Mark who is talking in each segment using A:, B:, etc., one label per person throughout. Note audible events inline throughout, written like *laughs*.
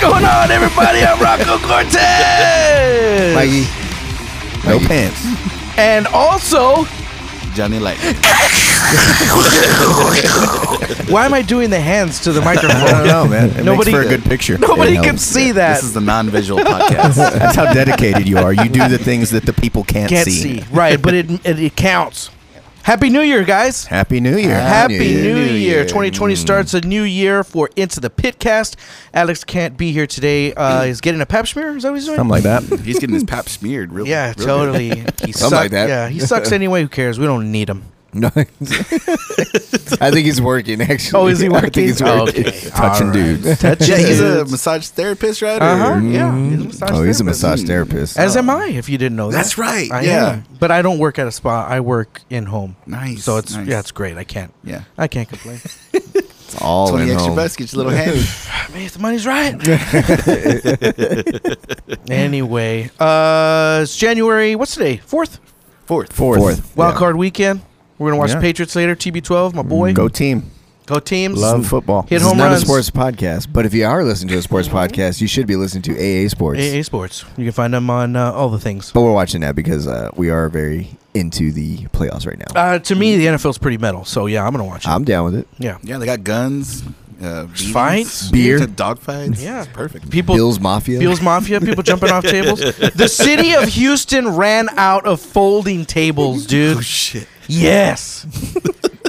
A: going on, everybody? I'm
B: *laughs*
A: Rocco Cortez.
B: Mikey.
A: no
B: Mikey.
A: pants. And also, *laughs*
B: Johnny Lightning.
A: why am I doing the hands to the microphone?
B: *laughs* I don't know, man. It
A: Nobody-
B: makes for a good picture.
A: Nobody
B: You know,
A: can
C: *laughs*
A: see that.
B: This is the non-visual podcast.
D: That's how dedicated you are. You do the things that the people can't,
A: Can't see. Right, but it, it it counts. Happy New Year, guys.
D: Happy New Year.
A: Happy
B: New
A: New,
B: Year.
A: Year.
B: New Year.
A: 2020 starts a new year for Into the Pitcast. Alex can't be here today.
B: Mm.
A: Uh, he's getting a pap smear. Is that what he's doing?
D: Something like that.
A: *laughs*
B: He's getting his pap smeared. Really?
A: yeah,
B: really
A: totally.
B: *laughs*
A: He sucks.
C: like that.
A: Yeah, he sucks anyway. Who cares? We don't need him.
C: No, I *laughs* think he's working actually.
A: Oh, is he
C: I think he's
A: working?
C: working.
A: Okay.
C: *laughs* Touching dudes.
A: *laughs* That's
B: Yeah, he's a massage therapist, right? Or-
A: Uh huh. Yeah. He's a massage
C: Oh, he's
A: therapist.
C: a massage therapist.
A: As am I, if you didn't know that.
B: That's right,
A: I
B: yeah.
A: am. But I don't work at a spa. I work in home.
B: Nice,
A: So it's
B: nice.
A: yeah, it's great. I can't.
B: Yeah.
A: I can't complain.
C: It's all
B: Twenty
C: in
B: extra
C: home.
B: bucks, get your little
C: *laughs*
B: hand.
A: I mean, if the money's right. anyway, uh, it's January. What's today? Fourth
B: Fourth.
D: Fourth. Fourth.
A: wild card weekend. We're gonna watch
D: Yeah.
A: the Patriots later. TB12, my boy.
D: Go team.
A: Go teams. Mm.
D: Love football.
A: Hit
C: This
A: home
C: is not
A: runs.
C: a sports podcast, but if you are listening to
A: *laughs*
C: a sports podcast, you should be listening to AA Sports.
A: AA Sports. You can find them on uh, all the things.
C: But we're watching that because uh, we are very into the playoffs right now.
A: Uh, to me, the NFL's pretty metal. So yeah, I'm gonna watch it.
C: I'm down with it.
A: yeah.
B: Yeah, they got guns, uh, beatings,
A: Fights.
C: Beer.
B: dog fights.
A: Yeah.
B: it's perfect.
A: People
C: Bills Mafia. *laughs*
A: Beals Mafia, people jumping off tables. The city of Houston ran out of folding tables, dude.
B: Shit.
A: Yes.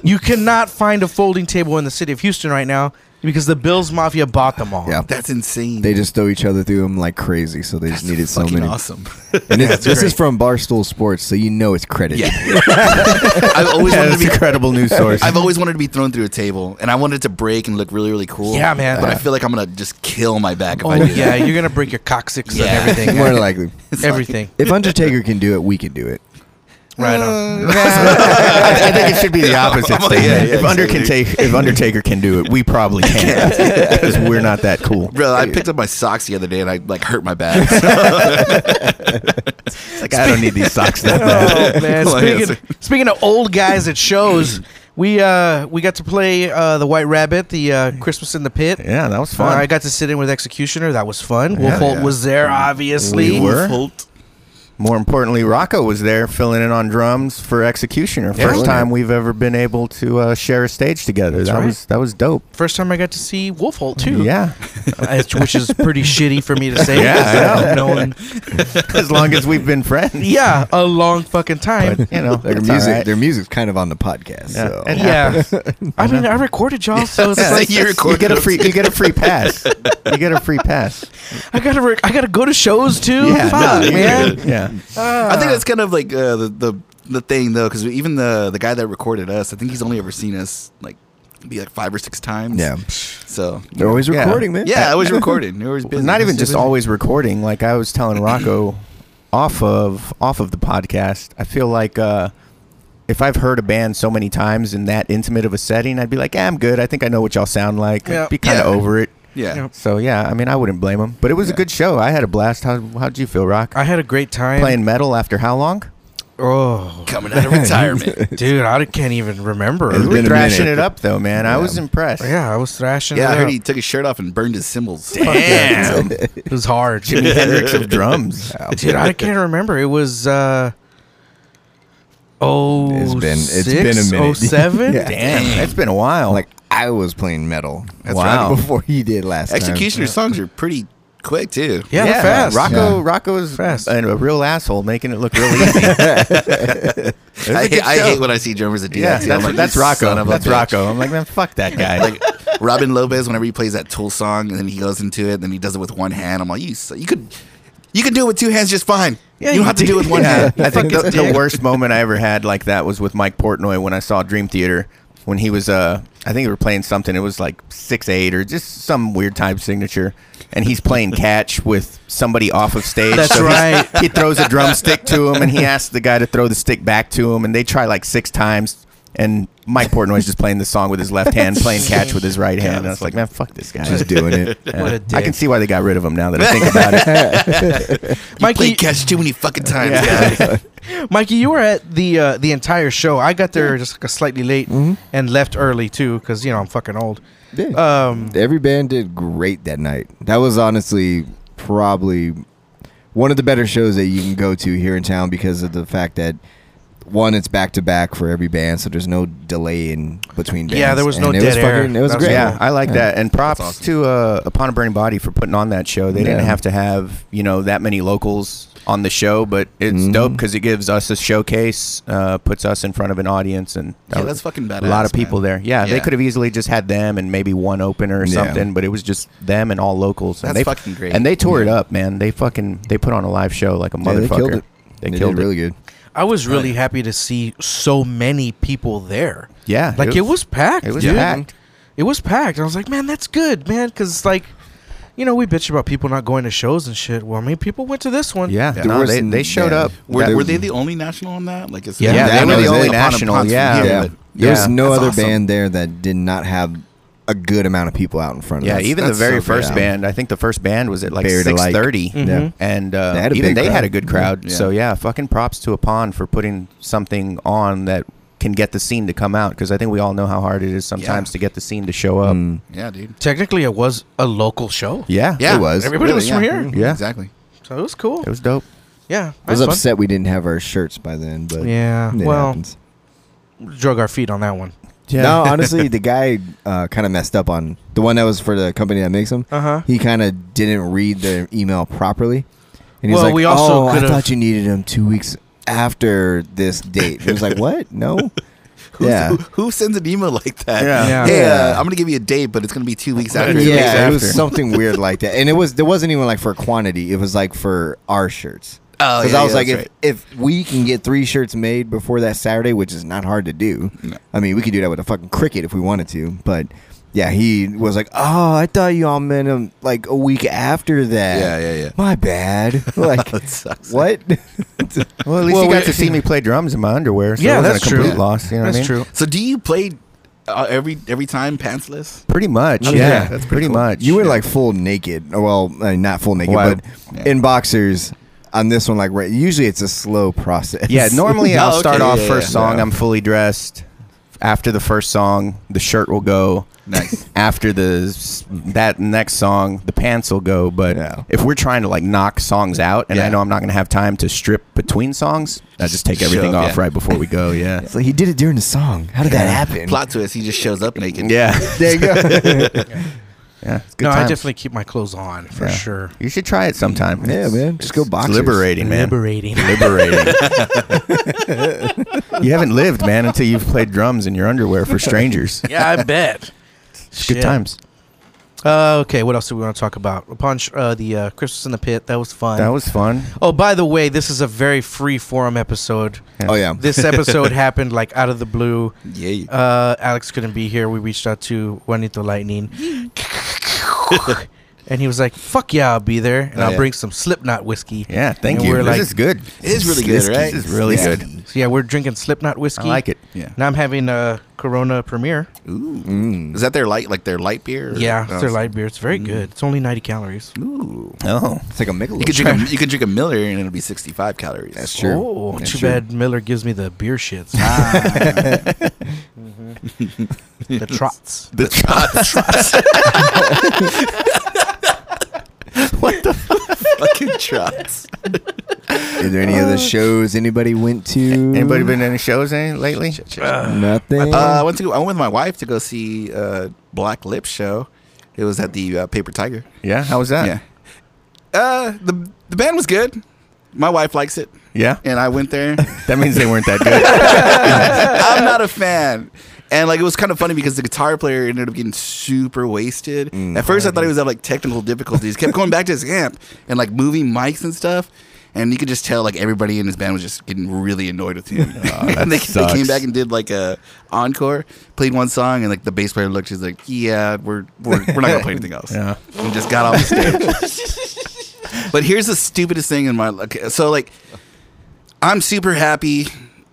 A: You cannot find a folding table in the city of Houston right now because the Bills Mafia bought them all.
C: Yeah.
B: That's insane.
C: They just throw each other through them like crazy, so they just needed so
B: fucking
C: many. *laughs*
B: awesome. *laughs*
C: And it's, this is from Barstool Sports, so you know it's credited. *laughs*
B: I've always
D: Yeah,
B: wanted
D: that's
B: to be
D: a credible *laughs* news source.
B: I've always wanted to be thrown through a table, and I wanted to break and look really, really cool.
A: Yeah, man.
B: But I feel like I'm gonna just kill my back if
A: Oh,
B: I do
A: yeah.
B: that.
A: You're going to break your coccyx
B: Yeah.
A: and everything.
C: More than
D: *laughs*
C: likely.
A: *laughs* everything.
C: If Undertaker can do it, we can do it.
A: Right on. *laughs*
D: I think it should
C: *laughs*
D: be the opposite.
B: Yeah,
D: thing.
B: yeah,
D: if, Under can take, if Undertaker can do it, we
C: *laughs*
D: probably can *laughs* because we're not that cool.
B: Bro, I picked up my socks the other day and I like hurt
A: *laughs*
B: my back.
D: Like, I don't need these
C: *laughs*
D: socks that bad.
A: Oh man!
B: Well, yes.
A: Speaking, speaking of old guys at shows, we uh we got to play uh the White Rabbit, the uh, Christmas in the Pit.
D: Yeah, that was
A: Uh,
D: fun.
A: I got to sit in with Executioner. That was fun. Wolf Holt
B: yeah.
A: was there, obviously.
D: We were.
B: Holt.
D: More importantly, Rocco was there filling in on drums for Executioner.
A: Oh,
D: First
C: Yeah.
D: time we've ever been able to uh, share a stage together. that
A: right.
D: was that was dope.
A: First time I got to see Wolf Holt too. *laughs*
D: Yeah,
A: Uh, which is pretty shitty for me to say.
D: Yeah, I know.
A: no one.
D: as long as we've been friends.
A: Yeah, a long fucking time.
D: you know,
C: Their
D: it's all
C: music,
D: right.
C: their music's kind of on the podcast.
D: Yeah.
C: So.
A: *laughs*
D: And-
A: yeah, I mean, I recorded y'all, so it's like
B: you
D: you
B: recorded
D: get a free you get a free pass. You get a free pass.
A: I gotta re- I gotta go to shows too.
D: Yeah,
A: Fuck,
B: no, you're
A: man.
B: good.
D: Yeah.
B: I think that's kind of like uh, the, the the thing though, because even the the guy that recorded us, I think he's only ever seen us like be like five or six times.
C: Yeah.
B: So
C: They're always
D: Yeah.
C: recording, man.
B: yeah, I was recording. It was busy.
D: Not even
B: Busy,
D: just
B: busy.
D: always recording. Like I was
A: *clears throat*
D: telling Rocco off of off of the podcast, I feel like uh if I've heard a band so many times in that intimate of a setting, I'd be like, yeah, I'm good. I think I know what y'all sound like.
A: Yeah.
D: I'd be kind
B: Yeah.
D: of over it.
B: Yeah.
A: Yeah.
D: So yeah, I mean, I wouldn't blame him. But it was a good show. I had a blast. How how'd you feel, Rock?
A: I had a great time
D: Playing metal after how long?
A: Oh,
B: Coming
D: *laughs*
B: out of retirement.
A: dude, I can't even remember.
D: We were
C: been a
D: thrashing
C: minute.
D: it up though, man. I was impressed.
A: Yeah, I was thrashing.
B: yeah,
A: it
B: I
A: up.
B: heard he took his shirt off and burned his cymbals.
A: Damn, it was hard,
D: Jimi *laughs*
A: *laughs*
D: Hendrix of drums.
A: dude. I can't remember. It was. uh Oh,
C: It's been- it's
A: six,
C: been a minute.
A: 07?
C: Yeah.
D: Damn, it's been a while.
C: Like I was playing metal. That's
D: Oh. Wow.
C: right before he did last time.
B: Executioner's songs are pretty quick too.
A: Yeah, they're fast.
D: Rocco,
C: Yeah.
D: Rocco's
A: Fast.
D: a, a real asshole, making it look
A: *laughs*
D: real easy.
B: I,
D: a
B: hate,
D: good
B: I
D: show.
B: hate when I see drummers that do
D: yeah,
B: that. Too. I'm
D: that's,
B: like,
D: that's
B: "You son
D: Rocco.
B: of a
D: That's
B: bitch."
D: Rocco. I'm like, man, fuck that guy.
B: Like Robin Lopez, whenever he plays that Tool song and then he goes into it, then he does it with one hand. I'm like, you, so, you could, you could do it with two hands just fine.
A: *laughs* Yeah,
B: you
A: you
B: don't have to
A: did.
B: do it with one
D: *laughs* Yeah,
B: hand.
D: I think the,
A: fucking
D: the
A: dick.
D: worst moment I ever had like that was with Mike Portnoy when I saw Dream Theater when he was uh I think they were playing something. It was like six eight or just some weird time signature, and he's *laughs* playing catch with somebody off of stage.
A: That's
D: he-
A: right.
D: He throws a drumstick to him, and he asks the guy to throw the stick back to him, and they try like six times. and Mike Portnoy's just playing the song with his left hand, playing catch with his right hand. and I was like, man, fuck this guy.
C: Just doing
D: *laughs*
C: it.
B: *laughs*
D: Yeah.
A: What a
D: I
A: dick.
D: can see why they got rid of him now that I think about
C: *laughs*
B: Play
D: it.
A: Mikey,
B: catch too many fucking times, guys.
A: Mikey, you were at the uh, the entire show. I got there just like slightly late
D: Mm-hmm.
A: and left early too, because you know I'm fucking old.
C: Yeah.
D: Uh,
A: Um,
C: Every band did great that night. That was honestly probably one of the better shows that you can go to here in town because of the fact that one, it's back to back for every band, so there's no delay in between bands.
A: Yeah, there was no
C: And it
A: dead air.
C: fucking- it was
A: That was
C: great.
A: cool.
D: Yeah, I like that. And props
B: awesome.
D: to uh, Upon a Burning Body for putting on that show. They didn't
C: Yeah.
D: have to have you know that many locals on the show, but it's
C: Mhm.
D: dope because it gives us a showcase, uh, puts us in front of an audience, and that
B: Yeah,
D: was
B: that's fucking badass.
D: a lot of people
B: man.
D: there. Yeah, they
B: Yeah.
D: could have easily just had them and maybe one opener or
C: Yeah.
D: something, but it was just them and all locals. And
B: That's
D: they,
B: fucking great.
D: And they tore it up, man. They fucking they put on a live show like a
C: Yeah,
D: motherfucker.
C: they killed it.
D: They killed
C: did
D: it.
C: really good.
A: I was really happy to see so many people there.
D: Yeah,
A: like it was, packed.
D: it was
A: dude.
D: packed.
A: It was packed. I was like, man, that's good, man, because like, you know, we bitch about people not going to shows and shit. Well, I mean, people went to this one.
D: Yeah,
C: There
D: no,
C: was-
D: they, they showed
C: yeah.
D: up.
B: Were,
D: That-
B: were they the only national on that? Like, it's
A: Yeah,
D: Yeah,
C: that
D: they were
C: was
D: the
C: it.
D: only
C: Upon
B: Upon a
D: national.
B: Ponce
D: Yeah,
B: from
C: Yeah.
B: here,
D: but-
B: but-
C: There was
D: yeah.
C: no
B: That's
C: other
B: awesome.
C: band there that did not have a good amount of people out in front of
D: Yeah,
C: us.
D: even the
B: that's
D: very
B: so
D: first
C: good.
D: band. I think the first band was at like
C: Buried
D: six
C: Alike.
D: thirty,
A: Mhm.
D: and uh,
C: They had a
D: even
C: big
D: they had
C: crowd.
D: a good crowd.
B: Yeah.
D: So yeah, fucking props to Upon for putting something on that can get the scene to come out because I think we all know how hard it is sometimes
B: Yeah.
D: to get the scene to show up.
C: Mm.
B: Yeah, dude.
A: Technically, it was a local show.
D: Yeah,
B: Yeah,
C: It was.
A: Everybody was from here.
D: Yeah.
B: exactly.
A: So it was cool.
D: it was dope.
A: Yeah.
C: I
A: that's
C: was
A: fun.
C: upset we didn't have our shirts by then, but
A: Yeah.
C: it
A: well,
C: happens.
A: drug our feet on that one.
D: Yeah.
C: No,
A: *laughs*
C: honestly, the guy uh, kind of messed up on the one that was for the company that makes them.
A: Uh huh.
C: He kind of didn't read the email properly, and he was
A: Well,
C: like,
A: we also
C: "Oh, I
A: could've-
C: thought you needed them two weeks after this date." And he was like,
A: *laughs*
C: "What? No."
B: Who's,
C: yeah,
B: who, who sends an email like that?
D: Yeah.
A: Yeah.
B: Hey, uh,
C: Yeah.
B: I'm gonna give you a date, but it's gonna be two weeks
D: Yeah,
B: after.
D: Two
C: yeah,
D: weeks
C: it was
D: after.
C: something weird like that, and it was there wasn't even like for quantity; it was like for our shirts.
B: Oh,
C: Because
B: yeah,
C: I was
B: yeah,
C: like, if,
B: that's right.
C: if we can get three shirts made before that Saturday, which is not hard to do,
B: No.
C: I mean, we could do that with a fucking cricket if we wanted to. But yeah, he was like, oh, I thought you all meant him like a week after that.
B: Yeah, yeah, yeah.
C: My bad.
B: *laughs*
C: Like,
B: That sucks.
C: what? *laughs*
D: Well, at least
A: Well,
D: you got
A: we-
D: to see me play drums in my underwear. So
A: Yeah,
D: it wasn't
A: that's
D: a
A: true.
D: complete loss. You know what I
A: That's
D: mean?
A: true.
B: So do you play uh, every every time pantsless?
D: Pretty much. Yeah,
A: Okay. Yeah,
D: that's pretty, much.
C: You were like full naked. Or, Well, I mean, not full naked,
D: Why-
C: but
B: Yeah.
C: in boxers. On this one, like right, usually it's a slow process.
D: Yeah,
C: *laughs*
D: normally
B: Oh, *laughs*
D: I'll start
B: okay.
D: off
B: Yeah,
D: first
B: yeah.
D: song.
B: Yeah.
D: I'm fully dressed. After the first song, the shirt will go.
B: Nice.
D: *laughs* After the s- that next song, the pants will go. But
C: Yeah.
D: if we're trying to like knock songs out, and I
B: Yeah.
D: know I'm not gonna have time to strip between songs, I just take
B: Shove,
D: everything off
B: yeah.
D: right before
B: *laughs*
D: we go. Yeah,
C: So he did it during the song. How did that happen?
B: Plot twist: He just shows up naked. *laughs*
D: *laughs* yeah,
C: *laughs* There you go.
D: yeah. It's good
A: No, I
D: times.
A: definitely keep my clothes on for
D: Yeah.
A: sure.
D: You should try it sometime.
C: yeah,
D: It's-
C: man. Just go
D: it's
C: boxers.
D: liberating, man.
A: Liberating.
D: *laughs* liberating.
B: *laughs*
D: you haven't lived, man, until you've played drums in your underwear
A: *laughs*
D: for strangers.
A: yeah, I bet.
D: It's good
A: Shit.
D: times.
A: Uh, okay, what else do we want to talk about? Upon sh- uh, the uh, Christmas in the Pit, that was fun.
D: That was fun.
A: oh, by the way, this is a very free forum episode. Um,
C: Oh yeah.
A: This
D: *laughs*
A: episode happened like out of the blue.
B: Yeah.
A: Uh, Alex couldn't be here. We reached out to Juanito
D: *laughs*
A: Lightning, and he was like, "Fuck yeah, I'll be there, and
B: Oh,
A: I'll
B: yeah.
A: bring some Slipknot whiskey."
D: Yeah, thank
A: And
D: you.
A: we're
D: this
A: like-
D: is good.
B: it is really good, right?
D: This is really
C: Yeah.
D: good.
A: So yeah, we're drinking Slipknot whiskey.
D: I like it.
B: Yeah.
A: Now I'm having a Corona Premier.
B: Ooh.
C: Mm.
B: Is that their light? Like their light beer? or-
A: Yeah,
B: Oh,
A: it's their light beer. It's very good. It's only 90 calories.
B: Ooh.
D: Oh,
C: It's like a Michelob.
B: You could drink. A, you could drink a Miller and it'll be 65 calories.
C: That's true.
A: Oh,
C: That's
A: too
C: true.
A: bad Miller gives me the beer shits. *laughs* The trots.
B: The trot. *laughs* what the fucking trots?
C: Is there any
B: Uh,
C: other shows anybody went to?
D: anybody been to any shows any lately?
C: Nothing.
B: Uh, I went to. I went with my wife to go see uh, Black Lip show. It was at the uh, Paper Tiger.
D: Yeah, how was that?
B: Yeah. Uh, the the band was good. My wife likes it,
D: Yeah?
B: and I went there.
D: that means they weren't
B: *laughs*
D: that good.
B: I'm not a fan. And like it was kind of funny because the guitar player ended up getting super wasted.
D: Mm,
B: at first, I thought he was having like technical difficulties. kept going back to his amp and like moving mics and stuff. And you could just tell like everybody in his band was just getting really annoyed with
D: *laughs*
B: him. *laughs* and they, they came
D: sucks.
B: back and did like a encore, played one song, and like the bass player looked, she's like, "Yeah, we're we're, we're not gonna play anything else."
D: *laughs* yeah.
B: and just got off the
D: *laughs*
B: stage. but here's the stupidest thing in my okay, so like I'm super happy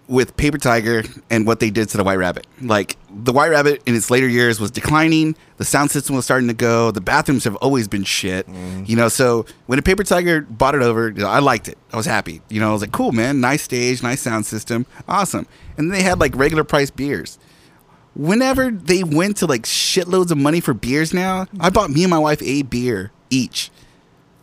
B: with Paper Tiger and what they did to the White Rabbit. Like the White Rabbit in its later years was declining. The sound system was starting to go. The bathrooms have always been shit.
D: Mm.
B: You know, so when a Paper Tiger bought it over, you know, I liked it. I was happy. You know, I was like, cool, man. Nice stage, nice sound system, awesome. And they had like regular price beers. Whenever they went to like shitloads of money for beers now, I bought me and my wife a beer each.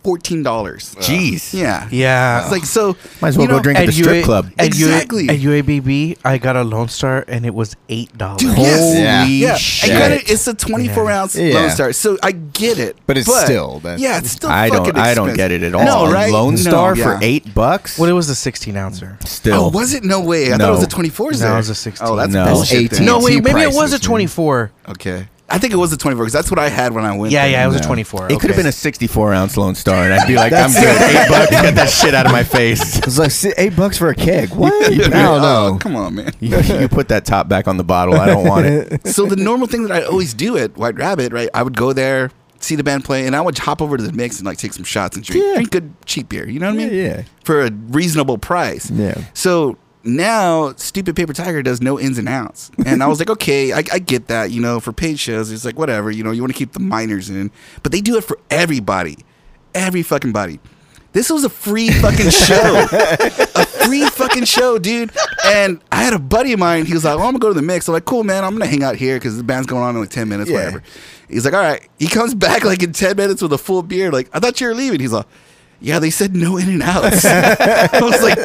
B: Fourteen dollars.
D: Jeez.
B: Yeah.
A: Yeah.
B: It's like so.
D: Might as well
B: you
D: go drink at the strip club.
A: At UA
B: Exactly.
A: at UABB, I got a Lone Star and it was eight dollars.
B: Dude,
D: Holy
B: yes. Yeah.
D: shit.
B: And granted, it's a 24
A: Yeah.
B: ounce
C: Yeah.
B: Lone Star, so I get it.
C: But it's still- that's-
B: yeah, it's still.
D: I don't.
B: fucking
D: I don't
B: expensive.
D: get it at all.
B: No,
D: A
B: right?
D: Lone
B: No,
D: Star
B: yeah.
D: for eight bucks.
A: Well, it was a sixteen ouncer.
D: Still,
B: Oh, was it? No way. I thought it
D: No.
B: was a 24.
A: No, it was a 16.
B: Oh, that's
D: No.
B: bullshit. then.
C: No,
A: No,
C: AT&T
A: wait, maybe it
C: prices,
A: was a
C: man.
A: twenty-four.
B: Okay. I think it was a 24 because that's what I had when I went.
A: Yeah,
B: there. *laughs*
D: *laughs*
A: yeah, it was a
C: No.
A: twenty-four.
D: It could have
A: okay.
D: been a 64 ounce Lone Star, and I'd be like, I'm good. Eight bucks, get that shit out
B: *laughs*
D: of my face.
C: It's like si- eight bucks for a keg. What? I don't
B: Oh,
C: know.
B: come on, man.
D: You, you put that top back on the bottle. I don't
B: *laughs*
D: want it.
B: so the normal thing that I always do at White Rabbit, right? I would go there, see the band play, and I would hop over to the mix and like take some shots and drink,
C: Yeah.
B: drink good cheap beer. You know what I mean?
C: Yeah, yeah.
B: For a reasonable price.
C: Yeah.
B: So now, stupid paper tiger does no ins and outs, and I was like, *laughs* okay, I, I get that. You know, for paid shows, it's like whatever. You know, you want to keep the minors in, but they do it for everybody, every fucking body. This was a free
C: *laughs*
B: fucking show. a free fucking show, dude. And I had a buddy of mine. He was like, "Well, I'm gonna go to the mix." I'm like, "Cool, man. I'm gonna hang out here because the band's going on in like ten minutes,
C: Yeah.
B: whatever." He's like, "All right." He comes back like in ten minutes with a full beard. Like, I thought you were leaving. He's like. Yeah, they said no in and outs. *laughs* I was like,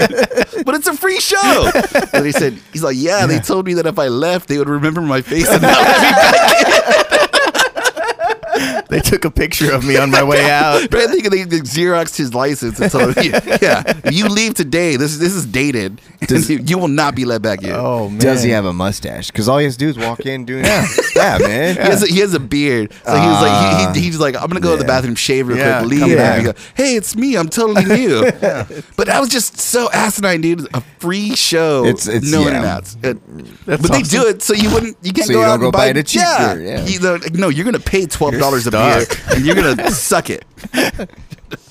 B: but it's a free show. And he said, he's like, yeah, they told me that if I left, they would remember my face and not let me
D: They took a picture of me on my way
B: *laughs*
D: out.
B: *laughs* But I think they, they xeroxed his license and told him, "Yeah, if you leave today. This this is dated.
C: Does-
B: you, you will not be let back in."
D: Oh man,
C: Does he have a mustache? Because all he has to do is walk in doing yeah, *laughs* yeah man.
B: He has, a, he has a beard, so he was like, he,
C: Ah.
B: he, he's like, I'm gonna go to the
C: Yeah.
B: bathroom, shave real
D: Yeah,
B: quick, leave,
D: come
B: and
C: back.
B: then we go, hey, it's me, I'm totally new.
C: *laughs*
B: But that was just so asinine, dude. A free show,
C: It's- it's-
B: no
C: yeah.
B: in and outs. It- but they do it so you wouldn't, you can't
C: So
B: go
C: you
B: out
C: don't
B: and
C: go
B: buy
C: buy the cheap
B: yeah.
C: beer, yeah.
B: You know, like, no, you're gonna pay twelve dollars a beer,
D: stuck.
B: and you're gonna suck
C: *laughs*
B: it.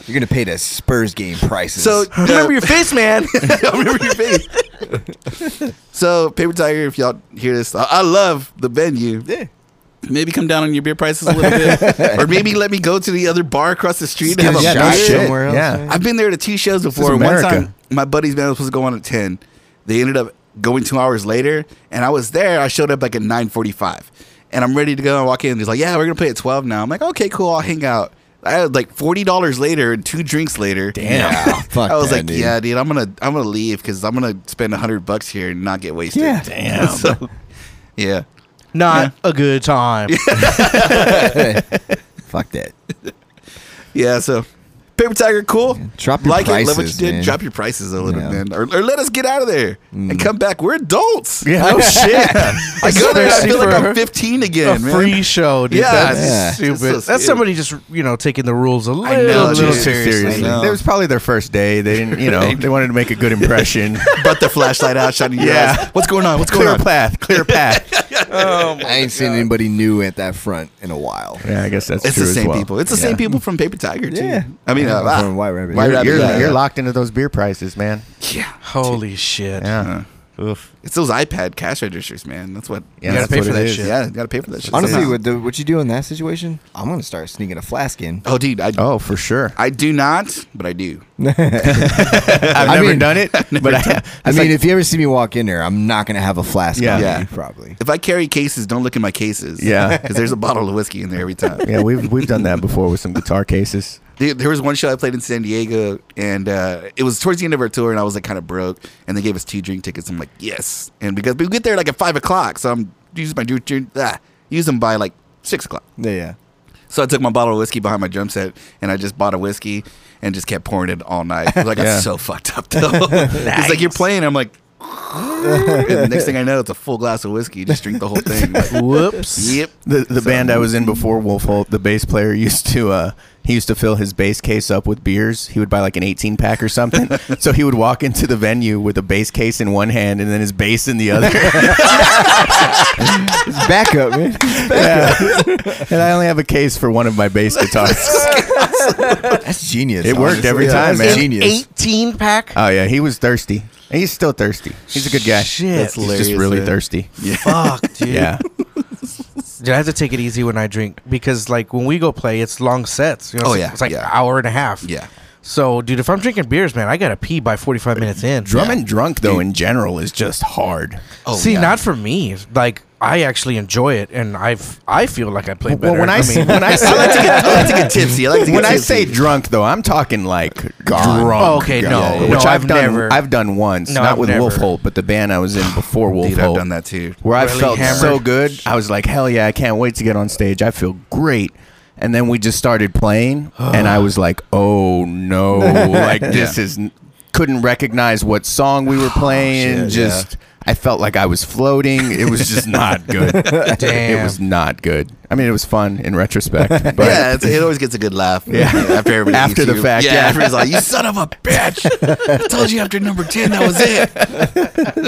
C: You're gonna pay the Spurs game prices.
B: So
A: Remember
B: uh,
A: your *laughs* face, man.
B: *laughs* I remember your face.
A: *laughs*
B: so, Paper Tiger, if y'all hear this, I, I love the venue.
D: *laughs*
C: yeah.
B: Maybe come down on your beer prices a little
C: *laughs*
B: bit, or maybe let me go to the other bar across the street and
C: Give
B: have a
C: us a
B: beer.
C: shot
A: somewhere else,
D: Yeah,
A: man.
B: I've been there to two shows
D: is
B: before. One
D: America.
B: time, my buddy's band was supposed to go on at ten. They ended up going two hours later, and I was there. I showed up like at nine forty-five, and I'm ready to go. I walk in. He's like, "Yeah, we're gonna play at twelve now." I'm like, "Okay, cool. I'll hang out." I had like forty dollars later and two drinks later.
D: Damn. *laughs*
C: Yeah, fuck
B: I was
C: that,
B: like,
C: dude.
B: "Yeah, dude, I'm gonna I'm gonna leave because I'm gonna spend hundred bucks here and not get wasted."
C: Yeah.
D: *laughs* Damn.
B: So, yeah.
A: Not a good time.
C: *laughs* Fuck that.
B: Yeah, so Paper Tiger, cool.
C: drop your
B: like it, love what you
C: prices,
B: did.
C: man.
B: Drop your prices a little,
C: Yeah. Mm.
B: man, or, or let us get out of there and come back. We're adults.
D: Yeah. Oh shit.
B: I go there, and I feel
A: Especially
B: like
A: for
B: I'm 15
A: a
B: again, man.
A: free show, dude.
B: Yeah,
A: that's
C: yeah.
A: stupid.
B: It's so
A: that's
B: stupid.
A: somebody just you know taking the rules a little,
B: know,
A: little
B: dude.
A: seriously.
B: seriously. I know.
D: It was probably their first day. They
B: *laughs*
D: didn't, you know, they wanted to make a good impression.
B: But the flashlight out, shining your
D: Yeah.
B: eyes. What's going on? What's going
D: clear
B: on?
D: path.
B: *laughs*
D: Clear path.
B: Oh
C: I ain't seen anybody new at that front in a while.
D: yeah, I guess that's
B: It's
D: true
B: the
D: as
B: same
D: well.
B: people. It's the
D: Yeah.
B: same people from Paper Tiger too.
C: Yeah.
B: I mean,
C: Yeah,
B: uh, ah,
C: from White Rabbit.
B: White
C: You're-
B: Rabbit.
D: You're,
B: yeah,
D: you're
B: yeah.
D: locked into those beer prices, man.
B: Yeah.
A: Holy shit!
D: Yeah.
B: It's those iPad cash registers, man. That's what.
A: You
D: Yeah,
A: gotta
D: that's
A: pay
D: what
A: for
D: it
A: that
D: is.
A: shit.
B: Yeah, you gotta pay for that shit.
C: Honestly,
B: somehow.
C: what, the, what you do in that situation, I'm gonna start sneaking a flask in.
B: oh, dude, I,
D: Oh, for sure.
B: I do not, but I do.
D: I've
C: I
D: never
C: mean-
D: done
B: *laughs*
D: it, but I,
C: I
D: it's
C: mean,
D: like-
C: if you ever see me walk in there, I'm not gonna have a flask.
D: Yeah.
C: on me,
B: Yeah.
C: probably.
B: If I carry cases, don't look in my cases. *laughs*
D: Yeah.
B: because there's a bottle of whiskey in there every time.
D: yeah, we've we've done that before with some guitar cases.
B: Dude, there was one show I played in San Diego, and uh, it was towards the end of our tour, and I was like kind of broke, and they gave us two drink tickets. I'm like, yes, and because we get there like at five o'clock, so I'm using my drink, drink ah, use them by like six o'clock.
C: Yeah, yeah.
B: So I took my bottle of whiskey behind my drum set, and I just bought a whiskey and just kept pouring it all night. Like I'm
D: *laughs* Yeah.
B: so fucked up though. *laughs* It's like you're playing. I'm like, *laughs* and the next thing I know, it's a full glass of whiskey. Just drink the whole thing. Like,
A: Whoops.
B: yep.
D: The the band I was in before Wolf Holt, the bass player used to uh he used to fill his bass case up with beers. He would buy like an 18 pack or something.
B: *laughs*
D: so he would walk into the venue with a bass case in one hand and then his bass in the other. *laughs*
C: It's backup, man.
B: *laughs*
D: Yeah. and I only have a case for one of my
B: *laughs*
D: bass guitars.
C: That's genius.
D: It worked every time,
C: that's
D: man.
C: Genius.
A: *laughs*
B: Uh,
A: Eighteen pack.
D: oh yeah, he was thirsty. And He's still thirsty. He's a good guy.
A: Shit.
B: That's
D: He's just
B: Hilarious,
D: really
B: man.
D: thirsty.
A: Fuck, dude.
D: Yeah.
A: Dude, I have to take it easy when I drink because, like, when we go play, it's long sets. You know,
B: Oh,
A: it's,
B: yeah,
A: It's like
B: yeah.
A: an hour and a half.
B: Yeah.
A: So, dude, if I'm drinking beers, man, I got to pee by 45 minutes in.
D: Drumming drunk though in general is just hard.
B: Oh,
A: See,
B: yeah.
A: not for me. Like, I actually enjoy it, and I've I feel like I play better.
D: Well, when
A: *laughs*
D: I,
A: mean,
D: s- when
B: *laughs*
D: I
B: I
D: say,
B: like to get, I like to get tipsy. I like to get
D: when I
B: tipsy.
D: say drunk though, I'm talking like drunk.
A: Oh, okay, no,
B: Yeah, yeah, yeah.
D: which
A: no,
D: I've, done.
A: never.
D: I've done once,
A: No,
D: not
A: I've
D: with
A: never.
D: Wolf Holt, but the band I was in before Wolf
B: dude,
D: Holt.
B: I've done that too.
D: where I
A: Really
D: felt
A: hammered.
D: so good. I was like, hell yeah, I can't wait to get on stage. I feel great. And then we just started playing, and I was like, oh
B: *laughs*
D: no, like this is couldn't recognize what song
A: Oh,
D: we were
B: shit,
D: playing. just I felt like I was floating. It was just not good.
A: *laughs*
D: It
A: Damn.
D: was not good. I mean, it was fun in *laughs* retrospect, but
B: yeah, it's, it always gets a good laugh. Yeah, *laughs* after everybody
D: After
B: leaves
D: the
B: you.
D: fact,
B: yeah,
D: yeah.
B: everybody's like, "You son of a *laughs* bitch! I told you after number ten that was it."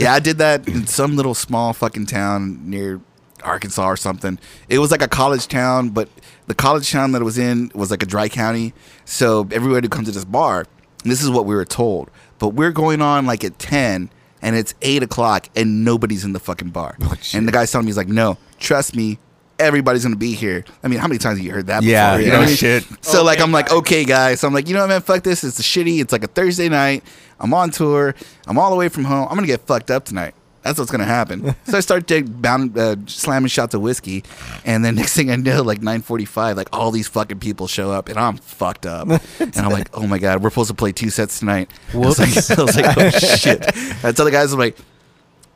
B: yeah, I did that in some little small fucking town near Arkansas or something. It was like a college town, but the college town that it was in was like a dry county. So everybody who comes to this bar, this is what we were told. But we're going on like at ten. And it's eight o'clock, and nobody's in the fucking bar. and the guy's telling me, he's like, "No, trust me, everybody's gonna be here." I mean, how many times have you heard that?
D: Yeah,
B: before, you
D: yeah.
B: know what I
D: No
B: mean?
D: shit.
B: So like I'm like, okay guys. So I'm like, you know what man, fuck this. It's a shitty, it's like a Thursday night. I'm on tour. I'm all the way from home. I'm gonna get fucked up tonight. That's what's gonna
D: *laughs*
B: happen. so I start to bound, uh, slamming shots of whiskey, and then *laughs* next thing I know, like 9:45, like all these fucking people show up, and I'm fucked
D: *laughs*
B: up. and I'm like, oh my god, we're supposed to play two sets tonight. *laughs* I was
A: Whoops.
B: like- I was
D: *laughs*
B: like, oh shit. I tell the guys, I'm like,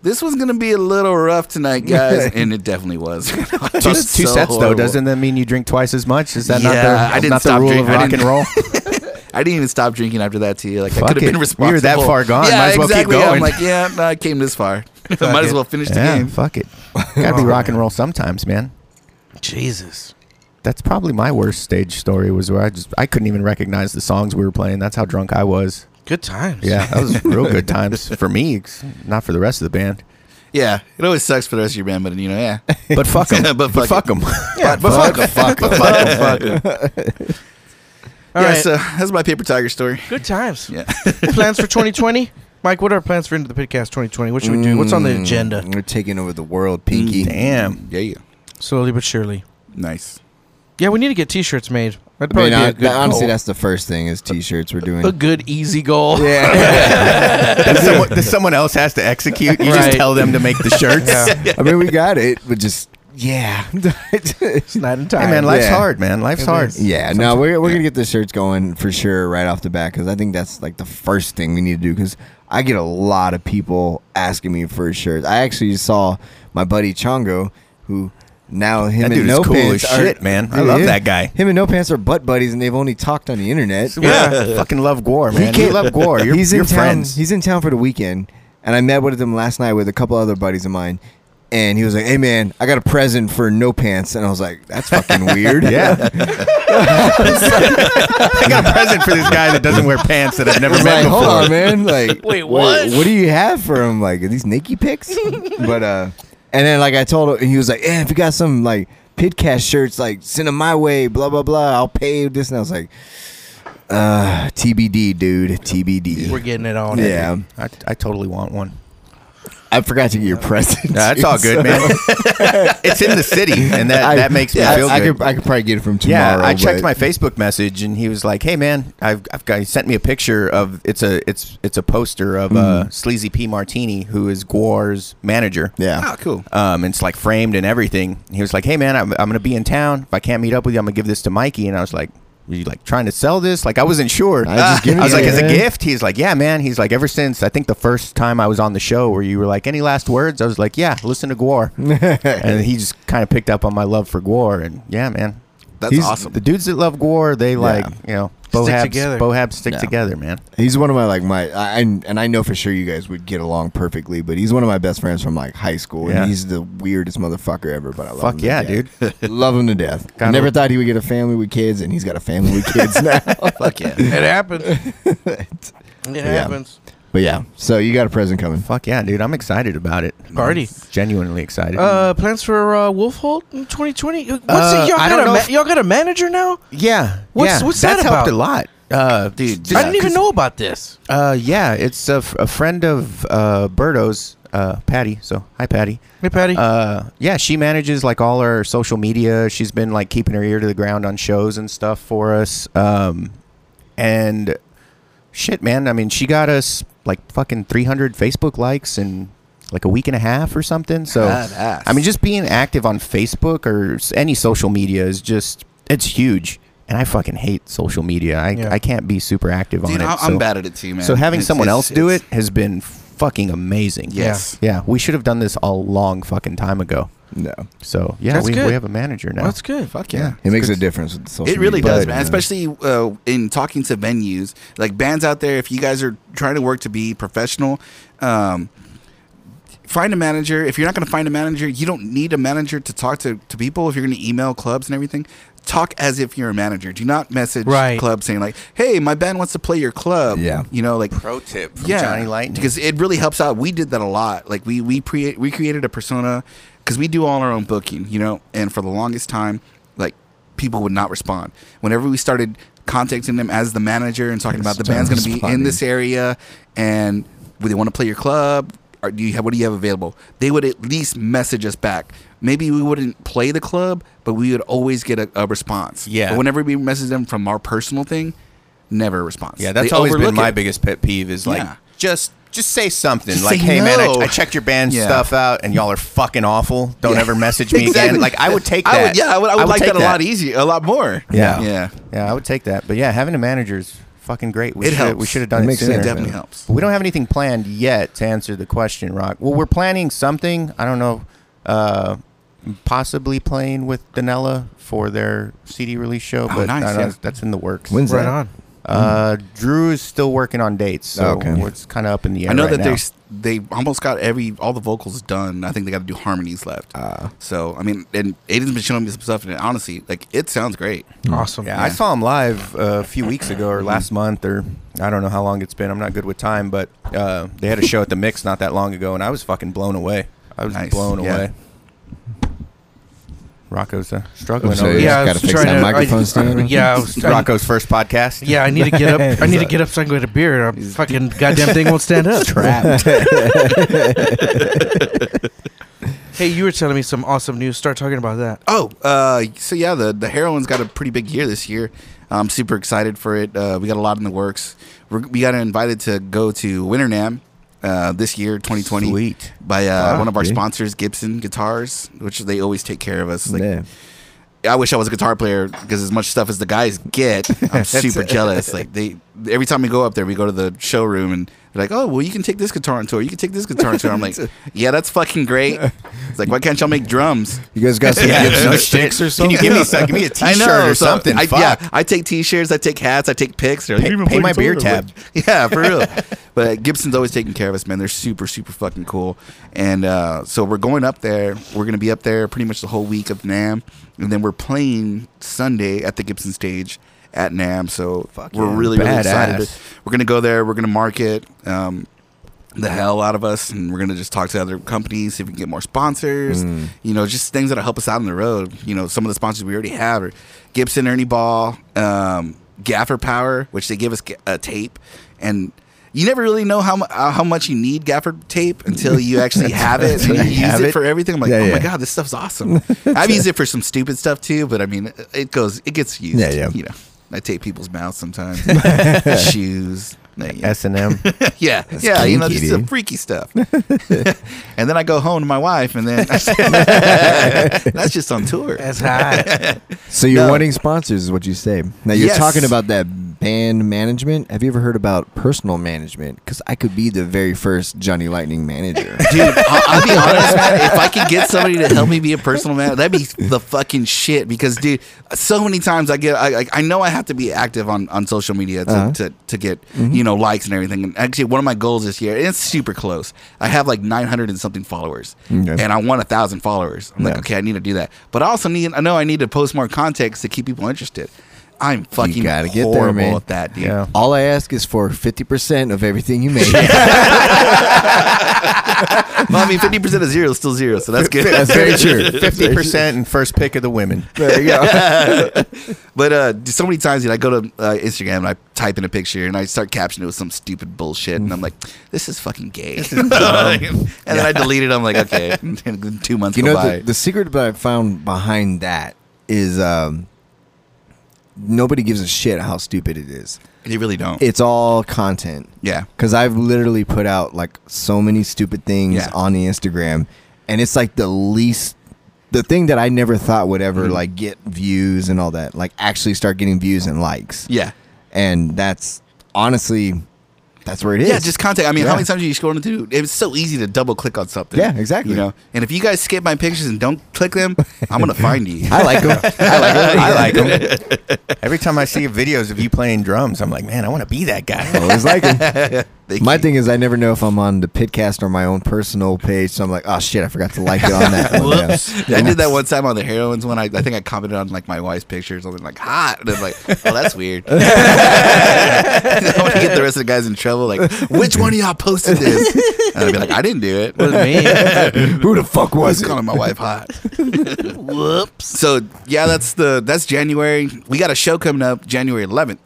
B: this was gonna be a little rough tonight,
D: *laughs*
B: guys, and it definitely was. *laughs*
D: two, two sets though doesn't that mean you drink twice as much? Is that not the,
B: Yeah, I didn't
D: not the
B: stop
D: rule
B: drink-
D: of
B: I
D: rock and
B: didn't-
D: roll?
B: I didn't even stop drinking after that too. Like I
D: Fuck
B: could have
D: it.
B: been
D: We
B: responsible.
D: were that far gone.
B: Yeah,
D: Might as well keep
B: exactly.
D: going.
B: I'm like, yeah, no, I came this
D: *laughs*
B: far. Might as well finish the
D: yeah,
B: game. *laughs*
D: fuck it. Gotta be rock and roll sometimes, man.
A: Jesus.
D: That's probably my worst stage story was where I just I couldn't even recognize the songs we were playing. That's how drunk I was.
A: Good times.
D: Yeah,
B: *laughs*
D: that was real good times for me, ex- not for the rest of the band.
B: Yeah, it always sucks for the rest of your band, but you know, *laughs*
D: *laughs*
B: yeah.
D: But fuck them.
B: But
D: but
B: fuck
D: fuck them.
A: Yeah, but fuck.
B: fuck, fuck, fuck, fuck.
D: *laughs*
A: All
B: yeah,
A: right.
B: so that's my paper tiger story.
A: Good times.
B: Yeah.
A: *laughs* plans for 2020? Mike, what are our plans for Into the Pitcast 2020? What should we do? What's on
B: Mm.
A: the agenda?
C: We're taking over the world, Pinky.
B: *laughs*
D: Mm. Damn.
B: Yeah, yeah.
A: Slowly but surely.
B: Nice.
A: Yeah, we need to get T-shirts made. That'd
C: I
A: probably
C: mean,
A: be
C: I,
A: a good
C: honestly,
A: goal.
C: that's the first thing is t-shirts we're doing.
A: a good easy goal.
C: yeah.
D: That someone, that someone else has to execute. You
A: Right.
D: just tell them to make the
B: *laughs*
D: shirts.
A: Yeah.
C: *laughs* I mean, we got it, but just yeah, *laughs*
A: it's not in time.
D: Hey man, life's
C: Yeah.
D: hard, man. Life's
A: It
D: hard.
A: is.
C: yeah. No, we're we're gonna get the shirts going for sure right off the bat because I think that's like the first thing we need to do because I get a lot of people asking me for shirts. I actually saw my buddy Chongo who. Now him
D: That
C: and
D: dude is
C: No
D: cool
C: Pants
D: as
C: are-
D: shit, man. I
C: Dude,
D: love
C: him-
D: that guy.
C: Him and No Pants are butt buddies, and they've only talked on the internet.
D: Yeah. Fucking love Gore, man.
C: came-
D: You
C: *laughs*
D: love *laughs* Gore. You're,
C: he's in
D: you're
C: town.
D: friends.
C: He's in town for the weekend, and I met with him last night with a couple other buddies of mine. And he was like, "Hey man, I got a present for no pants," and I was like, "That's fucking weird."
D: *laughs* yeah. I got a present for this guy that doesn't wear pants that I've never
C: I was
D: met
C: like,
D: before.
C: "Hold on, man! Like,
A: Wait, what?
C: What do you have for him? Like, are these
A: *laughs*
C: Nike pics?" but uh, and then like I told him, he was like, "Yeah, if you got some like Pitcast shirts, like send them my way, blah blah blah. I'll pay this." And I was like, "Uh, TBD, dude,
A: *laughs*
C: TBD."
A: We're getting it on.
C: yeah,
D: I, I totally want one.
C: I forgot to get your present.
D: Nah, that's
C: dude,
D: all
C: so- *laughs*
D: good, *laughs* man. it's in the city, and that, that makes me
C: yeah,
D: feel
C: I
D: good.
C: Could, I could probably get it from
D: yeah,
C: tomorrow.
D: I
C: but-
D: checked my Facebook message, and he was like, "Hey, man, I've, I've got." He sent me a picture of it's a it's it's a poster of uh, Sleazy P Martini, who is Gore's manager.
C: Yeah.
B: Oh, cool.
D: Um, and it's like framed and everything. He was like, "Hey, man, I'm, I'm gonna be in town. If I can't meet up with you, I'm gonna give this to Mikey." And I was like, "Were you like trying to sell this?" Like I wasn't sure.
C: I
D: *laughs*
C: just give it
D: I was
C: to
D: like,
C: you,
D: as a
C: man.
D: gift? He's like, yeah, man. He's like, ever since I think the first time I was on the show where you were like, any last words? I was like, yeah, listen to Gore.
C: Mm-hmm.
D: *laughs*
C: *laughs*
D: and he just kind of picked up on my love for Gore. And yeah, man.
B: That's
D: He's-
B: awesome.
D: The dudes that love Gore, they like, you know,
A: Stick
D: bohabs,
A: together.
D: bohabs stick
C: Yeah.
D: together, man.
C: He's one of my like my I, I- and I know for sure you guys would get along perfectly, but he's one of my best friends from like high school,
D: Yeah.
C: and he's the weirdest motherfucker ever. But I love him
D: Fuck
C: to
D: yeah,
C: death.
D: dude.
C: love him to death.
D: Kinda-
C: Never thought he would get a family with kids, and he's got a family with kids now.
B: Fuck yeah.
A: It
D: *laughs*
A: happens. it happens.
C: *laughs* but yeah, so you got a present coming.
D: Fuck yeah, dude. I'm excited about it.
A: Party.
D: Genuinely excited.
A: Uh, plans for uh, Wolf Holt in 2020? What's
D: Uh,
A: it? Y'all got,
D: I don't
A: a
D: know
A: ma-
D: if-
A: y'all got a manager now?
D: yeah.
A: What's-
D: yeah.
A: what's that
D: That's helped
A: about?
D: a lot. Uh,
B: Dude,
D: just-
A: I didn't even know about this.
D: Uh, yeah, it's a, f- a friend of uh, Birdo's, uh, Patty. So hi, Patty.
A: Hey, Patty.
D: Uh, yeah, she manages like all our social media. She's been like keeping her ear to the ground on shows and stuff for us. Um, and shit, man. I mean, she got us like fucking 300 Facebook likes in like a week and a half or something. So,
B: Badass.
D: I mean, just being active on Facebook or s- any social media is just, it's huge. And I fucking hate social media. I,
A: Yeah.
D: I can't be super active on
B: Dude,
D: it.
B: I- I'm
D: so-
B: bad at it too, man.
D: so having
B: It's-
D: someone
B: it's-
D: else do
B: it's-
D: it has been fucking amazing.
B: Yes.
D: Yeah, we should have done this a long fucking time ago.
C: No,
D: So yeah,
A: That's
D: we,
A: good.
D: we have a manager now.
A: That's good.
B: Fuck
D: Yeah.
B: yeah.
C: it makes a difference with social.
B: It really
C: media,
B: does,
C: but,
B: man.
C: uh,
B: Especially uh, in talking to venues, like bands out there. If you guys are trying to work to be professional, um, find a manager. If you're not going to find a manager, you don't need a manager to talk to, to people. If you're going to email clubs and everything, talk as if you're a manager. Do not message
A: Right.
B: clubs saying like, "Hey, my band wants to play your club."
C: Yeah.
B: you know, like
D: pro tip from
B: yeah,
D: Johnny Lightning.
B: because it really helps out. We did that a lot. Like we we pre- we created a persona because we do all our own booking, you know. And for the longest time, like people would not respond. Whenever we started contacting them as the manager and talking about the band's going to be in this area and would they want to play your club? Or do you have what do you have available? They would at least message us back. Maybe we wouldn't play the club, but we would always get a, a response.
D: Yeah.
B: But whenever we message them from our personal thing, never a response.
D: yeah, that's
B: They
D: always been
B: overlook
D: my
B: it.
D: biggest pet peeve is like
B: Yeah.
D: just just say something
B: Just
D: like,
B: say
D: "Hey man, I,
B: no."
D: I checked your band
B: Yeah.
D: stuff out, and y'all are fucking awful. Don't
B: Yeah. *laughs*
D: ever message me
B: Exactly.
D: again." Like I would take that.
B: I would, yeah, I would, I would like
D: take
B: that, a lot easier, a lot more.
D: Yeah.
B: yeah,
D: Yeah, I would take that. But yeah, having a manager is fucking great. We
B: It
D: should
B: helps.
D: we should have done
C: It
D: it,
C: makes
D: sooner.
C: sense.
B: it definitely helps.
D: But we don't have anything planned yet to answer the question, Rock. Well, we're planning something. I don't know, uh, possibly playing with Danella for their CD release show,
B: Oh,
D: but
B: nice,
D: I don't know,
B: yeah.
D: that's in the works.
C: When's
A: right
C: that?
A: on.
D: uh, Drew is still working on dates, so
C: Okay.
D: it's kind of up in the air.
B: I know
D: right
B: that
D: now.
B: there's they almost got every all the vocals done. I think they got to do harmonies left.
D: Ah.
B: so I mean, and Aiden's been showing me some stuff, and honestly, like it sounds great.
A: Awesome.
D: Mm. Yeah, I saw him live uh, a few weeks ago or last month or I don't know how long it's been. I'm not good with time, but uh, they had a show at the Mix not that long ago, and I was fucking blown away. I was
B: Nice.
D: blown
B: Yeah.
D: away. Rocco's uh, struggling
C: So,
D: over
A: Yeah,
C: Yeah,
A: I
C: gotta
A: was
C: fix
A: trying
C: that
A: to.
C: microphone
A: I,
C: stand.
A: yeah, I was.
D: there.
A: I,
D: Rocco's first podcast.
A: yeah, I need to get
D: *laughs*
A: up. I need to get up so I can get a beer. I'm fucking goddamn thing won't stand up. *laughs* Hey, you were telling me some awesome news. Start talking about that.
B: Oh, uh, so yeah, the the heroin's got a pretty big year this year. I'm super excited for it. Uh, we got a lot in the works. We're, we got invited to go to Winternam uh, this year, 2020,
D: Sweet.
B: by uh,
C: Wow,
B: one of our
C: dude.
B: sponsors, Gibson Guitars, which they always take care of us. Like,
C: Yeah.
B: I wish I was a guitar player because as much stuff as the guys get, I'm super jealous. Like they, every time we go up there, we go to the showroom and they're like, "Oh, well, you can take this guitar on tour. You can take this guitar on tour." I'm like, "Yeah, that's fucking great." It's like, why can't y'all make drums?
C: You guys
D: *laughs*
C: got some
D: Yeah,
C: Gibson
D: no
C: sticks
D: shit.
C: or something?
D: Can you give me some? Give me
B: *laughs*
D: a
B: I
D: T-shirt
B: know,
D: or
B: so
D: something.
B: I,
D: Fuck.
B: Yeah, I take T-shirts, I take hats, I take pics. They're like,
D: Pay-
B: "You even
D: pay
B: played
D: my beer
B: tour?"
D: tab.
B: Like, *laughs* yeah, for real. but Gibson's always taking care of us, man. They're super, super fucking cool. And uh, so we're going up there. We're gonna be up there pretty much the whole week of Nam, and then we're playing Sunday at the Gibson stage at Nam. So we're
D: yeah.
B: really, really excited.
D: Badass.
B: We're gonna go there. We're gonna market. Um, the hell out of us, and we're gonna just talk to other companies, see if we can get more sponsors. You know, just things that'll help us out on the road. You know, some of the sponsors we already have are Gibson, Ernie Ball, um, Gaffer Power, which they give us ga- a tape, and you never really know how mu- uh, how much you need Gaffer tape until you actually have it and you
D: Until you
B: use
D: have
B: it
D: it.
B: for everything. I'm like,
C: Yeah,
B: oh my
C: yeah.
B: god, this stuff's awesome. I've used it for some stupid stuff too, but I mean, it goes, it gets used.
C: Yeah, yeah.
B: You know, I tape people's mouths sometimes, shoes. like, you know
D: S
B: *laughs*
D: and M.
B: yeah, yeah, you know,
C: kinky,
B: this is some
C: dude.
B: freaky stuff.
C: *laughs*
B: *laughs* and then I go home to my wife, and then *laughs* that's just on tour.
A: That's hot.
C: So you're
B: No.
C: wanting sponsors, is what you say. Now you're
B: Yes.
C: talking about that band management. Have you ever heard about personal management? Because I could be the very first Johnny Lightning manager.
B: Dude, I'll, I'll be honest, man. If I could get somebody to help me be a personal man, that'd be the fucking shit. Because, dude, so many times I get, I, like, I know I have to be active on, on social media to,
C: Uh-huh.
B: to, to get, you know, likes and everything. And actually, one of my goals this year, and it's super close. I have like 900 and something followers,
C: Okay.
B: and I want a thousand followers. I'm like,
C: Mm, Yeah.
B: okay, I need to do that. But I also need, I know I need to post more context to keep people interested. I'm fucking
C: gotta get there,
B: horrible
C: man.
B: at that, dude.
D: Yeah.
C: All I ask is for 50% of everything you make.
B: Well, I mean, fifty percent of zero is still zero, so
C: *laughs*
B: that's good.
C: That's very true.
D: Fifty percent and first pick of the women.
C: There you go.
B: But uh, so many times, you know, I go to uh, Instagram and I type in a picture and I start captioning it with some stupid bullshit, and I'm like, "This is fucking gay," *laughs* and then I delete it. I'm like,
C: *laughs*
B: "Okay." *laughs* And two months
C: *laughs* You
B: go
C: know,
B: by.
C: the, the secret that I found behind that is um, nobody gives a shit how stupid it is.
B: you really don't.
C: It's all content.
B: yeah.
C: Because I've literally put out like so many stupid things
B: Yeah.
C: on the Instagram, and it's like the least, the thing that I never thought would
B: Mm-hmm.
C: ever like get views and all that, like actually start getting views and likes.
B: Yeah.
C: And that's honestly, that's where it is.
B: Yeah,
C: *laughs*
B: just contact. I mean, how
C: Yeah.
B: many times are you scrolling through? It's so easy to double click on something.
C: Yeah, exactly.
B: You know, and if you guys skip my pictures and don't click them, I'm
C: *laughs*
B: gonna find you.
C: I
B: *laughs*
C: like them. I like them.
D: I like them. Every time I see videos of you playing drums, I'm like, man, I want to be that guy.
C: Always like 'em.
B: Thank
C: My
B: you.
C: thing is, I never know if I'm on the Pitcast or my own personal page. So I'm like, oh shit, I forgot to like it on that. one.
B: *laughs*
C: Yeah.
B: I did that one time on the heroines one. I, I think I commented on like my wife's picture or something like hot, and I'm like, oh, that's *laughs* weird. I want to get the rest of the guys in trouble. Like, which one of y'all posted this? And I'd be like, I didn't do it. Wasn't *laughs* me.
C: *laughs* Who the fuck was
B: Who's
C: it?
B: calling my *laughs* wife hot? Whoops. So yeah, that's the that's January. We got a show coming up January 11th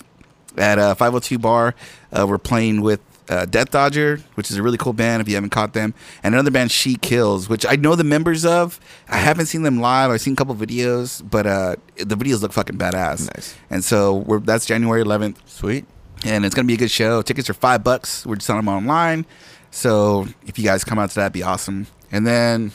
B: at uh, 502 Bar. Uh, we're playing with uh, Death Dodger, which is a really cool band if you haven't caught them, and another band She Kills, which I know the members of. I haven't seen them live. I've seen a couple videos, but uh, the videos look fucking badass.
C: Nice.
B: And so we're that's January 11th
D: Sweet.
B: and it's gonna be a good show. Tickets are five bucks. We're selling them online, so if you guys come out to that, it'd be awesome. And then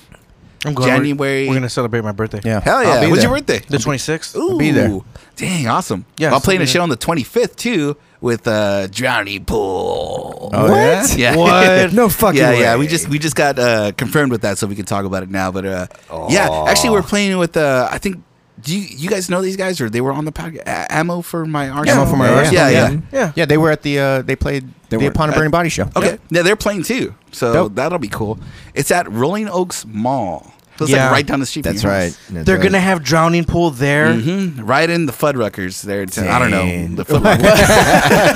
A: I'm going.
B: January-
A: We're, we're gonna celebrate my birthday.
D: Yeah.
B: hell
D: I'll
B: yeah,
D: be
B: when's
D: there.
B: your birthday?
A: The 26th.
B: Ooh,
D: be there.
B: Dang, awesome.
A: Yeah,
B: I'm
A: so
B: playing a
A: we're-
B: show on the 25th too with uh, Drowny Pool.
D: Oh,
C: What?
B: Yeah. *laughs*
D: yeah?
A: What?
C: No fucking
B: yeah, yeah.
C: way.
B: We just we just got uh, confirmed with that, so we can talk about it now. But uh, yeah, actually, we're playing with uh, I think. Do you, you guys know these guys, or they were on the podcast? A- ammo for my arsenal.
D: Ammo for My
B: yeah,
D: Arsenal,
B: Yeah, yeah.
D: yeah.
A: Yeah.
D: Yeah, they were at the. Uh, they played
C: They
D: the
C: weren't-
D: Upon a Burning Body show.
B: Okay. Yeah, they're playing too. So
D: Dope.
B: that'll be cool. It's at Rolling Oaks Mall. So it's
A: Yeah.
B: like right down the street. from
C: That's
B: your
C: right.
B: house.
C: That's
A: They're
C: right.
A: gonna have drowning pool there.
B: Mhm. Right in the Fuddruckers there. in town. I don't know.
C: Dang.
B: The Foot
A: *laughs*
B: Locker.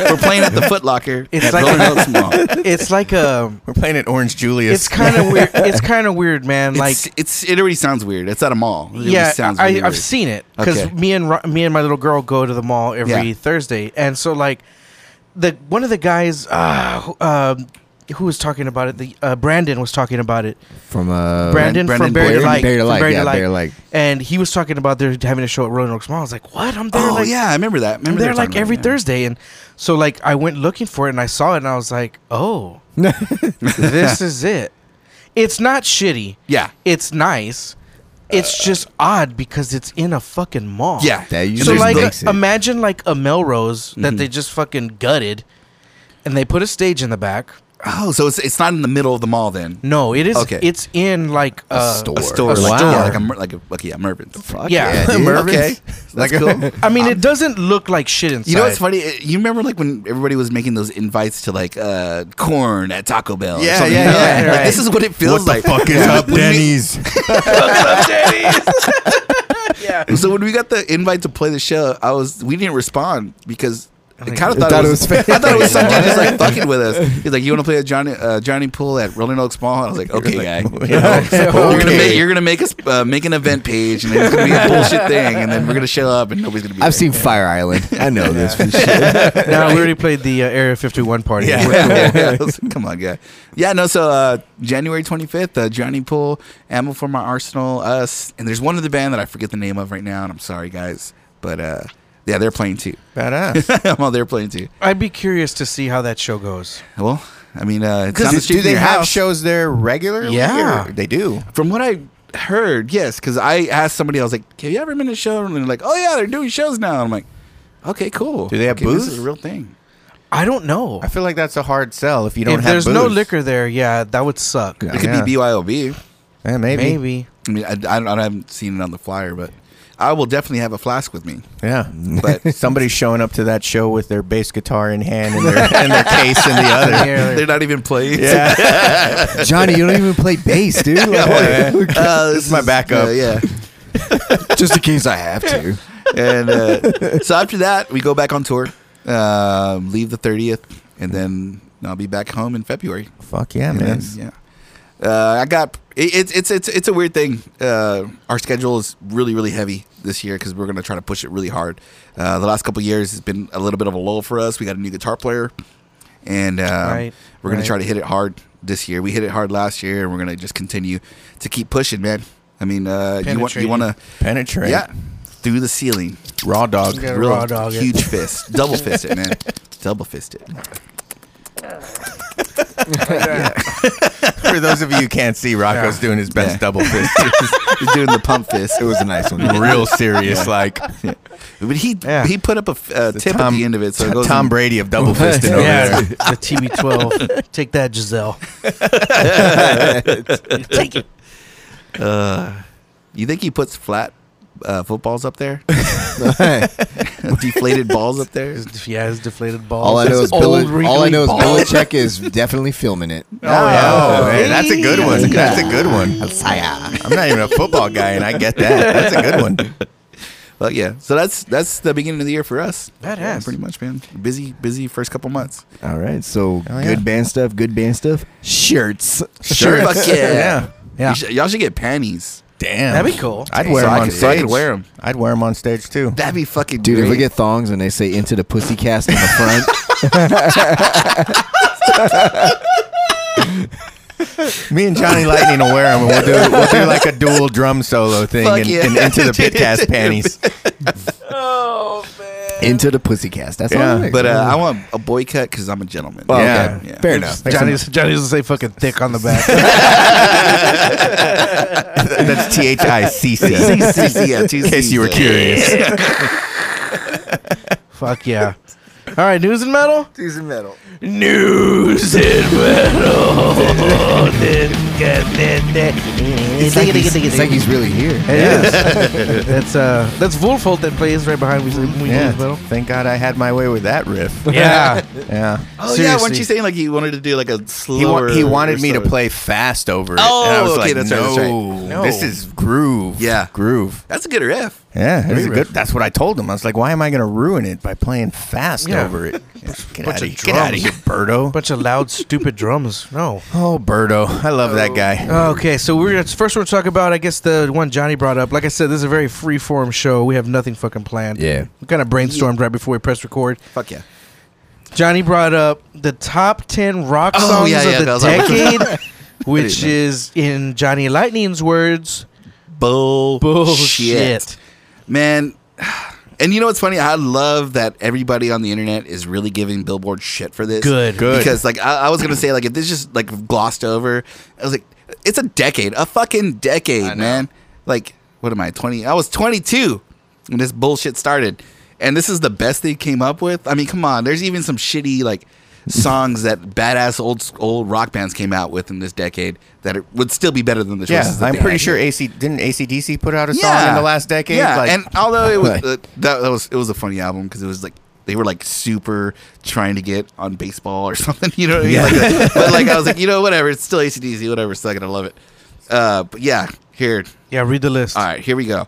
B: We're playing at the Foot Locker
A: It's
B: at
A: like-
B: Rolling
A: *laughs*
B: Oaks Mall.
A: *laughs* It's like
B: *laughs*
A: a.
D: We're playing at Orange Julius.
A: It's
D: *laughs*
A: kind of weird. It's kind of weird, man. Like
B: it's, it's it already sounds weird. It's at a mall. It already
A: yeah,
B: sounds
A: I,
B: really
A: I've
B: weird.
A: seen it because
B: Okay.
A: me and Ro- me and my little girl go to the mall every
B: Yeah.
A: Thursday, and so like the one of the guys uh, who, um, who was talking about it, the uh, Brandon was talking about it.
C: from uh,
A: Brandon,
B: Brandon
A: from Barry
B: Boyer.
A: to Light,
C: Barry to
A: from
C: Light,
A: Barry
C: yeah,
A: to Light.
C: Barry to Light.
A: and he was talking about they're having a show at Roanoke Mall. I was like, what? I'm there.
B: Oh
A: like,
B: yeah, I remember that.
A: I'm
B: Remember
A: there
B: they were
A: like
B: talking
A: every
B: about it, yeah.
A: Thursday, and so like I went looking for it and I saw it and I was like,
B: *laughs*
A: oh, this is it. It's not shitty.
B: Yeah.
A: It's nice. It's just odd because it's in a fucking mall.
B: Uh, Yeah.
C: That usually
A: So
B: There's
A: like,
B: no-
C: makes it.
A: imagine like a Melrose
B: Mm-hmm.
A: that they just fucking gutted, and they put a stage in the back.
B: Oh, so it's it's not in the middle of the mall then.
A: No, it is.
B: Okay.
A: It's in like uh, a,
B: A store,
A: A
B: like,
A: store.
B: Yeah, like a Mer- like a like yeah, Mervin's.
C: Fuck
A: yeah.
C: *laughs* yeah dude.
D: Mervin's.
A: *laughs*
B: Okay, that's
C: *laughs*
B: cool.
A: I mean, it doesn't look like shit inside.
B: You know what's funny? Uh, You remember like when everybody was making those invites to like uh, corn at Taco Bell? or
D: Yeah,
B: something?
D: yeah,
B: You know,
D: yeah,
B: like-
A: right.
B: Like, this is what it feels like. When we-
A: Yeah.
B: so when we got the invite to play the show, I was we didn't respond because. I
A: think
B: kind of
A: it-
B: thought,
C: Thought
B: it
C: it
B: was.
C: was
B: *laughs*
C: fake.
B: I thought it was some dude just
C: *laughs*
B: like fucking with us. He's like, "You want to play a Johnny uh, Johnny Pool at Rolling Oaks Mall?" And I was like, "Okay,
D: *laughs*
B: guy,
C: *laughs*
B: *laughs* you're gonna make you're gonna make us uh, make an event page, and it's gonna be a bullshit thing, and then we're gonna show up, and nobody's gonna be."
C: I've
B: there.
C: seen Fire Island. *laughs* I know this for sure.
A: No, we already played the uh, Area 51 party.
B: Yeah.
A: We're cool.
B: *laughs* Yeah, I was like, Come on, guy. Yeah, no, so uh, January 25th, uh, Drowning Pool, Ammo for My Arsenal, Us, and there's one other band that I forget the name of right now, and I'm sorry, guys. But uh, yeah, they're playing too. *laughs*
D: Badass.
B: I'm all there playing too.
A: I'd be curious to see how that show goes.
B: Well, I mean, uh, it's on the
D: Do,
B: street
D: do
B: from
D: they
B: your
D: have
B: house.
D: shows there regularly?
A: Yeah.
D: or- they do.
B: From what I heard, yes, because I asked somebody, I was like, have you ever been to a show? And they're like, oh, yeah, they're doing shows now. And I'm like, okay, cool.
D: Do they have
B: okay, This
D: booths?
B: is a real thing.
A: I don't know.
D: I feel like that's a hard sell if you don't
A: If
D: have.
A: there's no
D: booze.
A: liquor there, yeah, that would suck.
B: It could
D: Yeah.
B: be BYOB.
D: Yeah, maybe.
A: Maybe.
B: I mean, I, I, don't, I haven't seen it on the flyer, but I will definitely have a flask with me. *laughs*
D: Yeah,
B: But
D: somebody's showing up to that show with their bass guitar in hand and their, and their case in
C: *laughs*
D: the
A: *laughs*
D: other.
B: They're not even playing.
D: Yeah,
C: *laughs* Johnny, you don't even play bass, *laughs* dude. Like,
D: Yeah.
B: *laughs* Uh,
D: This is my backup.
B: yeah.
C: just in case I have to.
B: *laughs* and uh, so after that, we go back on tour, uh, leave the 30th, and then I'll be back home in February.
D: *laughs* Fuck yeah,
C: *laughs*
B: And
D: man.
B: then, yeah. Uh, I got it, it's it's it's it's a weird thing. Uh, our schedule is really really heavy this year because we're gonna try to push it really hard. Uh, the last couple of years has been a little bit of a lull for us. We got a new guitar player, and uh,
A: Right,
B: we're gonna
A: right.
B: try to hit it hard this year. We hit it hard last year, and we're gonna just continue to keep pushing, man. I mean, uh, you want
A: Penetrating.
B: you want to
D: *laughs* Penetrate.
B: yeah through the ceiling,
D: Raw dog.
A: Yeah.
B: real
A: raw dog it.
B: huge fist, double fist
A: *laughs*
B: it, man, double fist it.
D: *laughs* For those of you who can't see, Rocco's
A: Yeah.
D: doing his best
B: Yeah.
D: double
B: *laughs*
D: fist.
B: He's doing the pump fist.
C: It was a nice one.
D: Real serious, *laughs* like
B: But he
A: Yeah.
B: he put up a f- uh, tip
D: Tom-
B: at the end of it, so it
D: T-
B: goes
D: Tom
B: in-
D: Brady of *laughs* double fisting over
A: yeah,
D: there.
A: the TB12. Take that,
C: *laughs*
A: Giselle. Take it.
B: You think he puts flat uh, footballs up
D: *laughs*
B: there, *laughs*
C: *laughs*
B: deflated balls up there?
A: Yeah, his deflated balls.
C: all I know is
A: His
C: Bill,
A: old
C: all I
A: wrinkly
C: know is
A: balls. *laughs*
C: Belichick is definitely filming *laughs* it.
D: Oh, yeah. man, that's a good one.
C: Yeah.
D: That's a good one. I'm not even a football guy, and I get that. That's a good one.
B: Well, yeah. So that's that's the beginning of the year for us.
A: Badass.
B: Yeah, pretty much, man. Busy, busy first couple months.
C: All right, so
D: Oh,
C: good
D: yeah.
C: band stuff. Good band stuff. Shirts.
D: Sure. *laughs*
B: Fuck yeah.
D: yeah.
A: Yeah.
B: You should, y'all should get panties.
D: *laughs* Damn.
A: That'd be cool.
D: I'd
B: So
D: wear them
B: I
D: on
B: could-
D: stage.
B: so I could wear 'em.
D: I'd wear them on stage too.
B: That'd be fucking
C: Dude,
B: Great.
C: if we get thongs and they say into the pussy cast on the front,
D: Me and Johnny Lightning will wear them, and we'll do we'll do like a dual drum solo thing
B: Fuck
D: and,
B: yeah.
D: and into
B: *laughs*
D: the pitcast panties.
A: Oh,
C: into the pussy cast. That's
D: Yeah,
C: all. it is.
B: but uh, I want a boy cut because I'm a gentleman.
C: Well,
D: yeah.
C: okay.
B: Yeah. *laughs*
C: fair
A: It's-
C: enough.
A: Johnny's, Johnny's gonna say fucking thick on the back. *laughs*
D: That's T H I
B: *laughs*
D: C C.
B: yeah,
D: *laughs* In case you were curious.
A: Fuck yeah. All right, news and metal.
C: metal.
A: News and metal. it's
C: It's like, he's, it's like he's really here.
A: It is. *laughs* that's uh, that's Wolfold that plays right behind me. when We
D: Yeah.
A: lose metal.
D: Thank God I had my way with that
B: *laughs*
D: riff.
A: Yeah.
D: Yeah.
B: Oh yeah, weren't
A: Seriously.
B: you saying like you wanted to do like a
D: He,
B: slower?
D: wa- he wanted
B: or
D: me to
B: slower-
D: play fast over it.
B: Oh,
D: and I was
B: okay,
D: like,
B: that's right,
D: no,
B: that's right.
A: No.
D: this is groove.
B: Yeah.
D: groove.
B: That's a good riff.
D: Yeah, it was a
A: riff.
D: good. That's what I told him. I was like, why am I going to ruin it by playing fast
A: Yeah.
D: over
B: *laughs*
D: it? Get
A: Bunch of
D: out of here, get out of
A: drums.
D: here,
A: *laughs*
D: Birdo.
A: bunch of loud, stupid drums. No.
D: oh, Birdo, I love that guy.
A: Okay, so we're gonna first we're gonna talk about I guess the one Johnny brought up. Like I said, this is a very free form show. We have nothing fucking planned.
C: Yeah.
A: We kind of brainstormed right before we pressed record.
B: Fuck yeah.
A: Johnny brought up the top ten rock
B: Oh,
A: songs
B: yeah, yeah,
A: of
B: that
A: the
B: was like- *laughs*
A: decade, which
B: Pretty much.
A: is in Johnny Lightning's words,
B: Bull
A: bullshit.
B: man. And you know what's funny? I love that everybody on the internet is really giving Billboard shit for this.
A: Good.
D: Good.
B: Because like I, I was gonna say, like if this just like glossed over, I was like, it's a decade, a fucking decade, man. Like what am I? Twenty? I was twenty two when this bullshit started, and this is the best they came up with. I mean, come on. There's even some shitty like songs that badass old old rock bands came out with in this decade that it would still be better than the
D: Yeah,
B: choices. that
D: I'm
B: they
D: pretty
B: had
D: sure
B: here.
D: AC didn't ACDC put out a song in the last decade.
B: Yeah,
D: like,
B: and although it was
C: Right.
B: uh, that, that was it was a funny album because it was like they were like super trying to get on baseball or *laughs* something. You know what I mean? Like, uh, but like I was like, you know, whatever. It's still ACDC, whatever. Still gonna love it. Uh, but yeah, here.
A: Yeah, read the list.
B: All right, here we go.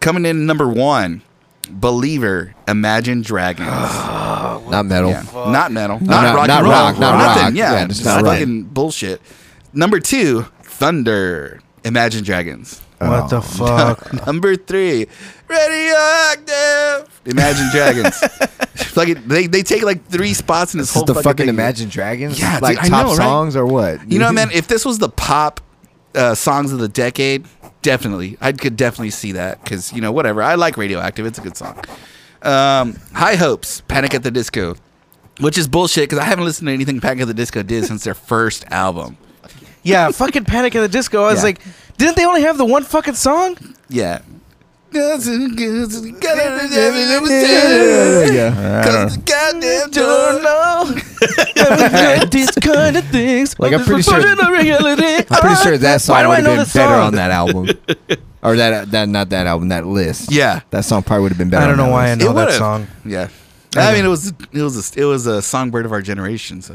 B: Coming in number one, Believer, Imagine Dragons.
C: Not metal.
B: Yeah. Not metal. Not,
C: not-
B: rock
C: not
B: and roll.
C: rock, not
B: Nothing.
C: rock.
B: Yeah,
C: Yeah, just
B: just
C: not rock.
B: fucking bullshit. Number two, Thunder, Imagine Dragons.
A: What the fuck?
B: *laughs* Number three, radioactive. Imagine Dragons.
C: *laughs*
B: Fucking, they they take like three spots in this,
C: This
B: whole
C: is the fucking,
B: thing.
C: Imagine Dragons.
B: Yeah, dude,
C: like
B: I
C: top
B: know, right?
C: songs or what?
B: You know, man, if this was the pop uh, songs of the decade, definitely, I could definitely see that because you know, whatever. I like Radioactive; it's a good song. Um, High Hopes, Panic at the Disco, which is bullshit because I haven't listened to anything Panic at the Disco did since their first album.
A: yeah, fucking Panic at the Disco. I was
B: Yeah.
A: like, didn't they only have the one fucking song?
B: Yeah.
C: yeah.
B: Cause the goddamn
A: Don't
B: door-
A: know. These kind of things.
C: Like, I'm pretty sure-
A: Unfortunate reality.
C: I'm pretty sure
A: Why
C: that song
A: do
C: would
A: I
C: have
A: know
C: been
A: this
C: better
A: song?
C: on that album, or that that not that album, that list.
B: Yeah.
C: that song probably would have been better.
A: I don't
C: on
A: know
C: that
A: why I
C: list.
A: know
B: It
A: that
B: would've.
A: song.
B: Yeah. I mean, it was it was a, it was a songbird of our generation. So,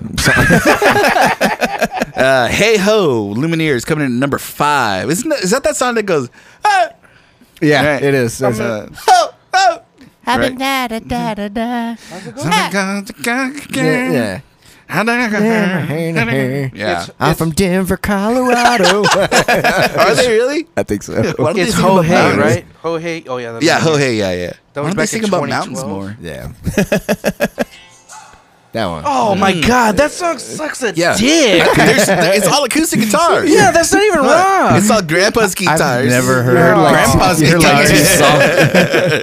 B: uh, hey ho, Lumineers coming in at number five. Isn't that, is that that song that goes? Ah,
C: Yeah,
B: Right.
C: it is. That's-
B: uh, ho, Right.
E: da da da da da.
C: Yeah. yeah.
B: *laughs* Yeah. yeah.
C: I'm from Denver, Colorado.
B: Are they Oh, really?
C: *laughs* I think so.
B: Why don't they
A: It's
B: sing
A: ho
B: about
A: hey,
B: mountains?
A: right? Ho hey. Oh yeah. that's
B: Yeah,
A: right.
B: ho hey, yeah, yeah.
A: That
B: Why
A: was
B: don't they
A: back
B: sing
A: in
B: about mountains
A: 2012?
B: more?
C: Yeah. *laughs* that one.
A: Oh my god, that song sucks a
B: Yeah. *laughs*
A: dick.
B: There's, it's all acoustic guitars.
A: yeah, that's not even wrong.
B: It's all grandpa's guitars.
D: I've never
A: You're
D: heard
A: like-
C: *laughs*
D: Grandpa's
C: you're like two
D: guitar.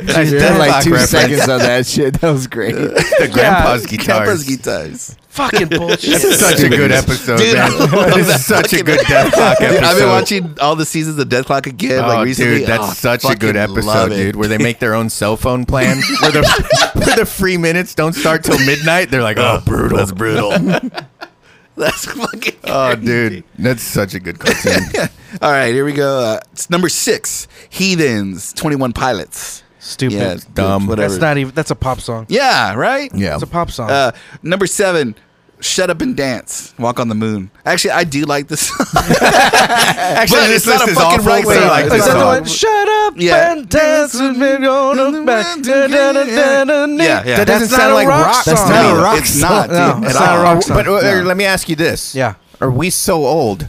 B: *laughs*
C: songs. you
D: Deadlock
C: like two
D: reference.
C: seconds of that shit. That was
B: *laughs*
C: great.
D: The Grandpa's guitar.
B: Grandpa's guitars.
A: Fucking
D: This
A: bullshit.
D: is such a good
B: *laughs*
D: episode,
B: Dude, I
D: Oh, man.
B: love
D: This
B: that
D: is such a
B: fucking-
D: good Death Clock episode.
B: *laughs* I've been watching all the seasons of Death Clock again, like
D: Oh,
B: recently.
D: dude, that's
B: Oh,
D: such a
B: fucking
D: good episode,
B: love it.
D: dude. Where they make their own cell phone plan, where the *laughs* where the free minutes don't start till midnight. They're like, oh, brutal, that's brutal.
B: *laughs* That's fucking.
D: oh, dude, that's such a good cartoon.
B: *laughs* All right, here we go. Uh, it's number six. Heathens, Twenty One Pilots.
A: Stupid.
B: Yeah,
D: dumb.
B: Whatever.
A: that's not even. That's a pop song.
B: yeah, right.
D: yeah,
A: It's a pop song.
B: Uh, number seven, Shut Up and Dance, Walk on the Moon. Actually, I do like this. *laughs*
D: actually,
B: but it's
D: this
B: not
D: list
B: a
D: is
B: fucking
D: awful.
B: right
D: but I
B: song.
D: like
B: It's
A: Is
D: this
A: that
B: not
A: the
B: all-
D: song.
A: one? Shut up
B: Yeah.
A: and dance with me on the back. Da, da, da, da, da, da.
B: Yeah, yeah.
A: That doesn't sound like rock.
C: That's
A: song.
C: not
B: No,
C: a rock
B: It's not.
A: No,
B: Ah, dude,
A: it's
B: at
A: not a
B: all.
A: rock song.
D: But uh,
B: Yeah.
D: let me ask you this:
A: Yeah.
D: are we so old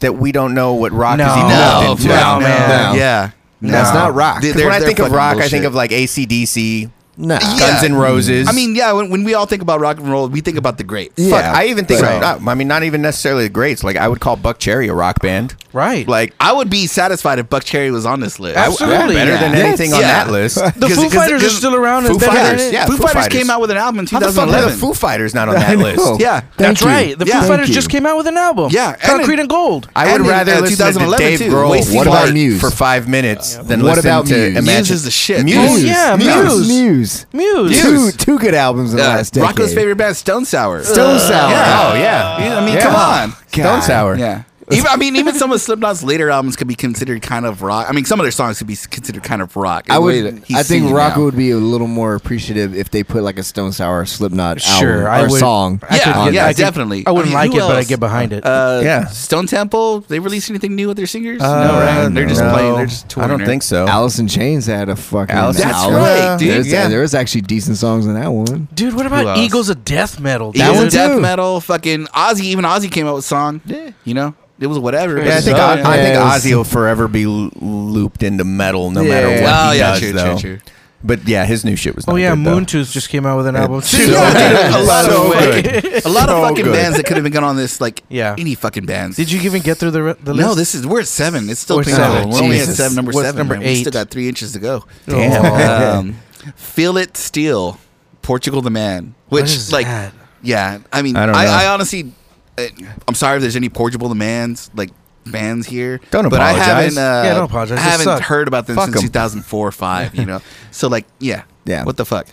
D: that we don't know what rock
A: No.
D: is even
B: No,
D: into?
A: no,
C: man. No.
B: Yeah.
C: That's not rock.
B: Dude,
D: 'Cause
B: they're-
D: when I
B: they're
D: think of
B: fucking
D: rock, I
B: bullshit.
D: think of like ACDC,
C: Nah.
B: Yeah.
D: Guns N' Roses.
B: I mean, yeah, when, when we all think about rock and roll, we think about the greats.
D: Fuck,
C: Yeah,
D: I even think
B: but-
D: of not, I mean, not even necessarily the greats. Like I would call Buck Cherry a rock band.
A: Right.
D: Like
B: I would be satisfied if Buck Cherry was on this list.
A: I- Absolutely.
D: better than
C: Yeah.
D: anything on
B: Yeah.
D: that list.
A: The
B: 'Cause-
A: Foo
B: 'cause-
A: Fighters are
B: 'cause
A: still around.
D: Foo
A: Is that
D: Fighters,
A: it?
D: yeah.
B: Foo,
D: Foo
B: Fighters,
D: Fighters.
B: came out with an album in
D: How the fuck were the
B: 2011.
D: Foo Fighters not
C: *laughs*
D: on that list?
B: Yeah.
A: That's right. The Foo
B: Yeah.
A: Fighters
C: Thank
A: just
C: you.
A: came out with an album.
B: Yeah, and
A: Concrete
B: it-
A: and Gold.
D: I would
B: And in,
D: rather
B: uh,
D: listen to
B: 2011
D: Dave
B: too.
D: Grohl
B: Wasting
C: What about
D: fart
C: Muse?
D: for five minutes than
C: What
D: listen
C: about
D: to
C: Muse?
D: Imagine.
B: Muse is the shit.
D: Muse.
A: Oh, yeah, Muse.
C: Muse. Muse.
A: Muse.
C: Two, two good albums in the
B: Uh,
C: last decade.
B: Rocco's favorite band, Stone Sour.
C: Stone Sour.
B: Yeah.
D: Oh yeah.
B: I mean,
D: Yeah.
B: come on.
D: Stone Sour.
B: Yeah. Even, I mean, even some of Slipknot's later albums could be considered kind of rock. I mean, some of their songs could be considered kind of rock. in
C: I
B: the way that
C: would.
B: he's
C: I think
B: singing
C: Rocco
B: now.
C: would be a little more appreciative if they put like a Stone Sour, or Slipknot
A: Sure,
C: album
A: I
C: or
A: would-
C: song.
A: I could
B: yeah,
A: get-
B: yeah,
A: I could-
B: definitely.
A: I wouldn't
B: I
A: like
B: mean, who
A: it, but I
B: else?
A: get behind it.
B: Uh,
D: Yeah.
B: Stone Temple. They released anything new with their singers?
D: Uh,
B: no, right? They're just
D: no.
B: playing. They're just touring.
D: I don't think so.
C: Alice in Chains had a fucking.
D: Alice-
B: That's
C: album.
B: right, dude,
C: There's-
D: yeah.
C: There was actually decent songs in that one.
A: Dude, what
B: who
A: about
B: else?
A: Eagles of Death Metal?
B: That
A: dude?
C: Eagles
B: was
C: would
B: death
C: do.
B: metal. Fucking Ozzy. Even Ozzy came out with a song. Yeah. You know, it was whatever.
D: Yeah, I think
B: Oh,
D: I, I think
C: Yes.
D: Ozzy will forever be l- looped into metal no
C: Yeah.
D: matter what
B: Oh,
D: he
B: yeah,
D: does
B: true, true,
D: though.
B: true.
D: But yeah, his new shit was.
A: Oh
D: not
A: yeah,
D: good, though.
A: Moontooth just came out with an *laughs* album
B: *laughs* Dude,
A: too.
B: yeah,
A: *laughs*
B: dude, a lot
D: So
B: of fucking,
D: good.
B: a lot
D: So
B: of fucking
D: good.
B: bands that could have been on this. Like
A: Yeah.
B: any fucking bands.
A: Did you even get through the re- the list? *laughs*
B: No, this is we're at seven. It's still
A: We're
B: pink.
A: seven.
B: We're only at
A: Jesus.
B: seven. Number
A: What's
B: seven.
A: number
B: man. We still
A: eight? Oh,
B: got three inches to go.
A: Damn.
B: Um, Feel it steel, Portugal the man. Which
A: is
B: like,
A: that?
B: yeah. I mean,
D: I
B: I,
D: don't know.
B: I, honestly, uh, I'm sorry if there's any Portugal the man's like fans here.
D: Don't
B: but I
D: apologize.
B: haven't. Uh,
A: Yeah, don't apologize.
B: I
A: They
B: haven't
A: suck.
B: heard about them
D: Fuck
B: since
D: 'em.
B: 2004 or five. You
A: *laughs*
B: know, so like, yeah,
C: Yeah.
B: What the fuck.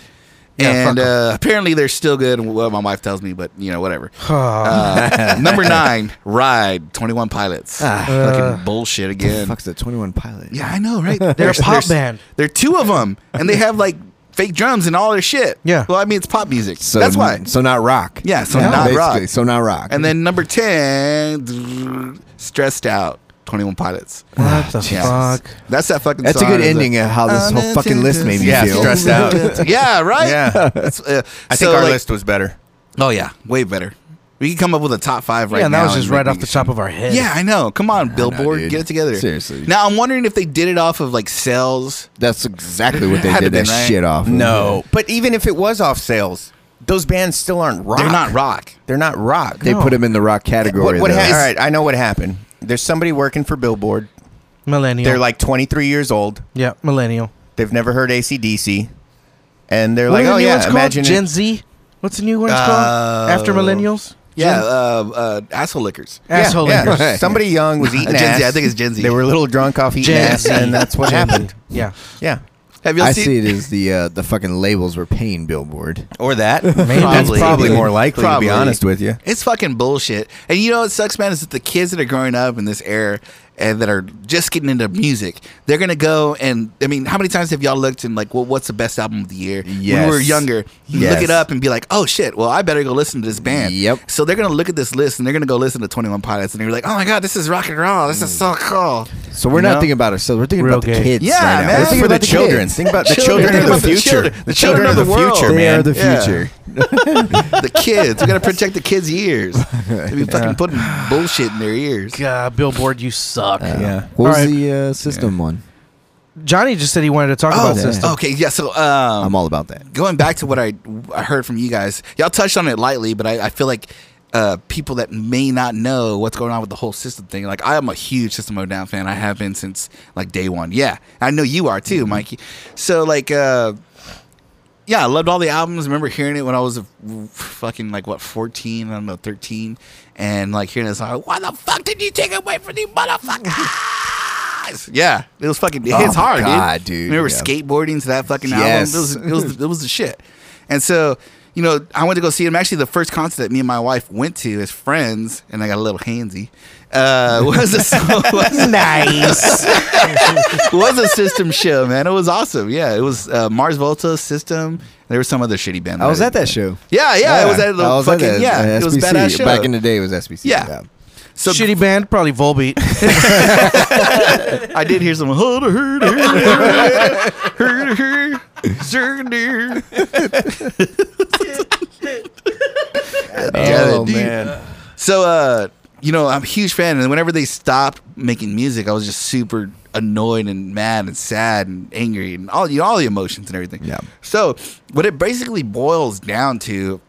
A: Yeah,
B: and
A: fuck 'em.
B: uh, apparently they're still good. Well, my wife tells me, but you know, whatever.
A: Oh,
B: *laughs* Uh, number nine, Ride, 21 Pilots. Fucking bullshit
C: The
B: again.
C: fuck's the Twenty One Pilot?
B: Yeah, I know, *laughs* right? They're
A: a pop band.
B: There are two of them, and they have like fake drums and all their shit.
A: Yeah.
B: Well, I mean, it's pop music.
C: So
B: That's why.
C: So not rock.
B: Yeah, so not rock.
C: basically, So not rock.
B: And then number 10, *laughs* Stressed Out, 21 Pilots.
A: what the
B: Jesus.
A: fuck?
B: That's that fucking
C: that's a
B: song.
C: good
B: It's
C: ending of how this whole fucking list made me
D: Yeah,
C: feel.
D: stressed
B: *laughs*
D: out.
B: yeah, right?
D: Yeah.
B: That's, uh,
D: I
B: so,
D: think our
B: like-
D: list was better.
B: Oh, yeah. Way better. We can come up with a top five right
A: yeah, and
B: now.
A: that was just right
B: make
A: off
B: me
A: the top of our head.
B: Yeah, I know. Come on, Billboard,
C: dude.
B: get it together.
C: Seriously.
B: Now I'm wondering if they did it off of like sales.
C: That's exactly what they
B: Had to
C: did that
B: been, right?
C: shit off. of.
D: No, but even if it was off sales, those bands still aren't rock.
B: They're not rock.
D: They're not rock.
C: They put him in the rock category.
D: What, what
C: though.
D: hap- all right, I know what happened. There's somebody working for Billboard.
A: millennial.
D: They're like 23 years old.
A: yeah, millennial.
D: They've never heard ACDC. And they're
A: What
D: like,
A: are the
D: oh,
A: new
D: yeah,
A: ones called?
D: imagine. Oh.
A: Gen Z. What's the new ones
B: Uh,
A: called? After millennials.
B: Yeah, uh, uh, asshole liquors.
D: Yeah,
A: Asshole
D: yeah. *laughs*
A: lickers.
D: Somebody young was eating
B: Gen
D: ass.
B: Z, I think it's Gen Z.
D: They were a little drunk off eating
A: Gen
D: ass,
A: Z.
D: and that's what
A: Gen Z.
D: happened.
A: Yeah.
D: Yeah.
B: Have you
C: I
B: all
C: see
B: seen?
C: it as the uh, the fucking labels were paying Billboard.
D: Or
B: *laughs*
D: that. That's
B: Probably.
C: *laughs*
D: probably more likely,
B: Probably.
D: to be honest with you.
B: It's fucking bullshit. And you know what sucks, man, is that the kids that are growing up in this era and that are just getting into music, they're gonna go and I mean, how many times have y'all looked and like, well, what's the best album of the year? When
D: Yes.
B: we were younger, you
D: Yes.
B: look it up and be like, oh shit, well, I better go listen to this band.
C: Yep.
B: So they're gonna look at this list and they're gonna go listen to Twenty One Pilots and they're like, oh my god, this is rock and roll. This is so cool.
C: So we're
B: You
C: not
B: know?
C: thinking about ourselves. We're thinking
A: Real
C: about the
A: gay.
C: kids.
B: Yeah,
C: right now.
B: man.
C: We're
D: It's
C: thinking
D: for the
C: about kids.
D: children. Think about the
B: Children.
D: children
B: Think
D: of the
B: about the
D: future.
B: children.
D: The children of the future,
C: They are
D: man.
C: the
B: Yeah.
C: future.
B: the kids. We gotta protect the kids' ears. They be fucking putting bullshit in their ears.
A: God, Billboard, you suck.
D: Yeah.
C: What
A: All
C: was
A: right.
C: the uh, system one?
A: Johnny just said he wanted to talk
B: Oh,
A: about
D: *laughs*
A: system.
B: okay, yeah. So
C: I'm
B: um,
C: all about that.
B: going back to what I I heard from you guys, y'all touched on it lightly, but I, I feel like uh, people that may not know what's going on with the whole system thing. Like I am a huge System of a Down fan. I have been since like day one. Yeah, I know you are
C: Mm-hmm.
B: too, Mikey. So like. Uh, yeah, I loved all the albums. remember hearing it when I was a fucking like what fourteen, I don't know, thirteen, and like hearing this song. Why the fuck did you take it away from these motherfuckers? *laughs* yeah, it was fucking. It
C: Oh
B: hits
C: my
B: hard,
C: God,
B: dude.
C: dude,
B: Remember
C: yeah.
B: skateboarding to that fucking album? It
C: Yes.
B: was it was it was the shit. And so you know, I went to go see him. Actually, the first concert that me and my wife went to as friends, and I got a little handsy. Uh, was a
D: Oh,
A: *laughs*
B: was, nice was a system show, man. It was awesome. Yeah, it was uh, Mars Volta system. There was some other shitty band.
C: I was at
B: didn't-
C: that show.
B: Yeah, yeah,
C: I
B: it was at the
C: was
B: fucking
C: that,
B: yeah.
C: uh,
B: it was a
C: SBC.
B: badass show.
C: Back in the day, it was SBC.
B: Yeah. so
A: Shitty band, probably Volbeat.
D: *laughs*
B: I did hear some "Hurda, hurda, hurda, hurda, hurda, zerda."
C: Oh,
B: Yeah, Oh, dude.
C: man.
B: So, uh, you know, I'm a huge fan, and whenever they stopped making music, I was just super annoyed and mad and sad and angry and all you know, all the emotions and everything.
C: Yeah.
B: So, what it basically boils down to,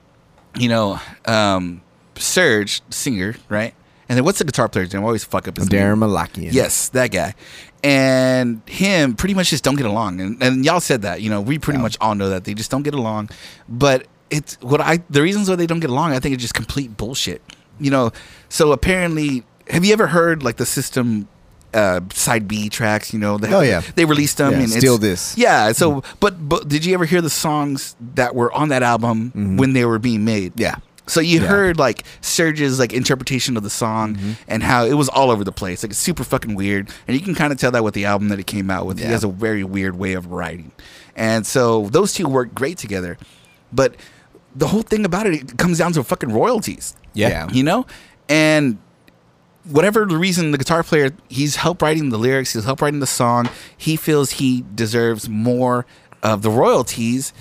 B: you know, um, Serge, singer, right? And then what's the guitar player's name? I always fuck up his name.
C: Darren Malakian.
B: Yes, that guy. And him pretty much just don't get along. And, and y'all said that, you know, we pretty much all know that they just don't get along. But it's what I, the reasons why they don't get along, I think it's just complete bullshit. You know, so apparently, have you ever heard like the system uh, side B tracks? You know, they,
C: Oh, yeah.
B: they released them
C: Yeah,
B: and it's-
C: Steal This. Mm-hmm.
B: Yeah. So, but, but did you ever hear the songs that were on that album when they were being made?
C: Mm-hmm. Yeah.
B: So you
C: Yeah. Mm-hmm.
B: heard like Serge's like interpretation of the song and how it was all over the place. Like it's super fucking weird. And you can kind of tell that with the album that it came out with. He
C: Yeah.
B: has a very weird way of writing. And so those two work great together. But the whole thing about it, it comes down to fucking royalties.
D: Yeah.
B: You know? And whatever the reason the guitar player he's helped writing the lyrics he's helped writing the song he feels he deserves more of the royalties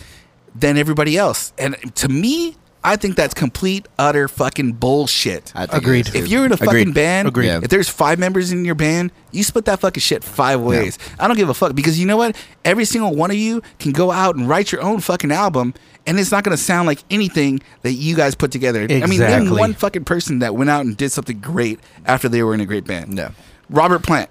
B: than everybody else and to me i think that's complete utter fucking bullshit
C: I think
A: Agreed.
C: it is,
B: if you're in a fucking
D: Agreed.
B: band,
C: Agreed. Yeah.
B: if there's five members in your band, you split that fucking shit five ways. I don't give a fuck because you know what? Every single one of you can go out and write your own fucking album, and it's not gonna sound like anything that you guys put together. I mean,
A: Exactly.
B: name one fucking person that went out and did something great after they were in a great band.
C: No.
B: Robert Plant.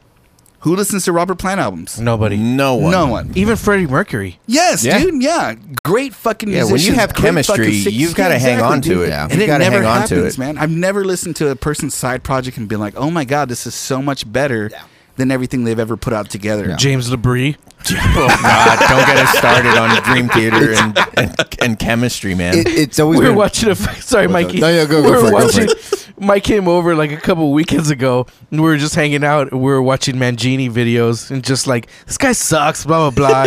B: Who listens to Robert Plant albums?
A: Nobody.
D: No one.
B: No one.
A: Even Freddie Mercury.
B: Yes,
D: Yeah.
B: dude. Yeah, great fucking.
D: Yeah, when you
B: musicians,
D: have
B: great
D: chemistry,
B: fucking six-
D: you've gotta hang on to
B: dude.
D: it. Yeah.
B: And
D: You've
B: it
D: gotta
B: never
D: hang on
B: happens,
D: to it.
B: man. I've never listened to a person's side project and been like, "Oh my god, this is so much better than everything they've ever put out together."
A: James Labrie.
D: Oh God! Don't get us started on Dream Theater and, and, and chemistry, man.
C: It, it's always
A: We were
C: been,
A: watching a. Sorry, Mikey.
C: No, no, go- go
A: we
C: for
A: were
C: it, go for
A: watching. Mike came over like a couple weekends ago, and we were just hanging out. and We were watching Mangini videos, and just like this guy sucks, blah
C: *laughs*
A: blah blah.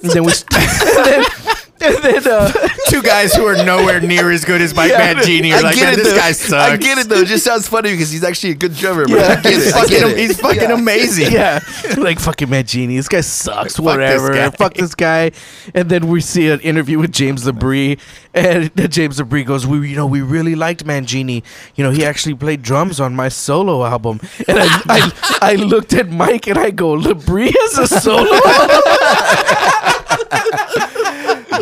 A: and then we. St- *laughs* and then, and then uh,
D: Two guys who are nowhere near as good as Mike
A: Yeah,
D: Mangini.
B: I
D: You're like,
B: get
D: man,
B: it.
D: this
B: though.
D: guy sucks.
B: I get it though. It just sounds funny because he's actually a good drummer. But
A: Yeah.
B: I get
D: He's
B: it. I
D: fucking,
B: get it.
D: he's fucking *laughs* amazing.
A: yeah, like fucking Mangini. This guy sucks. whatever.
D: guy.
A: Fuck this guy. And then we see an interview with James Labrie, and then James Labrie goes, "We, you know, we really liked Mangini. You know, he actually played drums on my solo album." And I, I, I looked at Mike and I go, "Labrie has a solo." album?"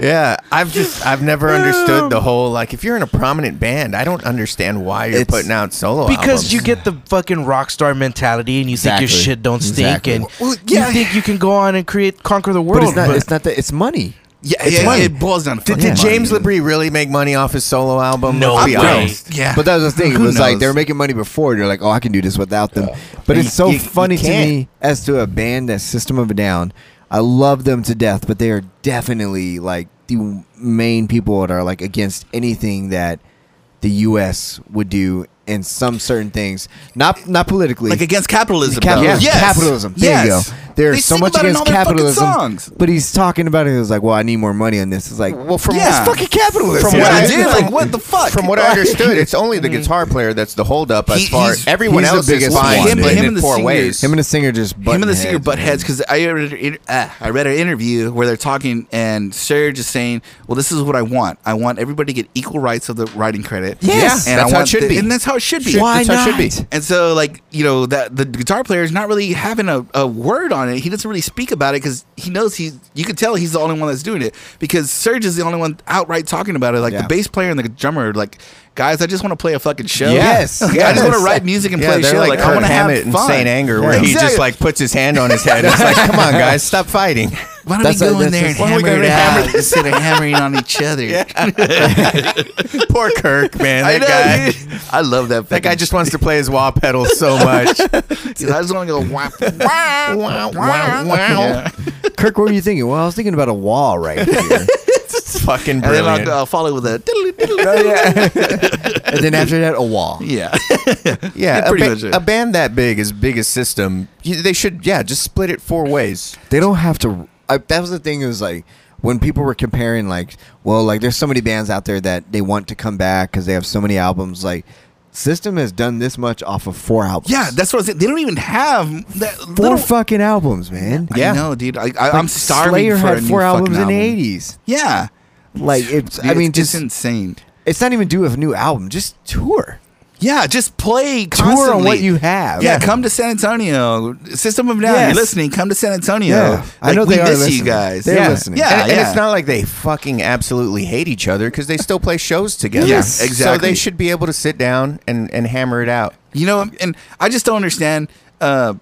D: Yeah, I've just I've never understood the whole like if you're in a prominent band, I don't understand why you're
C: It's-
D: putting out solo
A: Because
D: albums.
A: you get the fucking rock star mentality, and you think
C: Exactly.
A: your shit don't stink,
C: Exactly.
A: and
B: Well, yeah.
A: you think you can go on and create conquer the world.
C: but it's not.
A: but-
C: it's not that. It's money.
B: Yeah,
C: It's
B: yeah,
C: money.
B: it boils down to
D: did,
B: fucking
D: did
B: money,
D: James
B: dude.
D: Labrie really make money off his solo album?
A: No
D: Let's be
A: way.
D: honest.
B: Yeah,
C: But that was the thing. It
B: Who
C: was like
B: knows?
C: they were making money before. They're like, oh, I can do this without them. But
D: You-
C: it's so
D: you- you
C: funny to
D: can't.
C: me as to a band that's System of a Down. I love them to death, but they are definitely like the main people that are like against anything that the U.S. would do in some certain things, not not politically,
B: like against capitalism. though.
C: Capitalism.
B: Yes.
C: Capitalism. There
B: Yes.
C: you go. There's
B: They
C: so
B: sing
C: much
B: about it in all
C: against
B: their fucking
C: capitalism.
B: songs.
C: But he's talking about it. It's like, well, I need more money on this. It's like, well, from
B: Yeah.
C: it's fucking capitalism.
B: From what I
D: Yeah.
B: did, like what the fuck?
D: From what I understood, it's only the guitar player that's the holdup
B: He-
D: as far
B: he's-
D: everyone
C: he's the
D: else Mm-hmm. is
C: biggest
D: fine.
C: one,
D: Him,
C: dude.
D: him
B: Him
D: in
B: and the
D: four
B: singers.
D: ways.
C: him and the singer just
B: him and the
C: butt
B: singer
C: heads,
B: butt
C: man.
B: heads because I read, uh, I read an interview where they're talking and Serge is saying, "Well, this is what I want. I want everybody to get equal rights of the writing credit.
D: Yes.
B: and I
D: That's how it
B: want
D: should
B: the-
D: be.
B: And that's how it should be.
C: Why
D: That's how it should
C: not?
D: be.
B: And so, like you know, that the guitar player is not really having a, a word on it. He doesn't really speak about it because he knows he. You could tell he's the only one that's doing it because Serge is the only one outright talking about it. Like
C: Yeah.
B: the bass player and the drummer, are like guys, I just want to play a fucking show.
C: Yes.
B: Like, *laughs* I
C: Yes.
B: just want to write music and play a
D: they're
B: show. Like, I
D: Kirk
B: want to have
D: Hammett in
B: fun.
D: Saint Anger, where he just
B: Exactly.
D: like puts his hand on his head. It's like, come on, guys, stop fighting.
B: Why don't
C: That's
B: we
C: a-
B: go in
C: that's
B: there
C: a-
B: and
C: why
D: don't we
B: hammer
D: go
B: it
D: and hammer
B: out instead of hammering on each
C: *laughs*
B: other?
D: *laughs* Poor Kirk, man.
B: I
D: That
B: know.
D: guy.
B: dude. I love that.
D: That guy
B: fucking-
D: just wants to play his wah pedal *laughs* so much.
B: Dude, I just want to *laughs* go. Wah, wah,
D: wow, wow, wow.
B: Yeah.
C: Kirk, what were you thinking? Well, I was thinking about a wall right
B: *laughs*
C: here.
D: Fucking
B: And then I'll,
D: brilliant.
B: I'll follow with a. diddly, diddly.
C: *laughs* and then after that, a wall. *laughs*
B: Yeah.
D: Yeah,
B: That's
D: a,
B: pretty
D: ba-
B: much it.
D: a band that big, as big as System, you, they should, yeah, just split it four ways.
C: They don't have to. I, that was the thing. It was like when people were comparing, like, well, like there's so many bands out there that they want to come back because they have so many albums. Like, System has done this much off of four albums.
B: Yeah, that's what I said. They don't even have that
C: four
B: little.
C: fucking albums, man.
B: I know, dude. I, I, I'm
C: Like,
B: starving
C: Slayer
B: for
C: had
B: a new
C: four albums
B: fucking
C: in
B: album.
C: the '80s.
B: Yeah.
C: Like, it's.
B: Dude,
C: I mean,
B: it's,
C: just
B: it's insane.
C: it's not even do a new album. Just tour,
B: Yeah, just play constantly.
C: tour on what you have.
B: Yeah, come to San Antonio. System of a Down,
C: Yes.
B: you're listening. Come to San Antonio.
C: Yeah. I
B: Like,
C: know
B: we
C: they are
B: miss you
C: listening.
B: guys.
C: They're
B: yeah.
C: listening.
B: Yeah,
D: and,
B: yeah.
D: and it's not like they fucking absolutely hate each other because they still play shows together.
B: Yes,
D: So they
B: exactly.
D: should be able to sit down and, and hammer it out.
B: You know, and I just don't understand. Uh,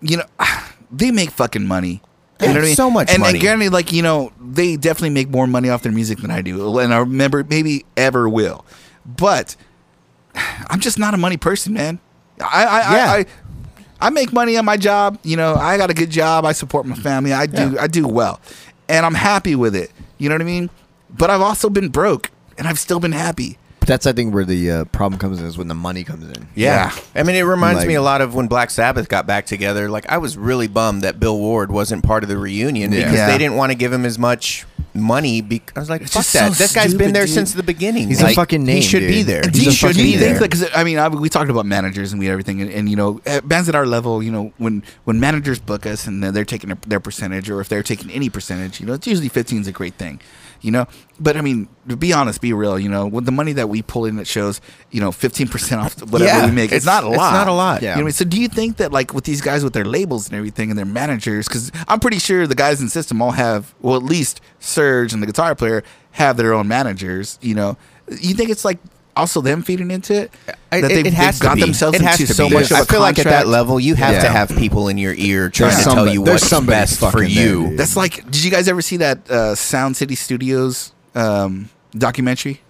B: you know, *sighs* they make fucking money. You
D: Yeah,
B: know what I mean?
D: so much
B: and,
D: money.
B: And granted, like you know, they definitely make more money off their music than I do, and I remember maybe ever will. But *sighs* I'm just not a money person, man. I I
D: Yeah.
B: I, I, I make money on my job. You know, I got a good job. I support my family. I do I do well, and I'm happy with it. You know what I mean? But I've also been broke, and I've still been happy.
C: But that's I think where the uh, problem comes in is when the money comes in.
D: Yeah. I mean, it reminds
C: Like-
D: me a lot of when Black Sabbath got back together. Like, I was really bummed that Bill Ward wasn't part of the reunion because
B: Yeah.
D: they didn't want to give him as much money. Bec- I was like, fuck
B: just
D: that.
B: so
D: this guy's been
B: stupid,
D: there
B: dude.
D: since the beginning.
C: He's a
D: Like,
C: fucking
D: He
C: name,
D: should be
C: dude.
D: there.
C: And
B: do
D: He's
B: you,
D: a
C: a fucking
B: do you
C: name.
B: think that? Because I mean, I, we talked about managers and we everything, and, and you know, at bands at our level, you know, when when managers book us and they're- they're taking their, their percentage, or if they're taking any percentage, you know, it's usually fifteen is a great thing, you know. But I mean, to be honest, be real, you know, with the money that we pull in at shows, you know, fifteen percent off whatever
D: Yeah,
B: we make, it's,
D: it's-
B: not a lot.
D: it's not a lot.
B: You know what I mean? So do you think that like with these guys with their labels and everything and their managers, because I'm pretty sure the guys in System all have, well, at least Surge and the guitar player have their own managers. You know, you think it's like also them feeding into it
D: I-
B: that
D: it-
B: they've,
D: it has
B: they've got
D: to be.
B: themselves
D: It has
B: into
D: to
B: so
D: be.
B: much of a
D: I feel like at that
B: contract.
D: level, you have to
C: Yeah.
D: have people in your ear trying
C: There's
D: to tell
C: somebody-
D: you
C: there's
D: what's
C: somebody
D: best for
C: fucking there,
D: you.
C: dude.
B: That's like, did you guys ever see that uh, Sound City Studios um, documentary?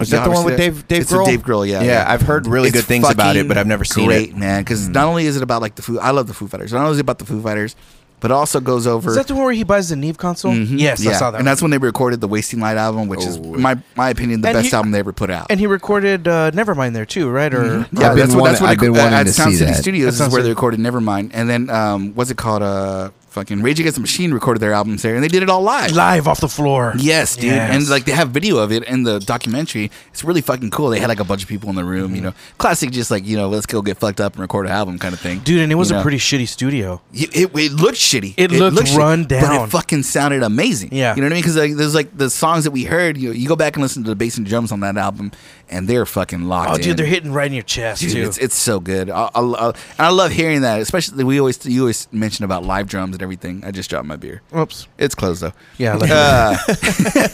D: Is that
B: You
D: the one
B: obviously-
D: with Dave? Dave
B: it's
D: Grohl?
B: with Dave Grohl, yeah,
D: yeah.
B: yeah.
D: I've heard really
B: It's
D: good things about it,
B: fucking
D: but I've never seen
B: great,
D: it.
B: man. Because not only is it about like the Foo, I love the Foo Fighters. Not only is it about the Foo Fighters, but it also goes over.
A: Is that the one where he buys the Neve console?
B: Mhm.
A: Yes, I saw that.
B: And that's when they recorded the Wasting Light album, which is
C: Oh.
B: in my my opinion the
A: And
B: best
A: he-
B: album they ever put out.
A: and he recorded uh, Nevermind there too, right? Or
B: Mm-hmm.
C: I've
B: what-
C: been wanting-
B: what
C: I've
B: they-
C: been
B: uh,
C: wanting
B: at
C: to
B: Sound
C: see
B: City
C: that.
A: That
B: Studios is
A: sounds
B: where they
A: like-
B: recorded Nevermind, and then um, what's it called? Uh, fucking Rage Against the Machine recorded their albums there, and they did it all live.
A: live off the floor.
B: Yes, dude,
A: Yes.
B: and like they have video of it in the documentary. It's really fucking cool. They had like a bunch of people in the room,
A: Mm-hmm.
B: you know, classic, just like you know, let's go get fucked up and record an album kind of thing,
A: dude, and it was
B: You
A: a
B: know?
A: pretty shitty studio.
B: It, it, it looked shitty.
A: It looked
B: shitty,
A: run
B: but
A: down.
B: it fucking sounded amazing.
A: Yeah.
B: you know what I mean? Because like, there's like the songs that we heard. You know, you go back and listen to the bass and drums on that album, and they're fucking locked.
A: Oh,
B: in.
A: dude, they're hitting right in your chest
B: Dude,
A: too.
B: it's, it's so good. I, I, I, and I love hearing that, especially we always you always mention about live drums and everything. I just dropped my beer.
A: Oops.
B: It's closed though.
A: Yeah, I like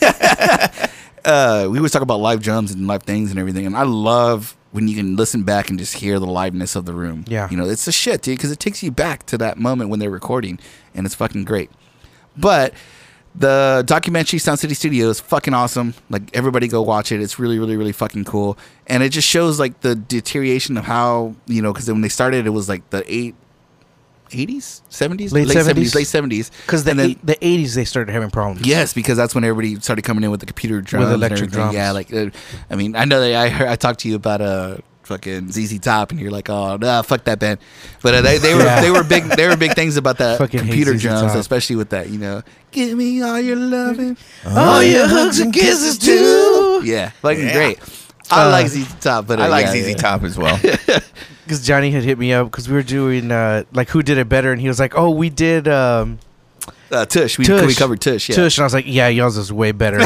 B: Uh, *laughs* uh, we always talk about live drums and live things and everything, and I love when you can listen back and just hear the liveness of the room.
A: Yeah.
B: you know, it's a shit, dude, because it takes you back to that moment when they're recording, and it's fucking great. But the documentary Sound City Studio is fucking awesome. Like everybody go watch it. It's really, really, really fucking cool. And it just shows like the deterioration of how you know because when they started, it was like the eight. 80s, 70s,
A: Late 70s.
B: late 70s,
A: because the
B: And then-
A: eight, the eighties they started having problems.
B: Yes, because that's when everybody started coming in with the computer drums, and
A: electric
B: everything. Yeah,
A: drums.
B: like uh, I mean, I know that I heard, I talked to you about uh, fucking ZZ Top, and you're like, oh nah, fuck that band. But uh, they, they were they were big they were big things about
A: *laughs*
B: that
A: Fucking hate
B: computer
A: ZZ
B: drums,
A: Top.
B: especially with that you know, give me all
A: *laughs*
B: your loving, Oh,
A: All your Oh, hugs and kisses too.
B: yeah, fucking
D: Yeah.
B: great. I
A: Uh,
B: like ZZ Top, but uh,
D: I like
B: yeah,
D: ZZ
B: yeah.
D: Top
B: *laughs*
D: as well.
A: Because Johnny had hit me up because we were doing uh, like who did it better, and he was like, "Oh, we did um,
B: Uh, Tush, we,
A: Tush.
B: we covered Tush, yeah.
A: Tush," and I was like, "Yeah, y'all's is way better."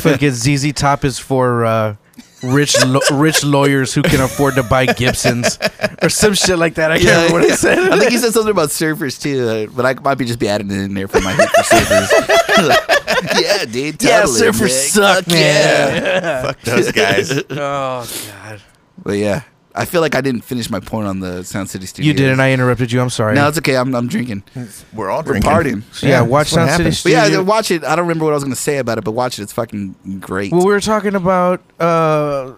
A: *laughs* Fucking ZZ Top is for uh, rich lo- rich lawyers who can afford to buy Gibsons or some shit like that. I can't remember what I said.
B: I think he said something about surfers too, uh, but I might be just be adding it in there for my hate for surfers. *laughs* yeah, dude. Totally,
A: yeah, surfers
B: Nick.
A: suck, man.
D: *laughs* Fuck those guys.
A: *laughs* Oh god,
B: *laughs* But yeah, I feel like I didn't finish my point on the Sound City Studios.
A: you did, and I interrupted you. I'm sorry.
B: No, it's okay. I'm, I'm drinking.
D: We're all
B: We're
D: drinking.
B: partying.
A: yeah, watch
D: that's what
A: Sound City
D: happens.
B: But yeah,
A: Studio-
B: watch it. I don't remember what I was gonna say about it, but watch it. It's fucking great.
A: Well, we were talking about uh,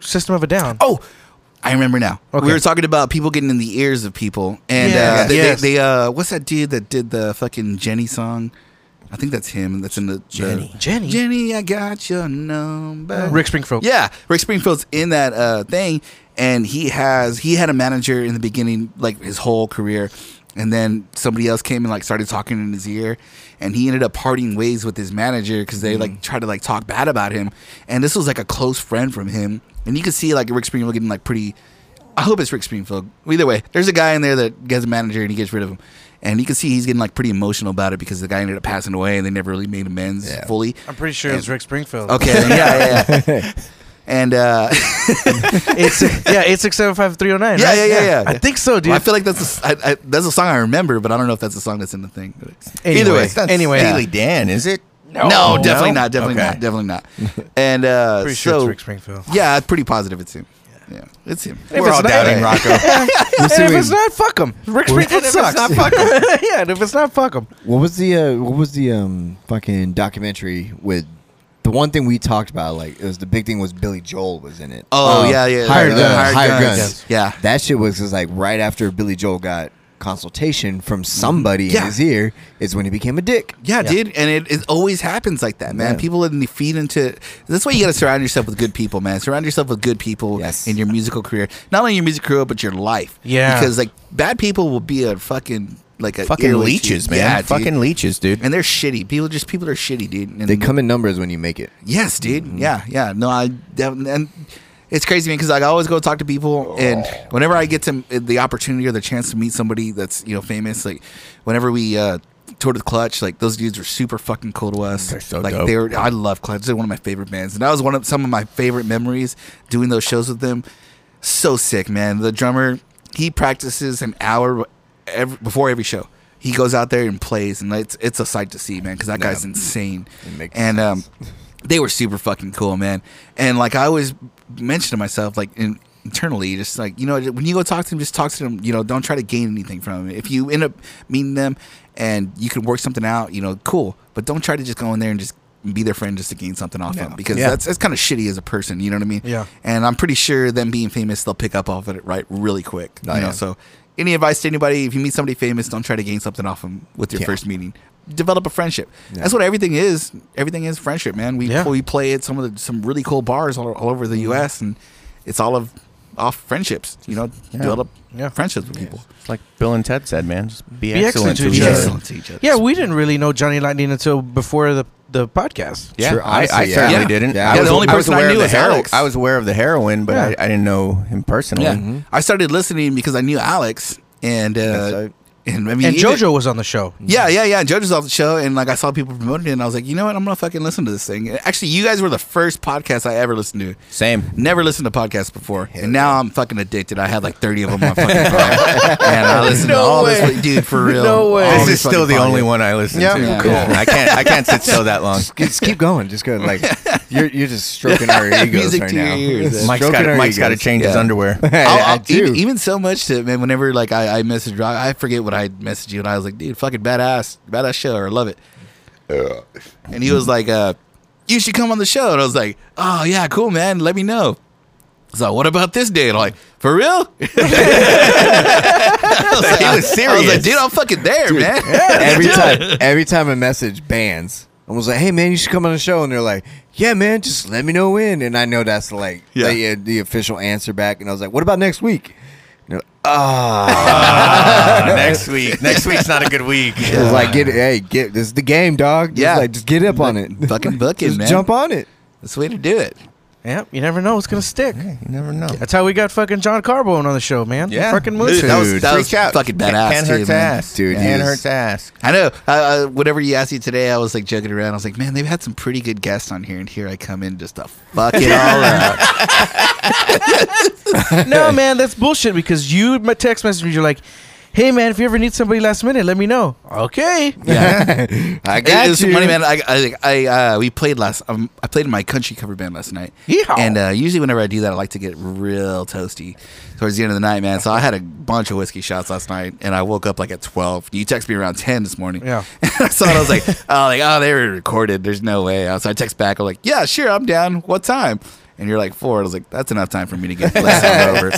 A: System of a Down.
B: oh, I remember now.
A: Okay.
B: We were talking about people getting in the ears of people, and
A: Yeah.
B: uh, they,
A: Yes.
B: they, they uh, what's that dude that did the fucking Jenny song? I think that's him. That's in the the-
D: Jenny.
A: Jenny.
B: Jenny, I got your number.
A: Uh, Rick Springfield.
B: Yeah, Rick Springfield's in that uh, thing, and he has he had a manager in the beginning, like his whole career, and then somebody else came and like started talking in his ear, and he ended up parting ways with his manager because they
A: Mm-hmm.
B: like tried to like talk bad about him, and this was like a close friend from him, and you could see like Rick Springfield getting like pretty. I hope it's Rick Springfield. Either way, there's a guy in there that gets a manager and he gets rid of him. And you can see he's getting like pretty emotional about it because the guy ended up passing away and they never really made amends
C: Yeah.
B: fully.
A: I'm pretty sure it was Rick Springfield.
B: Okay, then, yeah, yeah, yeah. And
A: *laughs*
B: uh, *laughs*
A: It's yeah, eight six seven five three zero nine.
B: Yeah, yeah, yeah, yeah.
A: I think so, dude.
B: I feel like that's a, s- I, I, that's a song I remember, but I don't know if that's a song that's in the thing.
A: Anyway.
B: Either way,
D: It's not
A: Anyway.
D: Steely Dan, is it?
B: no, definitely not, definitely
D: Oh, Okay.
B: not, definitely not. And uh,
A: pretty
B: so
A: sure it's Rick Springfield.
B: yeah, I'm pretty positive it's him. Yeah, it's him.
A: If
D: We're
A: it's
D: all
A: not-
D: doubting Rocco.
B: *laughs*
A: And if it's not, fuck him. Rick Springfield sucks. *laughs* yeah, and if it's not, fuck him.
C: What was the uh, what was the um fucking documentary with the one thing we talked about like it was the big thing was Billy Joel was in it.
B: Oh
C: Um,
B: yeah, yeah,
C: hired
B: uh,
C: guns, hired guns.
B: Yeah,
C: That shit was just like right after Billy Joel got consultation from somebody
B: Yeah.
C: in his ear is when he became a dick.
B: Yeah, dude, and it, it always happens like that, man.
C: Yeah.
B: People in the feed into that's why you got to surround yourself with good people, man. Surround yourself with good people
C: Yes.
B: in your musical career, not only your music career but your life.
A: Yeah.
B: because like bad people will be a fucking like a
D: Fucking
B: earwig to you.
D: leeches, man.
B: Yeah, dude.
D: Fucking leeches, dude.
B: and they're shitty. People just people are shitty, dude. And
C: They come in numbers when you make it.
B: Yes, dude.
D: Mm-hmm.
B: Yeah, yeah. No, I def- and it's crazy because like I always go talk to people, and
D: Oh.
B: whenever I get to the opportunity or the chance to meet somebody that's you know famous, like whenever we uh, toured with Clutch, like those dudes were super fucking cool to us.
D: They're so
B: like
D: dope.
B: they were. I love Clutch. They're one of my favorite bands, and that was one of some of my favorite memories doing those shows with them. So sick, man. The drummer he practices an hour every, before every show. He goes out there and plays, and it's it's a sight to see, man. Because that guy's insane.
C: It makes
B: And um,
C: *laughs*
B: they were super fucking cool, man. And like I always mention to myself, like in, internally, just like you know, when you go talk to them, just talk to them. You know, don't try to gain anything from it. If you end up meeting them and you can work something out, you know, cool. But don't try to just go in there and just be their friend just to gain something off them because
D: Yeah.
B: that's that's kind of shitty as a person. You know what I mean?
A: Yeah.
B: And I'm pretty sure them being famous, they'll pick up off of it right really quick.
C: Oh,
B: you know,
C: yeah.
B: so any advice to anybody? If you meet somebody famous, don't try to gain something off them with your
C: Yeah.
B: first meeting. Develop a friendship. That's what everything is. Everything is friendship, man. We
A: Yeah.
B: we play at some of the some really cool bars all, all over the U.S. and it's all of off friendships. You know, develop
A: Yeah.
B: friendships with people.
D: It's like Bill and Ted said, man. Just be,
A: Be
D: excellent, to each
B: Yeah.
D: other.
B: Excellent to each other.
A: Yeah, we didn't really know Johnny Lightning until before the the podcast.
D: Yeah,
C: Sure,
D: I, I
C: honestly, yeah.
D: certainly
B: Yeah.
D: didn't.
C: Yeah.
D: I
C: Yeah,
D: was,
C: the
B: only
D: I was
B: person I
D: aware
B: knew
D: of the
B: is
D: hero-
B: Alex.
D: I was aware of the heroin, but
A: Yeah.
D: I, I didn't know him personally.
B: Yeah. I started listening because I knew Alex and uh,
C: That's right.
B: and I mean,
A: And
B: even-
A: JoJo was on the show.
B: Yeah, yeah, yeah. Judge was off the show, and like I saw people promoting it, and I was like, you know what? I'm gonna fucking listen to this thing. And Actually, you guys were the first podcast I ever listened to.
D: Same.
B: Never listened to podcasts before, and now I'm fucking addicted. I had like 30 of them
A: *laughs*
B: on fucking phone, and I listen to
A: No
B: all
A: way.
B: this, dude. For real,
A: No way.
B: All
A: This
D: This
B: these
D: is still
B: fucking
D: the only
B: podcasts.
D: one I listen
C: Yeah,
D: to.
C: yeah.
B: cool.
D: I can't. I can't sit still that long.
C: Just keep going.
B: *laughs*
C: Just go like you're you're just stroking our egos
B: Music
C: right
B: to your
C: now.
B: ears, eh?
D: Mike's
C: Stroking
D: got.
C: our
D: Mike's got to
C: egos.
D: change his
B: Yeah.
D: underwear.
C: I,
B: I'll-
C: I
B: I'll-
C: do.
B: Even, even so much that man, whenever like I, I message Rock, I forget what I messaged you, and I was like, dude, fucking badass, badass show, I love it. And he was like, uh, you should come on the show, and I was like, oh yeah, cool man, let me know. So what about this day? And I'm like, for real? *laughs* I was like,
D: He was
B: I was like,
D: serious.
B: dude, I'm fucking there, man.
C: every time every time a message bans and was like, "Hey man, you should come on the show." And they're like, "Yeah man, just let me know when." And I know that's like
B: Yeah.
C: the, uh, the official answer back. And I was like, "What about next week?" And they're like, Ah, *laughs*
D: Ah, next week. Next week's not a good week.
C: It was like, get it, hey, get this is the game, dog. Just
B: Yeah.
C: like just get up on it,
B: Fucking book it,
C: *laughs* just
B: man.
C: jump on it.
B: That's the way to do it.
A: Yeah, you never know what's gonna stick.
D: You never know.
A: That's how we got fucking John Carbone on the show, man.
D: Yeah.
A: fucking
B: Dude, *laughs*
A: moved.
B: that was-
D: Dude,
B: that was
D: freak out.
B: fucking
D: Ken-
B: badass
D: Ken
B: too,
D: hurts
B: man.
D: ass.
C: Dude, he
D: Ken
C: was-
D: hurts ass.
B: I know. Uh, uh, whenever you asked me today, I was like joking around. I was like, man, they've had some pretty good guests on here, and here I come in just to fuck it all up.
A: no, man, that's bullshit because you my text messaged me. You're like, hey, man, if you ever need somebody last minute, let me know. Okay.
C: *laughs* I
B: It-
C: got
B: it was
C: you.
B: Money man, I, I, I uh, we played last. Um, I played in my country cover band last night.
A: Yeehaw.
B: And uh, usually whenever I do that, I like to get real toasty towards the end of the night, man. So I had a bunch of whiskey shots last night, and I woke up like at twelve. You texted me around ten this morning. *laughs*
A: Yeah.
B: And I saw it. I was like, *laughs* oh, like oh, they were recorded. There's no way. Uh, So I text back. I'm like, yeah, sure, I'm down. What time? And you're like four. I was like, that's enough time for me to get *laughs* less over.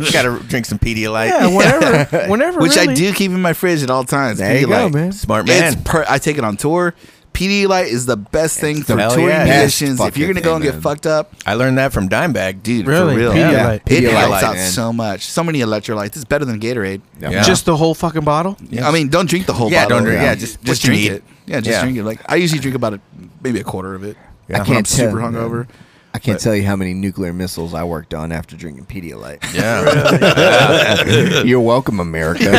D: *laughs* Got to drink some Pedialyte.
A: Yeah,
D: *laughs*
A: whenever, whenever.
B: Which I
A: really.
B: do keep in my fridge at all times.
C: There you go,
B: Pedialyte.
C: man.
D: Smart man.
B: It's per- I take it on tour. Pedialyte is the best thing for
D: hell
B: touring
D: yeah.
C: Best
B: musicians. If
C: fucking
B: you're gonna go
C: thing,
B: and
C: man.
B: get fucked up,
D: I learned that from Dimebag,
B: dude,
D: dude.
A: Really?
B: for real,
A: Pedialyte.
B: Yeah.
A: Pedialyte.
B: it helps
C: Pedialyte,
B: out
C: man.
B: so much. So many electrolytes. It's better than Gatorade.
D: Yeah.
A: Just the whole fucking bottle?
B: I mean, don't drink the whole
D: Yeah,
B: bottle.
D: don't drink- yeah, just- just
B: drink
D: need.
B: it. Yeah, just
D: Yeah.
B: drink it. Like I usually drink about a, maybe a quarter of it.
D: Yeah.
B: when
D: I
B: I'm
C: can't tell,
B: super
C: man.
B: hungover.
C: I can't tell you how many nuclear missiles I worked on after drinking Pedialyte. *laughs*
D: Yeah. *laughs*
C: You're welcome, America.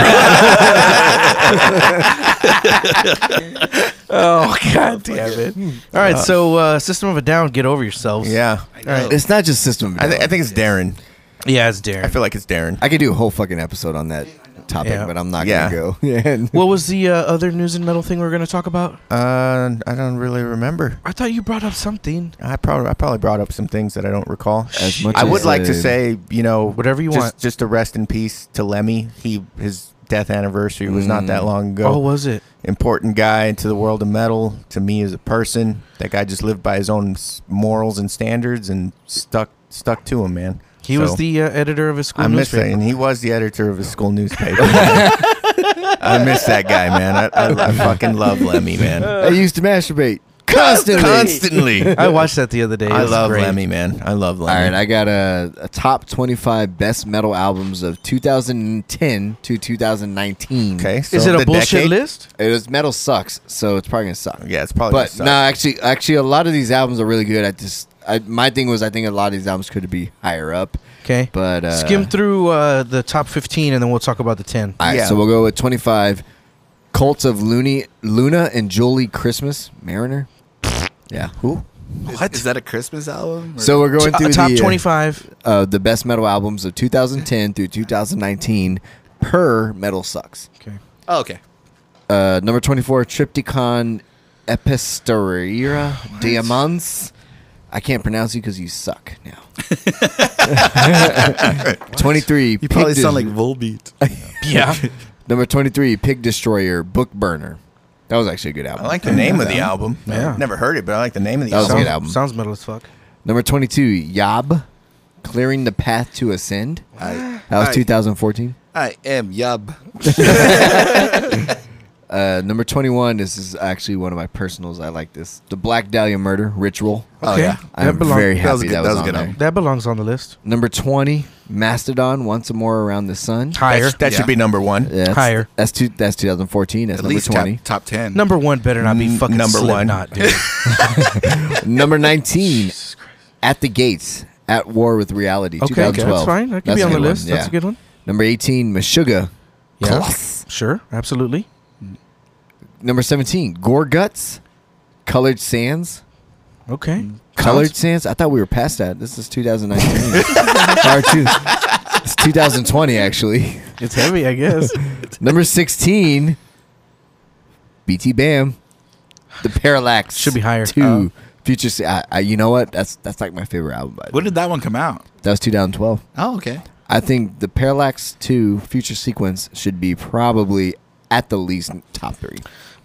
A: Oh, *laughs* God damn it. All right, so uh, System of a Down, get over yourselves.
D: yeah.
B: Oh,
A: All right.
C: it's not just system.
D: I, th- I think it's Darren.
A: Yeah, it's Darren.
D: I feel like it's Darren.
C: I could do a whole fucking episode on that topic,
A: Yeah.
C: but I'm not
D: Yeah.
C: gonna go. *laughs* Yeah.
A: what was the uh, other news and metal thing we were going to talk about?
D: Uh, I don't really remember.
A: I thought you brought up something.
D: I probably I probably brought up some things that I don't recall.
C: As much
D: I
C: as
D: would like to
C: the-
D: say, you know,
A: Whatever you
D: just,
A: want.
D: Just to rest in peace to Lemmy. He his death anniversary was not that long ago.
A: Oh, was it?
D: Important guy to the world of metal, to me as a person. That guy just lived by his own s- morals and standards and stuck stuck to him, man.
A: He
D: So,
A: was the uh, editor of his school
D: I miss that,
A: newspaper.
D: and he was the editor of his school newspaper. *laughs* I miss that guy, man. I, I, I fucking love Lemmy, man.
C: I used to masturbate constantly.
D: Constantly.
A: *laughs* I watched that the other day. It
D: I
A: was
D: love
A: great.
D: Lemmy, man. I love
C: All
D: Lemmy.
C: right, I got a, a top 25 best metal albums of 2010 to 2019.
D: okay.
A: Is
D: so
A: it a
D: the
A: bullshit
D: decade-
A: list?
C: It was metal sucks, so it's probably gonna suck.
D: Yeah, it's probably.
C: but
D: gonna
C: no,
D: suck.
C: actually, actually, a lot of these albums are really good. I just, I, my thing was, I think a lot of these albums could be higher up.
A: Okay.
C: But uh,
A: Skim through uh, the top 15 and then we'll talk about the 10.
C: All right,
D: Yeah.
C: so we'll go with 25. Cults of Looney, Luna and Julie Christmas Mariner. Yeah, who?
B: What is that a Christmas album? or-
C: So we're going
A: T-
C: through
A: top
C: the, uh,
A: 25.
C: uh, the best metal albums of 2010 through 2019 per Metal Sucks.
A: Okay.
B: oh, okay.
C: Uh, number 24, Triptychon Epistoria Diamants. I can't pronounce you because you suck now. *laughs* 23,
B: You probably
C: Pig
B: sound
C: Dis-
B: like Volbeat.
A: Yeah.
C: number 23, Pig Destroyer, Book Burner. That was actually a good album.
D: I like the name of the album.
A: Yeah.
D: I've never heard it, but I like the name of the
C: That was a
D: album.
C: good album.
A: Sounds metal as fuck.
C: Number 22, Yob, Clearing the Path to Ascend.
B: I,
C: That was
B: Alright.
C: 2014.
B: I am Yub.
C: Uh, number 21, this is actually one of my personals. I like this. The Black Dahlia Murder, Ritual.
B: Oh,
A: Okay.
B: yeah.
C: I'm
A: belong-
C: very
B: that was
C: happy
B: good-
C: that
B: that
C: was,
B: was a
C: on
B: good
C: there.
B: album.
A: That belongs on the list.
C: Number 20, Mastodon, Once More Around the Sun.
A: Higher.
D: That's- That
B: Yeah.
D: should be number one.
C: Yeah, that's,
A: Higher.
C: That's two. That's 2014. That's
B: At
C: number
B: least top,
C: 20.
B: top ten.
A: Number one better not be
D: N-
A: fucking
D: number one.
A: Slipknot,
D: *laughs*
A: dude.
C: *laughs* number 19, At the Gates, At War with Reality,
A: Okay,
C: 2012.
A: that's fine. That could
C: That's
A: be
C: a
A: on the
C: good one,
A: list. That's
C: yeah.
A: a good one.
C: Number 18, Meshuggah.
A: Yeah.
C: Kloss.
A: Sure, absolutely.
C: Number 17, Gore Guts, Colored Sands.
A: Okay.
C: Colored Sands? I thought we were past that. This is 2019. *laughs* Sorry, two- it's 2020, actually.
A: It's heavy, I
D: *laughs*
A: guess.
C: Number 16, BT Bam. The Parallax.
A: Should be higher.
C: Two.
A: Oh.
C: Future. Sa- I, I, you know what? That's that's like my favorite album. By
B: when did that one come out?
C: that was 2012.
B: Oh, okay.
C: I think the Parallax 2 Future Sequence should be probably at the least top three.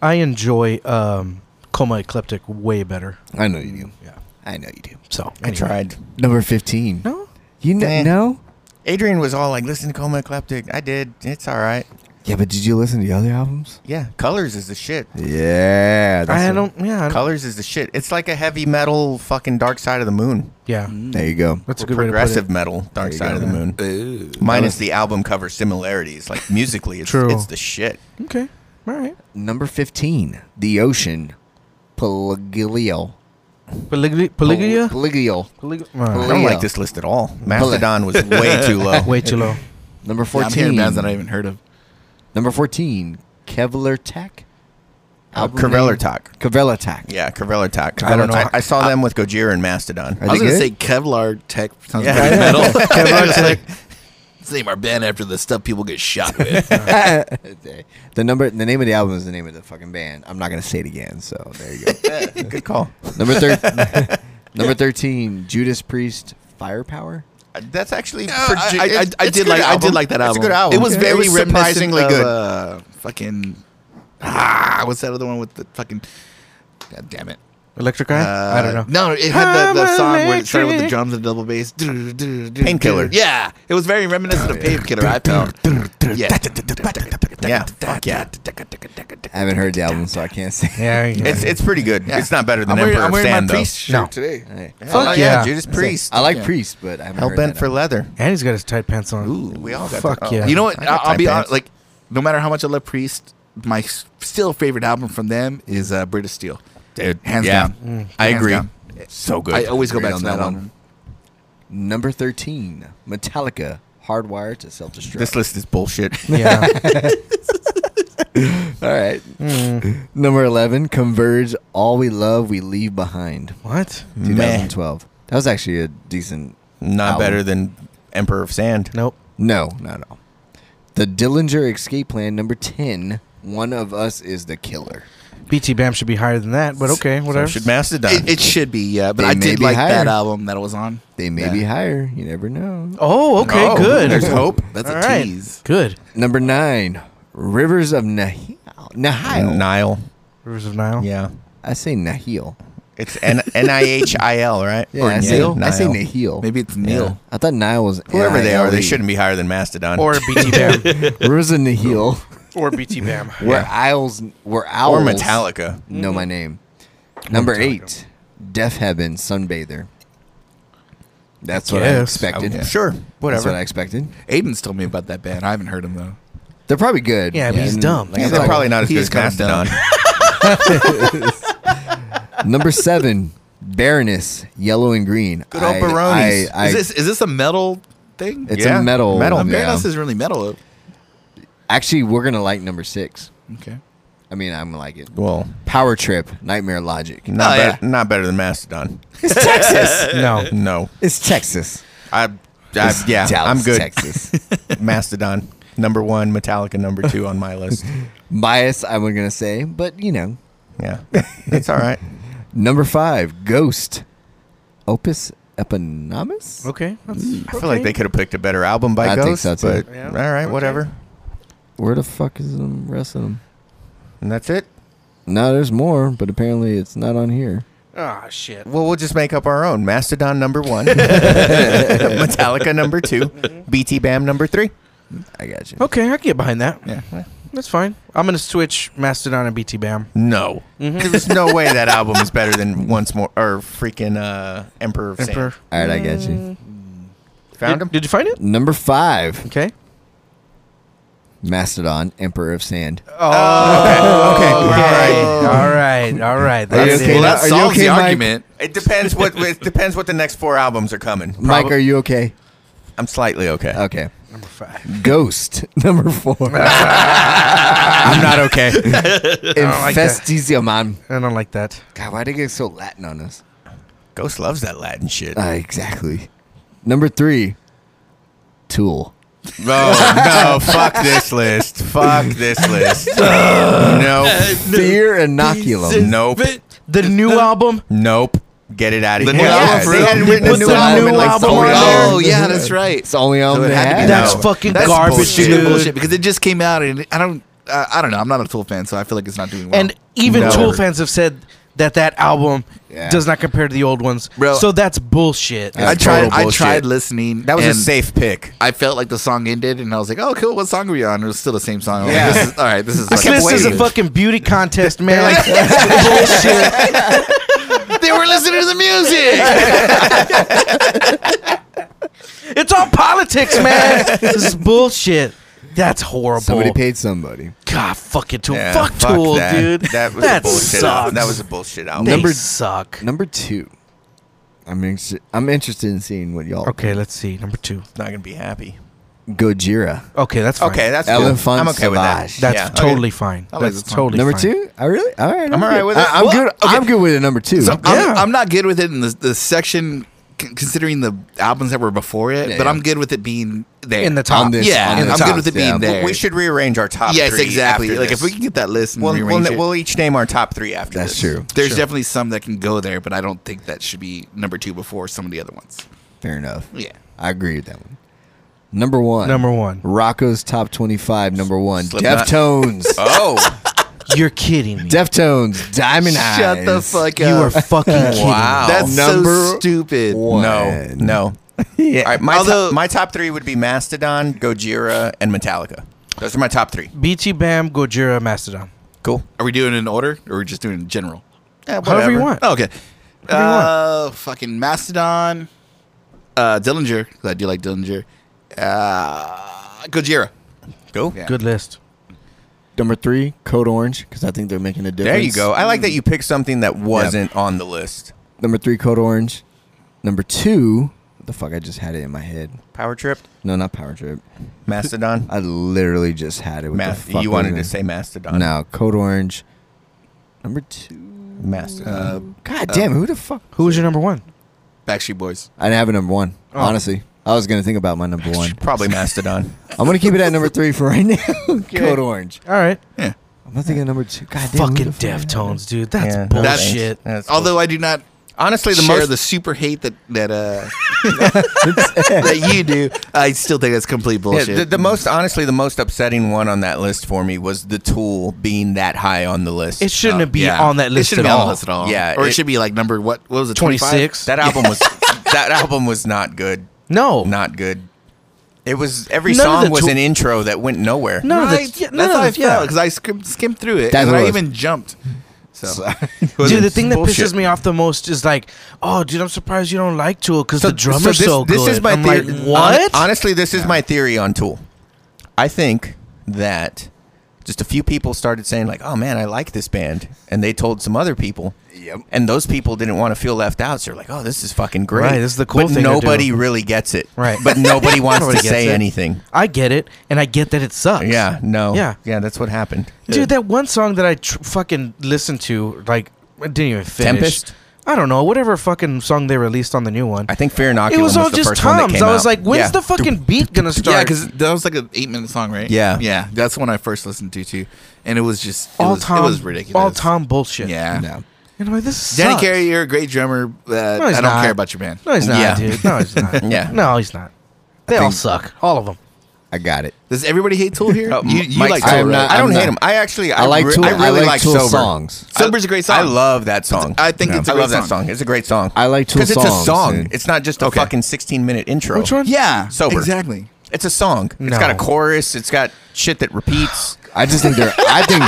A: I enjoy um, Coma Ecliptic way better.
C: I know you do.
A: Yeah.
C: I know you do.
A: So
D: I tried.
C: Number 15.
A: No.
C: You kn-
D: Eh.
C: know?
D: Adrian was all like, "Listen to Coma Ecliptic." I did. It's all right.
C: Yeah, but did you listen to the other albums?
D: Yeah, Colors is the shit.
C: Yeah,
A: I
C: what-
A: don't. Yeah. I don't-
D: Colors is the shit. It's like a heavy metal fucking Dark Side of the Moon.
A: Yeah.
C: There you go.
A: That's a
D: Or
A: good way to put
D: Mm-hmm. progressive
A: it.
D: metal Dark
C: you
D: Side
C: go.
D: of the Moon.
B: Ooh.
D: Minus the album cover similarities. Like musically, it's,
A: True.
D: it's the shit.
A: Okay. All right.
C: Number fifteen, The Ocean, Polygial.
A: Polyg- polygyria.
C: Polygial.
A: Polyg-
D: I
A: Alright.
D: don't
C: Yeah.
D: like this list at all. Mastodon was way too low.
A: Way too low.
C: Number
B: Yeah, I'm hearing
C: fourteen.
B: bands that I haven't heard of.
C: Number fourteen, Kevlar Tech.
D: Uh, Kvelar Tak.
C: Kevlar Tech.
D: Yeah, Kvelar Tak. I don't know. I, I saw them with Gojira and Mastodon.
C: Are
B: I was
C: they
B: gonna
C: good?
B: say Kevlar Tech sounds
D: Yeah.
B: pretty metal. *laughs*
D: Kevlar Tech.
B: Let's name our band after the stuff people get shot with.
C: *laughs* the number, the name of the album is the name of the fucking band. I'm not gonna say it again. So there you go.
D: *laughs* Good call.
C: number thir- *laughs* number thirteen, Judas Priest, Firepower.
D: Uh, That's actually.
B: Uh,
D: for-
B: I, I,
D: it's-
B: I
D: it's a
B: did
D: good
B: like I
D: album.
B: did like that
D: It's
B: album.
D: a good album.
B: It was
D: Yeah.
B: very
D: It was
B: reminiscent
D: surprisingly
B: of,
D: good.
B: Uh, fucking ah, what's that other one with the fucking? God damn it!
A: Electric Eye. I
D: Uh,
A: don't know.
B: No, it had the, the
A: I'm
B: song where it started with the
A: electric.
B: drums and double bass. Do, do, do,
D: Painkiller.
B: do. Yeah, it was very reminiscent of Painkiller. I felt. Yeah.
D: Yeah, fuck yeah.
C: I haven't heard the album, so I can't say. *laughs*
A: Yeah. yeah.
D: It's it's pretty good.
B: Yeah.
D: It's not better
B: I'm
D: than
B: wearing,
D: Emperor
B: I'm
D: of
B: wearing
D: Sand
B: my
D: though.
B: priest shirt
A: No.
B: today.
C: All right.
A: Fuck
D: Oh,
A: yeah.
D: Judas Priest.
C: I like
B: Yeah.
C: Priest, but I haven't
D: Hell
C: heard
D: bent
C: that
D: for
C: album.
D: leather.
A: and he's got his tight pants on.
D: We all got
A: Fuck
D: the- oh,
A: yeah.
B: You know what?
D: I got
B: I'll, I'll
D: tight
B: be
D: pants.
B: honest. Like, no matter how much I love Priest, my s- still favorite album from them is uh, British Steel.
D: Dude,
B: Hands
D: yeah.
B: down.
C: Mm,
D: I
B: Hands
D: agree.
B: down.
D: So good.
B: I always go
C: Agreed
B: back
C: on
B: to that,
C: that
B: one.
C: one. Number thirteen, Metallica, Hardwired to Self Destruct.
D: This list is *laughs* bullshit. *laughs*
A: Yeah.
C: All right.
D: Hmm.
C: *laughs* Number 11, Converge, All We Love, We Leave Behind,
A: what?
D: Meh.
C: 2012. That was actually a decent.
D: Not
C: Album.
D: better than Emperor of Sand.
A: Nope.
C: No, not at all. The Dillinger Escape Plan, number 10, One of Us is the Killer.
A: BT Bam should be higher than that, but okay, whatever.
D: So should Mastodon.
B: It, it should be, yeah. But
C: They
B: I
C: may
B: did
C: be
B: like
C: higher.
B: that album that it was on.
C: They may
B: Yeah.
C: be higher. You never know.
A: oh, okay,
D: Oh,
A: good.
D: There's hope.
B: That's
A: All
B: a
A: right.
B: tease.
A: Good.
C: Number 9, Rivers of Nahil. Nahil.
D: Nile.
A: Rivers of Nile.
D: Yeah.
C: I say Nahil.
D: It's N I H I L, right?
C: Yeah, I, say,
D: Nile.
C: I say Nahil.
B: Maybe it's Neil.
C: I thought Nile was.
D: Whoever they are, they
C: N-I-L-E.
D: shouldn't be higher than Mastodon.
A: Or BT
D: *laughs*
A: Bam.
C: Rivers of Nahil.
A: or BT Bam.
C: We're owls. We're
D: or
C: owls.
D: Metallica.
C: Know
A: Mm-hmm.
C: my name. Number eight, Death Heaven Sunbather. That's what I
A: guess.
C: expected.
D: I- Sure.
C: That's what
D: Whatever.
C: I expected.
B: Aiden's told me about that band. I haven't heard him though.
C: They're probably good.
A: Yeah, but he's
C: And
A: dumb.
C: like I
A: He's
C: said,
D: They're probably not as
B: He
D: good
B: is
D: as
B: kinda
D: Mastodon. *laughs*
C: number seven, Baroness Yellow and Green.
D: Good old
C: I-
D: Baronis.
C: I- I-
B: is this is this a metal thing?
C: it's
D: Yeah,
C: a metal.
D: metal.
B: Um,
C: yeah.
B: Baroness is really metal.
C: Actually, we're gonna like number six.
B: Okay.
C: I mean, I'm gonna like it.
D: Well,
C: Power Trip, Nightmare Logic.
D: not,
B: Oh,
D: better, not better than Mastodon.
C: It's
D: *laughs*
C: Texas.
A: No.
D: No.
C: it's Texas.
D: I, I
C: It's
D: Uh, yeah,
C: Dallas,
D: I'm good.
C: Texas.
D: *laughs* Mastodon number one, Metallica number two on my list.
C: Bias, I was gonna say, but you know,
D: Yeah, it's all right.
C: Number five, Ghost, Opus Eponamus.
A: Okay. That's,
D: I feel like they could have picked a better album by
C: I think
D: Ghost,
C: so, too.
D: but
A: Yeah.
D: all right,
A: Okay.
D: whatever.
C: Where the fuck is the rest of them?
D: And that's it.
C: No, there's more, but apparently it's not on here.
A: Ah, shit.
D: Well, we'll just make up our own. Mastodon
C: *laughs*
D: number one, Metallica number two,
A: Mm-hmm.
D: BT Bam number three.
C: I got you.
A: Okay, I can get behind that.
B: Yeah.
A: That's fine. I'm gonna switch Mastodon and BT Bam.
D: No,
A: Mm-hmm.
D: there's no way that album is better than Once More or freaking uh, Emperor of
A: Emperor.
D: Sand.
C: All right, I got you.
D: Found
A: did,
D: him.
A: did you find it?
C: Number five,
A: Okay.
C: Mastodon, Emperor of Sand.
A: *laughs*
D: okay,
A: Oh. All right. All right. All right.
C: Are you
A: That's
C: okay
A: it.
B: well, that
C: now? Are you
B: solves
C: okay,
B: the
C: Mike?
B: argument.
D: It depends what it depends what the next four albums are coming.
C: Mike, are you okay?
D: I'm slightly okay.
C: Okay.
A: Number five.
C: Ghost, *laughs* number
A: *laughs*
C: four.
D: I'm not okay. *laughs*
C: Infestisiaman.
A: I don't like that.
C: God, why did it get so Latin on us?
D: Ghost loves that Latin shit.
C: Uh, exactly. Number three, Tool.
D: Oh no! Fuck this list. Fuck this
C: *laughs*
D: list. nope.
C: Fear Inoculum.
D: Nope.
A: The new album.
D: Nope. Get it out of
B: The
D: here.
B: new album for
D: they
B: real?
D: hadn't written a
A: Put
D: new
A: the
D: album
A: new
D: in like
A: album
D: three
A: on
D: years.
B: Oh yeah, that's right.
C: *laughs* It's the only album
B: So it
C: they
B: had to be
C: had.
A: That's
D: No.
A: fucking
B: That's
A: garbage,
B: bullshit.
A: dude.
B: bullshit because it just came out and I don't. Uh, I don't know. I'm not a Tool fan, so I feel like it's not doing well.
A: And even
D: No.
A: Tool fans have said that that album
C: Yeah.
A: does not compare to the old ones.
B: Bro.
A: so that's bullshit.
C: That's
B: I tried.
C: total
B: I
C: bullshit.
B: tried listening.
D: That was a
B: and
D: safe pick.
B: I felt like the song ended, and I was like, "Oh, cool. What song are we on?" It was still the same song. I was
D: Yeah.
B: Like, this is, all right. This is.
A: this
B: fucking
A: list is a
B: bullshit.
A: fucking beauty *laughs* contest, man. Like, bullshit.
B: They were listening to the *laughs* music.
A: It's all politics, man. *laughs* This is bullshit. That's horrible.
C: Somebody paid somebody.
A: God, fuck it, Tool.
D: Yeah,
A: fuck, Tool,
D: that.
A: dude.
D: That was a bullshit.
A: sucks.
D: Album. That was a bullshit album.
A: they
C: Number-
A: suck.
C: Number two. I'm inter- I'm interested in seeing what y'all.
A: Okay, let's see. Number two.
D: not gonna be happy.
C: Gojira.
A: Okay, that's fine.
D: Okay, that's
C: Elephant
D: cool. I'm okay with that.
C: Sauvage.
A: that's
D: Yeah, okay.
A: totally fine.
B: I like
A: that's
B: this one.
A: totally
C: Number
A: fine.
C: two? I really? All right. I'm,
D: all
C: good.
D: right with it.
C: I, am
D: Well,
C: good. I'm good with it. Number two.
B: So I'm,
A: Yeah.
B: I'm not good with it in the, the section con- considering the albums that were before it,
C: Yeah,
B: but
C: yeah.
B: I'm good with it being there
A: In the top.
C: On this-
B: Yeah,
C: on
B: I'm
C: this
B: good
C: top,
B: with it
C: yeah.
B: being there.
D: We should rearrange our top.
B: yes,
D: three
B: exactly.
D: after
B: Like
D: this.
B: if we can get that list and
D: we'll, we'll,
B: rearrange it,
D: we'll each name our top three after.
C: That's
D: this.
C: true.
B: there's definitely some that can go there, but I don't think that should be number two before some of the other ones.
C: Fair enough.
B: Yeah.
C: I agree with that one. Number one.
A: Number one.
C: Rocco's top 25. Number one.
B: *laughs*
D: Slipknot.
C: Deftones.
D: Oh,
A: You're kidding me.
C: Deftones. Diamond Eyes.
B: Shut the fuck
A: you are
B: up.
A: fucking kidding.
D: Wow.
A: Me.
B: *laughs* That's
C: Number
B: so stupid.
C: one.
D: *laughs* no, no. All right, my
B: Although-
D: top, my top three would be Mastodon, Gojira, and Metallica. Those are my top three.
A: BT Bam, Gojira, Mastodon.
D: Cool.
B: Are we doing it in order or are we just doing it in general?
D: Yeah,
A: However you want.
B: Oh, okay.
A: Whatever you want.
B: Uh, fucking Mastodon, uh, Dillinger. 'cause I do like Dillinger. Uh, Gojira.
D: Go.
B: Yeah.
A: Good list.
C: Number three. Code Orange. Because I think they're making a difference.
D: There you go. I like that you picked something that wasn't on the list.
C: Number three. Code Orange. Number two. The fuck? I just had it in my head.
D: Power Trip,
C: No, not Power Trip.
D: Mastodon.
C: I literally just had it. What
D: Mas-
C: the fuck
D: you
C: was
D: wanted
C: it?
D: to say Mastodon.
C: No, Code Orange. Number two.
D: Mastodon.
C: God damn, who the fuck?
A: Who was your number one?
B: Backstreet Boys.
C: I didn't have a number one.
A: Oh.
C: Honestly, I was gonna think about my number one.
D: Probably Mastodon.
C: I'm gonna keep it at number three for right
D: *laughs*
C: now. Code Orange.
A: All right.
C: I'm not thinking of number two. God damn, who
A: fucking
C: the fuck-
A: Deftones, dude. That's
D: Yeah, that's-
A: bullshit.
D: That's cool.
B: Although I do not
D: honestly, the
B: share
D: most
B: the super hate that that uh, *laughs* that you do, I still think that's complete
D: Yeah,
B: bullshit.
D: the, the most honestly, the most upsetting one on that list for me was the Tool being that high on the list.
A: it shouldn't
B: Oh,
A: be
B: yeah.
A: on that
B: It
A: list
B: shouldn't
A: at
B: be on the
A: all.
B: list at all.
D: Yeah,
B: or it,
D: it-
B: should be like number what? What was it? 25?
A: 26?
D: that album
A: *laughs*
D: was that album was not good,
A: No.
D: not good. It was every
A: None of the
D: song was
A: Tool-
D: an intro that went nowhere.
A: None of the-
B: Right?
A: yeah, none
B: that's
A: of
B: how I
A: the- yeah.
B: felt because I skim, skimmed through it
C: That's
B: and
C: what
B: then
C: it
B: I
C: was.
B: even jumped. So *laughs*
A: Dude, the thing that
D: Bullshit.
A: pisses me off the most is like, oh, dude, I'm surprised you don't like Tool because the drummer's
D: this,
A: so good.
D: This is my
A: I'm
D: theory.
A: like, what?
D: Hon- honestly, this is my theory on Tool. I think that just a few people started saying like, "Oh man, I like this band," and they told some other people.
C: Yep.
D: And those people didn't want to feel left out. So they're like, "Oh, this is fucking great."
A: Right, this is the cool
D: but
A: thing to
D: Nobody
A: do.
D: really gets it.
A: Right. *laughs*
D: But nobody wants
A: Nobody
D: to
A: gets
D: say
A: it.
D: anything.
A: I get it, and I get that it sucks.
D: Yeah. No.
A: Yeah.
D: Yeah. That's what happened.
A: dude, that one song that I tr- fucking listened to, like, I didn't even finish.
D: Tempest?
A: I don't know, whatever fucking song they released on the new one.
D: I think Fear Inoculum
A: it was all
D: the
A: just
D: first one that
A: toms.
D: came
A: I was
D: out.
A: like, when's
D: Yeah.
A: the fucking beat gonna start?
B: yeah, because that was like an eight-minute song, right?
D: Yeah.
B: yeah. That's when I first listened to too, and it was just it
A: all
B: was,
A: Tom,
B: It was ridiculous.
A: All Tom bullshit.
B: Yeah.
C: No.
A: And I'm like, this
B: Danny
A: sucks.
B: Carey, you're a great drummer. Uh, I
A: he's
B: don't
A: not.
B: care about your band.
A: No, he's not,
D: Yeah.
A: dude. No, he's not.
D: *laughs* Yeah.
A: No, he's not. They all suck. All of them.
C: I got it.
B: Does everybody hate Tool
D: *laughs*
B: here?
D: Oh,
B: you
D: M-
B: you
D: Mike's
B: like
D: cool,
B: Tool,
C: I am
B: right?
C: not-
D: I don't
C: I'm
D: hate
C: not-
D: him. I actually I,
C: I like
D: re-
C: Tool.
D: I really
C: I like
D: like
C: Tool
D: Sober.
C: songs.
B: Sober's a great song.
D: I love that song.
B: I think it's a
D: I
B: great
D: love that
B: song.
D: song. It's a great song.
C: I like Tool
D: because it's a
C: songs,
D: song.
C: dude.
D: It's not just a
B: Okay.
D: fucking sixteen minute intro.
A: Which one?
B: Yeah,
D: Sober.
B: Exactly.
D: It's a song.
A: No.
D: It's got a chorus. It's got shit that repeats.
C: I just think they're. I think.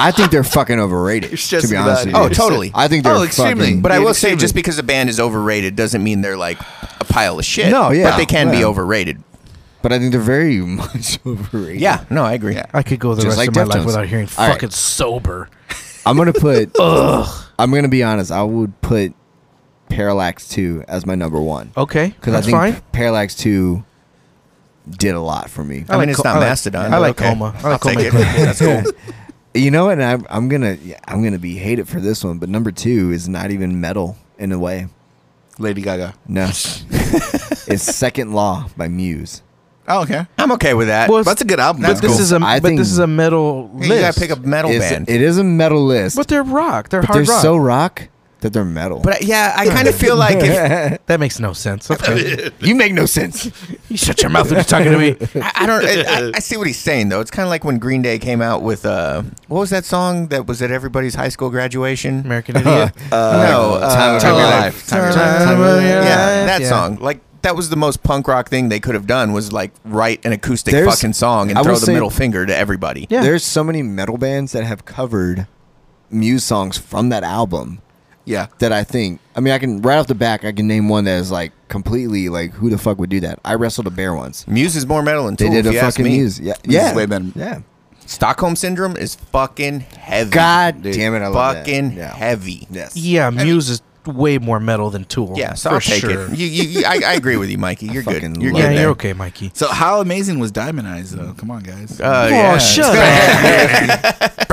C: I think they're fucking
D: *laughs*
C: overrated.
B: It's just
C: to be
B: that-
C: honest, with you.
D: Oh, totally.
C: I think they're.
B: Oh, extremely.
C: fucking-
D: But I
B: Dude,
D: will
B: it's
D: say,
B: stupid.
D: just because a band is overrated doesn't mean they're like a pile of shit.
C: No, yeah.
D: But they can be
C: Yeah.
D: overrated.
C: but I think they're very *laughs* much overrated.
D: Yeah. No, I agree.
B: Yeah.
A: I could go the
C: Just
A: rest
C: like
A: of my
C: Deftones.
A: life without hearing
C: All right.
A: fucking sober.
C: I'm gonna put.
A: Ugh.
C: I'm gonna be honest. I would put Parallax Two as my number one
A: Okay.
C: because I
A: Oh, That's
C: think
A: fine.
C: Parallax Two did a lot for me.
D: I, mean,
A: like
D: it's
A: co-
D: not
A: I like-
D: Mastodon.
A: I
D: but
A: like
D: okay.
A: Coma. I like
D: I'll take
A: Coma
D: it.
A: Club.
D: That's cool.
C: You know, and I'm, I'm gonna yeah, I'm gonna be hated for this one, but number two is not even metal in a way.
B: Lady Gaga.
C: No, it's Second Law by Muse.
B: Oh, okay.
D: *laughs* I'm okay with that.
A: Well,
B: That's a good album.
A: But
B: That's
A: this
B: cool.
A: is a
C: I
A: but
C: think-
A: this is a metal
D: you gotta
A: list.
D: pick a metal
C: It's-
D: band.
C: It is a metal list,
A: But they're rock. They're
C: but
A: hard
C: they're
A: rock.
C: so rock. that they're metal.
D: But I- yeah, I
A: *laughs*
D: kind of feel like if,
C: *laughs*
A: That makes no sense. Okay.
C: you make no sense.
A: you shut your mouth when you're talking to me.
D: I, I don't. I, I- I see what he's saying though. It's kind of like when Green Day came out with uh, what was that song that was at everybody's high school graduation?
A: American idiot.
D: no, uh,
C: Time of Your
D: uh,
C: Life.
D: Time of Your
A: Time
D: Life.
A: of Your
D: Yeah,
A: Life,
D: that
A: yeah.
D: song. Like that was the most punk rock thing they could have done was like write an acoustic
C: There's-
D: fucking song and
C: I
D: throw
C: will
D: the
C: say-
D: middle finger to everybody.
A: Yeah.
C: There's so many metal bands that have covered Muse songs from that album
B: Yeah.
C: that I think. I mean, I can right off the back, I can name one that is like completely like who the fuck would do that? I wrestled a bear once.
D: Muse is more metal than
C: They
D: Tool,
C: did
D: if
C: a
D: you ask
C: fucking
D: me.
C: Muse. Yeah,
B: Muse
C: yeah,
B: is way better.
C: yeah.
D: Stockholm syndrome is fucking heavy.
C: God
D: dude.
C: damn it, I love that.
D: fucking
C: Yeah.
D: heavy.
C: Yes.
A: Yeah, Muse is way more metal than Tool.
D: Yeah, so
A: for
D: I'll take
A: sure.
D: it. You, you, you- I, I agree with you, Mikey. You're good.
C: *laughs* fucking
D: You're
C: love
D: good
A: Yeah,
C: it.
D: there.
A: you're okay, Mikey.
B: So how amazing was Diamond Eyes though? Come on, guys.
D: Uh,
A: oh,
D: yeah.
A: shut up.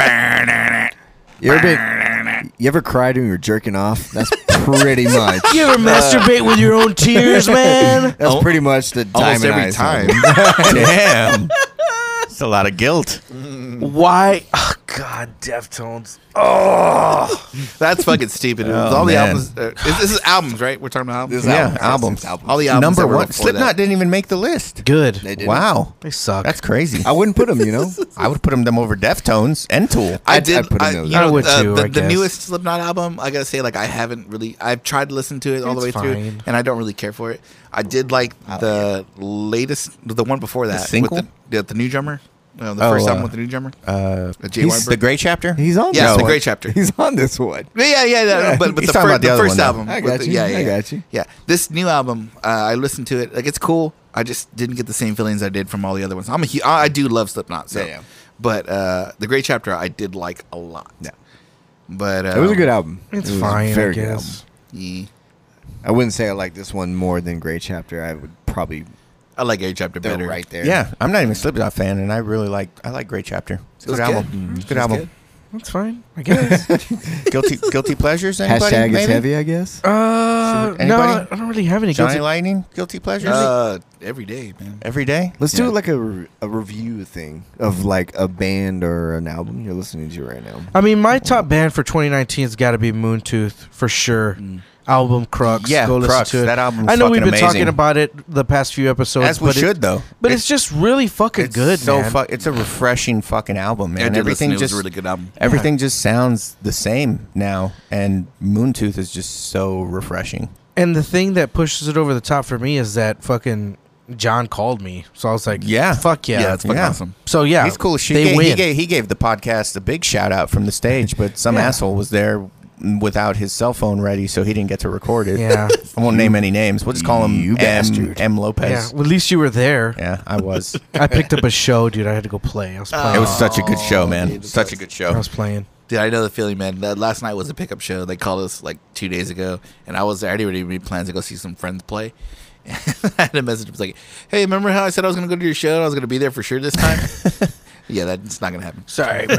C: You ever been, You ever cried when you were jerking off? That's
B: *laughs*
C: pretty much.
A: You ever masturbate with your own tears, man?
C: That's pretty much the
B: Oh, Almost
C: diamond
B: every
C: eyes
B: time.
C: one.
D: Damn. It's a lot of guilt.
A: Why? Oh, God, Deftones.
B: That's fucking stupid. It was
D: Oh,
B: all the
D: man.
B: albums. Uh, this, this is albums, right? We're talking about albums.
C: This is
D: yeah,
C: album.
D: albums.
B: All the albums. that
D: Number
B: were
D: one.
B: before that.
D: Slipknot didn't even make the list.
A: Good.
C: They
A: They,
C: didn't.
D: Wow.
A: suck.
D: That's
C: *laughs*
D: crazy.
C: I wouldn't put them. You know.
D: *laughs* I would put them, them over Deftones and Tool.
B: I
C: I'd-
B: did.
C: I'd put
B: I,
C: in those.
B: you know,
A: I would
B: uh,
A: too,
B: The,
A: I
B: the
A: guess.
B: newest Slipknot album, I gotta say, like I haven't really. I've tried to listen to it all the way
A: It's
B: through,
A: fine.
B: and I don't really care for it. I did like the latest, the one before that,
D: single?
B: with the, the, the new drummer, uh, the
D: Oh,
B: first
D: uh,
B: album with the new drummer,
D: Uh,
B: uh, Jay
D: he's the
B: Weinberg.
D: Gray Chapter.
C: He's on.
B: Yeah,
C: this
B: it's the
C: one.
B: great chapter.
C: He's on this one.
B: yeah, yeah, yeah. no, But, but
D: He's
B: the, fir-
D: talking about the
B: the
D: other
B: first
D: one, though.
B: album.
C: I
B: with
C: got
B: the-
C: you.
B: Yeah, yeah,
C: I
B: yeah.
C: got you.
B: Yeah, this new album, uh, I listened to it. Like it's cool. I just didn't get the same feelings I did from all the other ones. I'm a hu- I I do love Slipknot. So.
C: Yeah, yeah.
B: But uh, the Great Chapter, I did like a lot. Yeah. But um,
C: It was a good album.
A: It's
C: It was a
A: fine, I
C: very good
A: guess.
B: yeah.
C: album. I wouldn't say I like this one more than Great Chapter. I would probably.
B: I like Great Chapter
C: They're
B: better.
C: right there.
D: yeah, I'm not even a Slipknot fan, and I really like I like Gray Chapter. It's a
B: It was
D: good,
B: good.
D: album. It's a good
B: It was
D: album.
A: That's fine, I guess.
D: *laughs* Guilty guilty pleasures. Anybody?
C: Hashtag is
D: maybe?
C: heavy. I guess.
A: Uh,
D: Anybody?
A: no, I don't really have any.
D: Johnny
A: guilty-
D: Lightning. Guilty pleasures.
B: Uh, every day, man.
D: Every day.
C: Let's do
B: Yeah.
C: it like a, re- a review thing of like a band or an album you're listening to right now.
A: I mean, my top band for 2019 has got to be Moontooth for sure. Album Crux.
D: Mm. Yeah,
A: go listen
D: Crux.
A: to it.
D: That album's
A: I know we've
D: fucking
A: been talking
D: amazing.
A: about it the past few episodes,
D: As we
A: but it-
D: should though.
A: but it's, just really fucking
D: it's
A: good,
D: So
A: man.
D: fu- it's a refreshing fucking album, man.
B: I did listen.
D: everything
B: It was
D: just
B: a really good album.
D: everything just sounds the same now, and Moontooth is just so refreshing.
A: and the thing that pushes it over the top for me is that fucking John called me, so I was like,
D: Yeah.
A: fuck yeah,
B: Yeah, it's fucking
D: Yeah.
B: awesome.
A: so yeah,
D: He's cool as shit.
A: They
D: He gave-
A: win.
D: He, gave, he gave the podcast a big shout out from the stage, but some
A: Yeah.
D: asshole was there without his cell phone ready, so he didn't get to record it. *laughs*
A: yeah,
D: I won't name any names. We'll just call him
C: You
D: M,
C: bastard.
D: M.
A: yeah.
D: Lopez.
A: Well, at least you were there.
D: Yeah, I *laughs* was.
A: I picked up a show, dude. I had to go play. I was playing.
D: it was such a good show, man.
B: dude,
D: such a good
A: I
D: show.
A: was playing.
B: Dude, I know the feeling, man. That last night was a pickup show. They called us like two days ago, and I was I already ready to plans to go see some friends play. *laughs* I had a message that was like, "Hey, remember how I said I was gonna go to your show? and I was gonna be there for sure this
D: *laughs*
B: time." yeah, that's not gonna happen.
A: *laughs* Sorry, bro.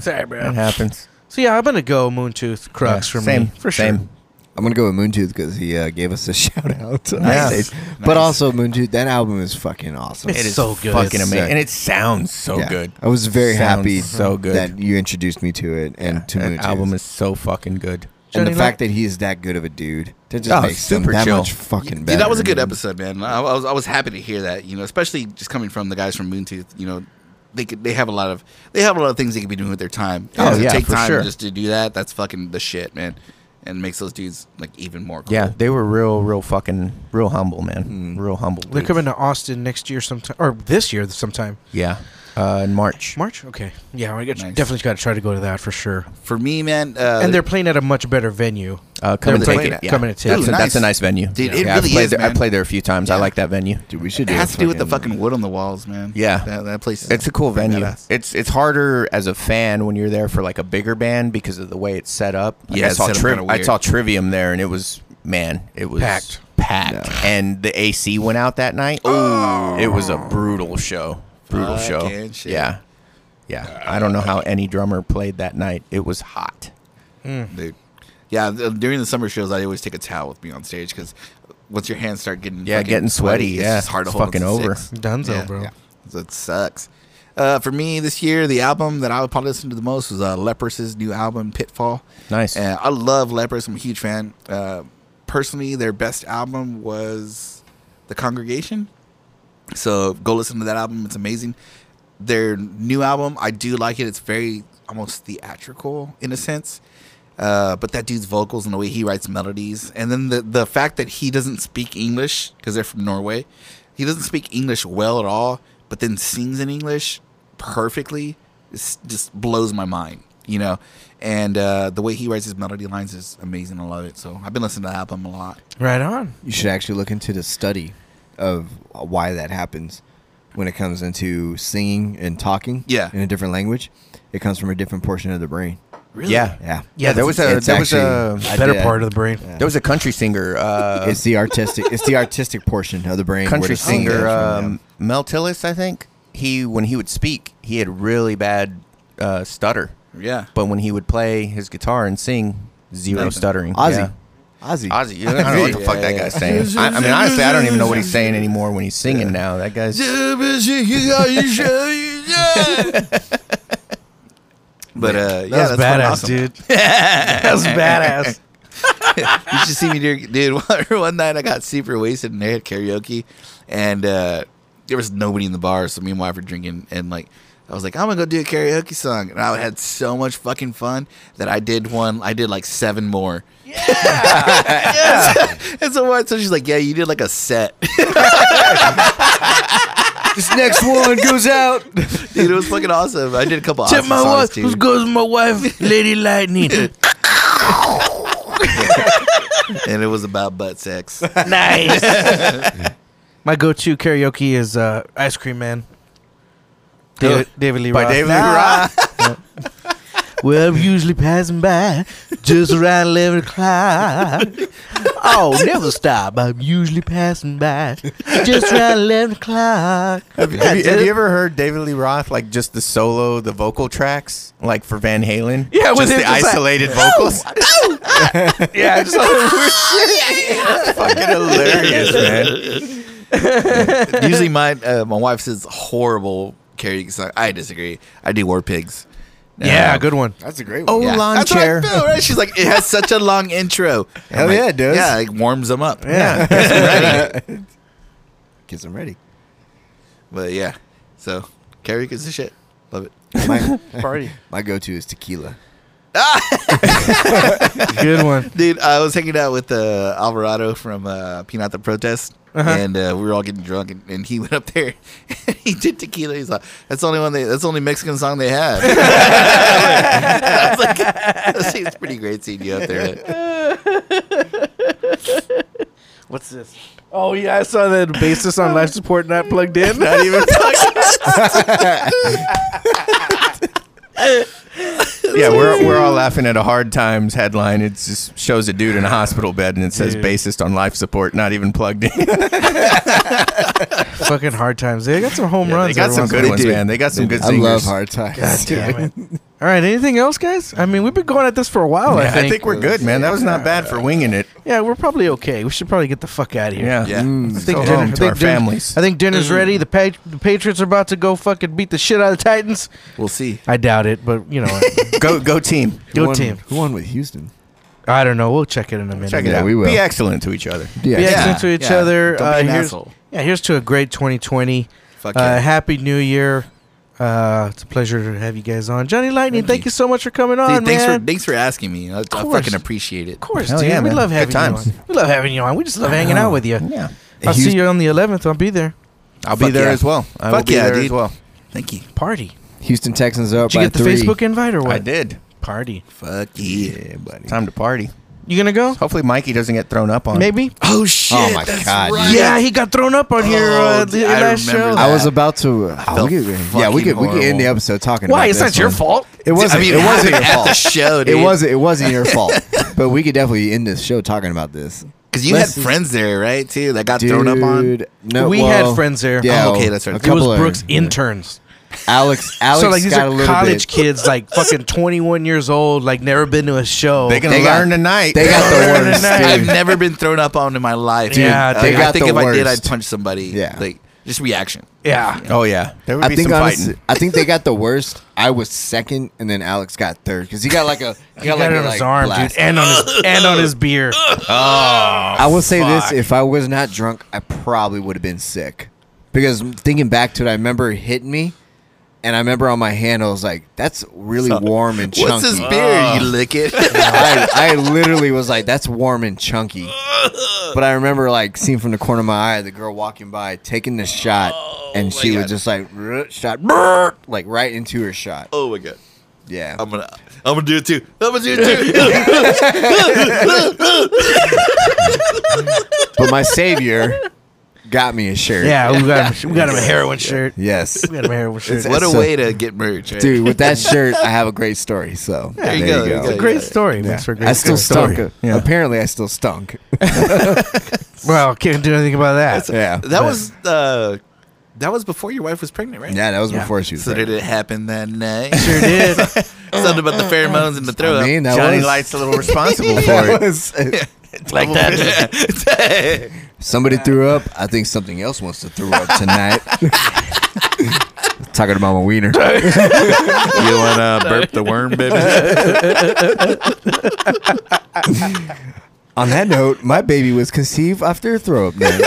A: Sorry,
D: It
A: bro.
D: happens.
A: So yeah, I'm gonna go Moontooth Crux
D: Yeah,
A: for
D: same,
A: me for sure.
D: same.
C: I'm gonna go with Moontooth because he uh, gave us a *laughs* shout out. on
D: Nice.
C: stage. But also Moontooth, that album is fucking awesome.
A: It's
D: It is
A: so good.
D: Fucking
C: It's
D: amazing.
C: sick.
D: And it sounds so
C: Yeah.
D: good.
C: I was very
D: Sounds
C: happy
D: so good.
C: that you introduced me to it and to
D: that
C: Moontooth.
D: album is so fucking good.
C: and the
A: Johnny
C: fact that he's that good of a dude, that just
D: Oh,
C: makes super
D: super
C: that
D: chill.
C: much fucking
B: Dude,
C: better.
B: that was a good
C: dude.
B: episode, man. I, I was I was happy to hear that. You know, especially just coming from the guys from Moontooth. You know, they could they have a lot of they have a lot of things they could be doing with their time.
D: Oh,
B: to
D: yeah,
B: take
D: for
B: time
D: sure.
B: just to do that. That's fucking the shit, man. And makes those dudes like even more. Cool.
D: Yeah, they were real, real fucking, real humble, man. Real humble.
A: They're
D: dudes.
A: coming to Austin next year sometime, or this year sometime.
D: Yeah, uh, in March.
A: March? Okay. Yeah, I got,
B: Nice.
A: definitely got to try to go to that for sure.
B: For me, man. Uh,
A: and they're playing at a much better venue.
D: Uh,
A: They're
D: come and
A: playing
D: take
A: at-
D: it. Yeah.
A: coming to
D: that's,
B: Ooh,
D: a, that's a
B: nice.
D: nice venue.
B: Dude, it
D: I
B: really
D: played
B: is,
D: There, I
B: man.
D: played there a few times. I like that venue.
C: Dude, we should
B: It
C: do a
B: has to do with the fucking wood on the walls, man.
D: Yeah.
B: that, that place. Is
D: It's a cool
B: pretty
D: venue.
B: badass.
D: It's it's harder as a fan when you're there for like a bigger band because of the way it's set up. Like,
B: Yeah,
D: I
B: it's
D: saw
B: set up
D: Tri-
B: kinda
D: I
B: weird.
D: saw Trivium there, and it was man, it was
A: Packed.
D: packed, and the AC went out that night. Oh, it was a brutal show. Brutal show.
B: Fucking shit.
D: Yeah, yeah. I don't know how any drummer played that night. It was hot.
B: dude. Yeah, th- uh, during the summer shows, I always take a towel with me on stage because once your hands start getting
D: Yeah,
B: fucking
D: getting sweaty, yeah,
B: it's just hard to
D: it's
B: hold
D: fucking
B: on to
D: over.
B: six.
A: Dunzo,
B: Yeah.
A: bro.
B: So it sucks. Uh, for me this year, the album that I would probably listen to the most was uh, Leprous' new album, Pitfall.
D: Nice.
B: And I love Leprous. I'm a huge fan. Uh, personally, their best album was The Congregation. So go listen to that album. It's amazing. Their new album, I do like it. It's very almost theatrical in a sense. Uh, but that dude's vocals and the way he writes melodies, and then the the fact that he doesn't speak English because they're from Norway, he doesn't speak English well at all, but then sings in English perfectly. It's just blows my mind, you know. And uh, the way he writes his melody lines is amazing. I love it. So I've been listening to that album a lot.
A: Right on.
C: You should actually look into the study of why that happens when it comes into singing and talking
B: Yeah.
C: in a different language. It comes from a different portion of the brain.
B: Really?
D: Yeah.
C: Yeah.
A: Yeah,
D: there was a
C: it's
D: there was a
C: actually- I
A: Better
C: did.
A: part of the brain.
D: there was a country
C: *laughs*
D: singer, uh,
C: it's the artistic it's the artistic portion of the brain. where
D: country
C: the song
D: singer
C: comes from,
D: um, Mel Tillis, I think. He when he would speak, he had really bad uh, stutter,
B: Yeah.
D: but when he would play his guitar and sing, zero
B: Nothing.
D: stuttering.
C: yeah.
D: um, Yeah.
C: Ozzy. Ozzy.
D: Ozzy, you know, I don't know what the
B: Yeah,
D: fuck that
B: yeah.
D: guy's saying. I, I mean, honestly, I don't even know what he's saying anymore when he's singing now. That guy's
B: But uh, yeah,
A: That was
B: that's
A: badass,
B: fucking awesome.
A: dude. *laughs* that was badass.
B: you should see me, do- dude. *laughs* One, one night I got super wasted and they had karaoke, and uh, there was nobody in the bar, so me and my wife were drinking, and like I was like, I'm gonna go do a karaoke song, and I had so much fucking fun that I did one. I did like seven more. Yeah, *laughs* and so what? So she's like, Yeah, you did like a set.
C: this next one goes
D: *laughs*
C: out.
B: Dude, it was fucking awesome. I did a couple
A: Tip
B: awesome
A: my
B: songs
A: wife.
B: too.
A: Who's goes my wife, Lady Lightning?
B: *laughs* and it was about butt sex.
A: nice. my go-to karaoke is uh, Ice Cream Man. David, David Lee
D: *laughs* by
A: Roth.
D: David Lee Roth.
A: Well, I'm usually passing by just around 11 o'clock. Oh, never stop. I'm usually passing by just around 11 o'clock.
D: Have, you- have you, have you ever heard David Lee Roth like just the solo, the vocal tracks, like for Van Halen?
A: Yeah, with
D: just
A: him
D: the
A: just like-
D: isolated vocals.
A: *laughs* Yeah, I just "Oh,
D: Fucking hilarious, man.
B: Usually, my uh, my wife says horrible karaoke song. I disagree. I do War Pigs.
A: yeah,
B: Um,
A: good one.
C: That's a great
D: Oh,
C: one.
B: Yeah.
D: lawn
B: That's
D: chair.
B: What I feel, right? She's like, it has such a long intro.
C: *laughs*
B: And I'm
C: Hell
B: like,
C: yeah, it does.
B: Yeah, it warms them up.
D: Yeah.
C: Gets them ready.
B: But yeah, so karaoke is the shit. Love it.
C: My,
A: Party.
C: my go to is tequila.
A: Good one.
B: Dude, I was hanging out with uh, Alvarado from uh, Peanut the Protest, and uh, we were all getting drunk, and, and he *laughs* went up there and he did tequila. He's like, that's the only one they, that's the only Mexican song they have. *laughs* I was like, I was like, it's pretty great seeing you up there.
A: What's this? Oh, yeah, I saw that bassist on life support not plugged
D: *laughs*
A: in.
B: Not even
D: yeah, we're, we're all laughing at a hard times headline. It just shows a dude in a hospital bed and it says
A: Dude.
D: bassist on life support, not even plugged in. *laughs*
A: Fucking hard times. They got some home
D: Yeah,
A: runs.
D: they got
A: every
D: some
A: once in a
D: good
A: while.
D: ones,
B: do.
D: man. They got some good
C: I
D: singers.
C: love hard times.
A: God damn it. All right, anything else, guys? I mean, we've been going at this for a while,
D: Yeah,
A: I think.
D: we're good, man. That was not bad for winging it.
A: Yeah, we're probably okay. We should probably get the fuck out of here.
D: Yeah.
B: Yeah.
A: I think
D: Go
A: dinner-
D: home
A: I
D: to
A: think
D: our
A: dinner-
D: families.
A: I think dinner's ready. The, pa- the Patriots are about to go fucking beat the shit out of the Titans.
B: We'll see.
A: I doubt it, but *laughs* you know,
D: Go go team.
C: Who
A: go
C: won-
A: team.
C: Who won with Houston?
A: I don't know. We'll check it in a minute.
D: Check it
C: Yeah,
D: out.
C: we will.
D: Be excellent to each other.
A: Be excellent to each
B: yeah.
A: other.
B: Don't be
A: uh,
B: an
A: here's,
B: asshole.
A: Yeah, here's to a great 2020.
B: Fuck
A: Uh,
B: yeah.
A: happy New Year. Uh, it's a pleasure to have you guys on, Johnny Lightning. Thank you so much for coming on,
B: Dude, thanks
A: man.
B: for thanks for asking me. I, I
A: course.
B: fucking appreciate it.
A: of course,
D: Hell
A: dude.
D: yeah,
A: we
D: man.
A: love
D: Good
A: having you
D: times.
A: on. We love having you on. We just love hanging out with you.
D: Yeah.
A: I'll
C: Houston-
A: see you on the 11th. I'll be there.
D: I'll be
B: Fuck
D: there
B: yeah.
D: as well. I will
B: Fuck
D: be
B: yeah,
D: there
B: dude.
D: as well.
B: Thank you.
A: Party.
C: Houston Texans are up
A: Did you
C: by
A: get the
C: three.
A: Facebook invite or what?
D: I did.
A: Party.
B: Fuck
C: Yeah, buddy.
D: Time to party.
A: You gonna go?
D: Hopefully Mikey doesn't get thrown up on.
A: Maybe.
B: Oh shit!
C: Oh, my God.
A: Yeah, he got thrown up on your uh,
B: Oh,
A: the
B: dude, I
A: last
B: remember
A: show.
B: that.
C: I was about to. oh,
B: felt
C: we could- yeah,
B: fucking
C: we could we could end
B: horrible.
C: the episode talking.
A: Why?
C: about
A: It's
C: this
A: not your
C: one.
A: fault.
C: It wasn't.
B: I mean,
C: it wasn't your
B: at the
C: fault.
B: show,
C: It
B: dude.
C: wasn't. It wasn't
A: *laughs*
C: your fault. But we could definitely end this show talking about this.
B: because you had
C: Listen.
B: friends there, right? Too that got
C: Dude,
B: thrown up on.
C: No,
A: We
C: well,
A: had friends there.
C: Yeah,
B: Oh, okay, that's right.
C: a
B: It
A: It was
C: couple of-
A: Brooks' interns. *laughs*
C: Alex. Alex
A: so like these
C: got a
A: are
C: little
A: college
C: bit.
A: kids, like fucking twenty one years old, like never been to a show.
D: They can
C: They got-
D: learn tonight.
C: They got the
A: Learning
C: worst.
A: tonight.
C: dude.
B: I've never been thrown up on in my life.
A: Yeah,
B: Like,
A: they
B: I
C: got
B: think
C: the
B: if I did,
C: worst.
B: I'd punch somebody.
C: Yeah.
B: like just reaction.
A: Yeah.
D: *laughs* Oh yeah, there would
C: I
D: be
C: think
D: some
C: honestly,
D: fighting.
C: I think
A: *laughs*
C: they got the worst. I was second, and then Alex got third because he got like a he got,
A: He got
C: like
A: it
C: a,
A: on
C: like,
A: his arm,
C: blast.
A: dude, and on his and on his beer.
C: I will say
D: fuck.
C: this: if I was not drunk, I probably would have been sick. Because thinking back to it, I remember it hitting me, and I remember on my hand, I was like, "That's really warm and chunky."
B: What's this beer?
D: Oh.
B: You lick
D: *laughs*
B: it.
C: I, I literally was like, "That's warm
B: *laughs*
C: and chunky," but I remember like seeing from the corner of my eye the girl walking by taking the shot,
B: Oh
C: and she was just like "Ruh," shot "Brrr," like right into her shot.
B: oh my god.
C: Yeah,
B: I'm gonna I'm gonna do it too. I'm gonna do it too.
C: *laughs* but my savior got me a shirt.
A: Yeah, we got him, we got him a heroin shirt.
C: Yes,
A: We got him a heroin shirt.
B: what a
C: So-
B: way to get merch, right?
C: dude. With that shirt, I have a great story. So
B: There you go, there you go.
A: Great story. Makes for a great
C: I still
A: story.
C: stunk.
D: Yeah.
C: Apparently, I still stunk. *laughs*
A: Well, can't do anything about that.
C: yeah,
B: That was uh, that was before your wife was pregnant, right?
C: yeah. That was
A: Yeah.
C: before she was.
B: So
C: *laughs*
B: did
C: pregnant.
B: it happen that night?
A: sure did.
B: *laughs* Something about the pheromones and the throw up.
C: I mean, that
D: Johnny
C: was,
D: Light's a little
C: *laughs*
D: responsible
C: that
D: for it.
C: was-
A: like that. *laughs*
B: *laughs*
C: somebody threw up. I think something else wants to throw up *laughs* tonight. Talking about my *laughs* wiener.
B: you wanna burp the
A: *laughs*
B: worm, baby?
C: On that note, my baby was conceived after a throw up night.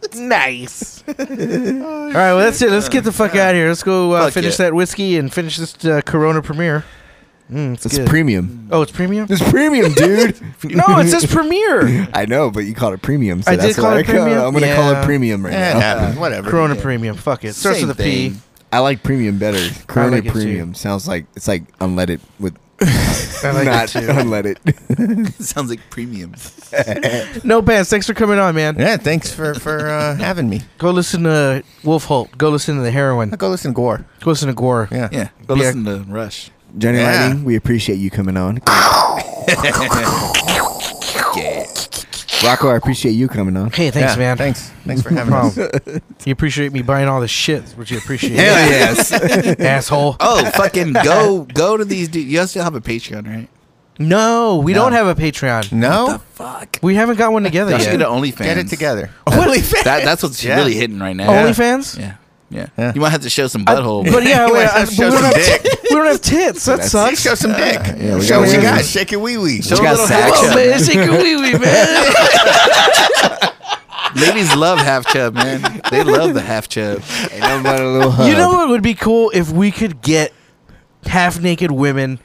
A: *laughs* nice. All right, well that's it. Let's get the fuck out of here. Let's go uh,
B: Fuck
A: finish
B: yeah.
A: that whiskey and finish this uh, Corona premiere. Mm, it's
C: It's
A: good.
C: premium.
A: oh, it's premium.
C: *laughs* It's premium, *laughs* dude.
A: *laughs* no, it says premiere.
C: I know, but you called it premium. So
A: I did
C: that's
A: call
C: what
A: it
C: I
A: premium?
C: am gonna call
A: Yeah.
C: it premium right
D: Yeah,
C: now.
D: it happens. Whatever.
A: Corona premium. Fuck it. Starts
B: Same
A: with a P.
B: thing.
C: I like premium better. Corona
A: like it too.
C: premium sounds like it's like unleaded with
A: *laughs* I like
C: *laughs* not
A: it too.
C: unleaded.
B: *laughs* Sounds like premium.
A: No bands. Thanks for coming on, man.
D: Yeah, thanks for for uh, having me.
A: Go listen to Wolf Holt. Go listen to the heroin.
D: I'll go listen to Gore.
A: Go listen to Gore.
D: Yeah.
B: Yeah. *laughs* Go
A: Yeah.
B: listen to Rush.
C: Johnny
D: Yeah.
C: Lightning, we appreciate you coming on. Rocco, I appreciate you coming on.
A: Hey, thanks,
D: Yeah,
A: man.
D: Thanks. Thanks for
A: *laughs*
D: having
A: No
D: us.
A: problem. you appreciate me buying all the shit, is what you appreciate,
C: Hell yes.
A: asshole.
B: Oh, fucking go go to these dudes. You guys still have a Patreon, right?
A: No, we
D: No.
A: don't have a Patreon.
D: *laughs* No.
B: Fuck.
A: We haven't got one together
B: Y'all
A: yet.
B: should Oh, get an OnlyFans.
D: Get it together.
A: Oh, What? *laughs*
B: That, that's *laughs* what's
D: Yeah.
B: really hitting right now.
A: OnlyFans?
B: Yeah. Yeah.
D: Yeah.
B: You might have to show some
A: I-
B: butthole.
A: But yeah,
D: You
A: wait,
D: wanna
A: I- but we,
D: show
A: don't
D: some
A: have *laughs*
D: dick.
A: we don't have tits. That
C: That's-
D: *laughs*
A: sucks.
D: Show some dick.
C: yeah, we
D: Show
C: got
D: what you
C: one.
D: got. Shake your wee wee.
B: Show
C: got
B: a little
C: sack
B: half
D: *laughs*
A: Oh,
B: chub.
A: man, it's like a wee wee, man.
B: Ladies love half chub, *laughs* man. They love the half chub.
C: Ain't nothing but a little hug.
A: You know what would be cool if we could get half naked women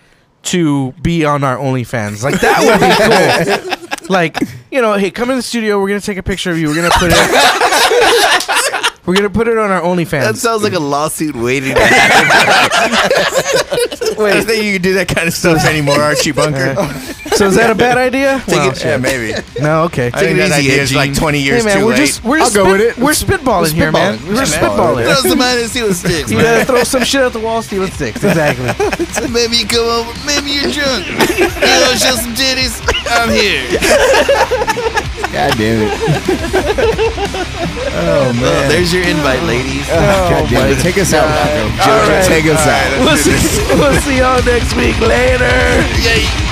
A: to be on our OnlyFans. Like that would be
C: *laughs*
A: cool. like you know, hey, come in the studio. We're gonna take a picture of you. We're gonna put it. we're gonna put it *laughs* on our
B: That
A: OnlyFans.
B: sounds like a lawsuit waiting. to happen.
D: I don't think you can do that kind of *laughs* stuff anymore, Archie *laughs* Bunker.
C: *laughs*
A: so is that a bad idea? Well,
B: it-
D: yeah, maybe.
A: no, okay.
D: I think
B: it
D: that
B: easy,
D: idea is like
B: Gene.
D: 20 years
A: Hey man,
D: too
A: we're
D: late.
A: just we're
C: I'll
A: spit,
C: go with it.
A: We're spitballing here, man.
C: spitballing.
A: We're
C: Yeah,
B: *laughs*
C: man.
B: Throw
A: spitballing.
B: some out and see what sticks,
A: You
B: man.
A: gotta throw some shit at the wall, see what
C: *laughs*
A: sticks. Exactly.
B: Maybe you come over. Maybe you're *laughs* drunk. You know, show some titties. I'm here.
C: God damn it.
B: Oh, there's your invite, ladies.
C: God damn it. Take us out, Rocco. Just
A: right.
C: Take us out. *laughs*
A: we'll see y'all next week. Later.
B: *laughs* Yay.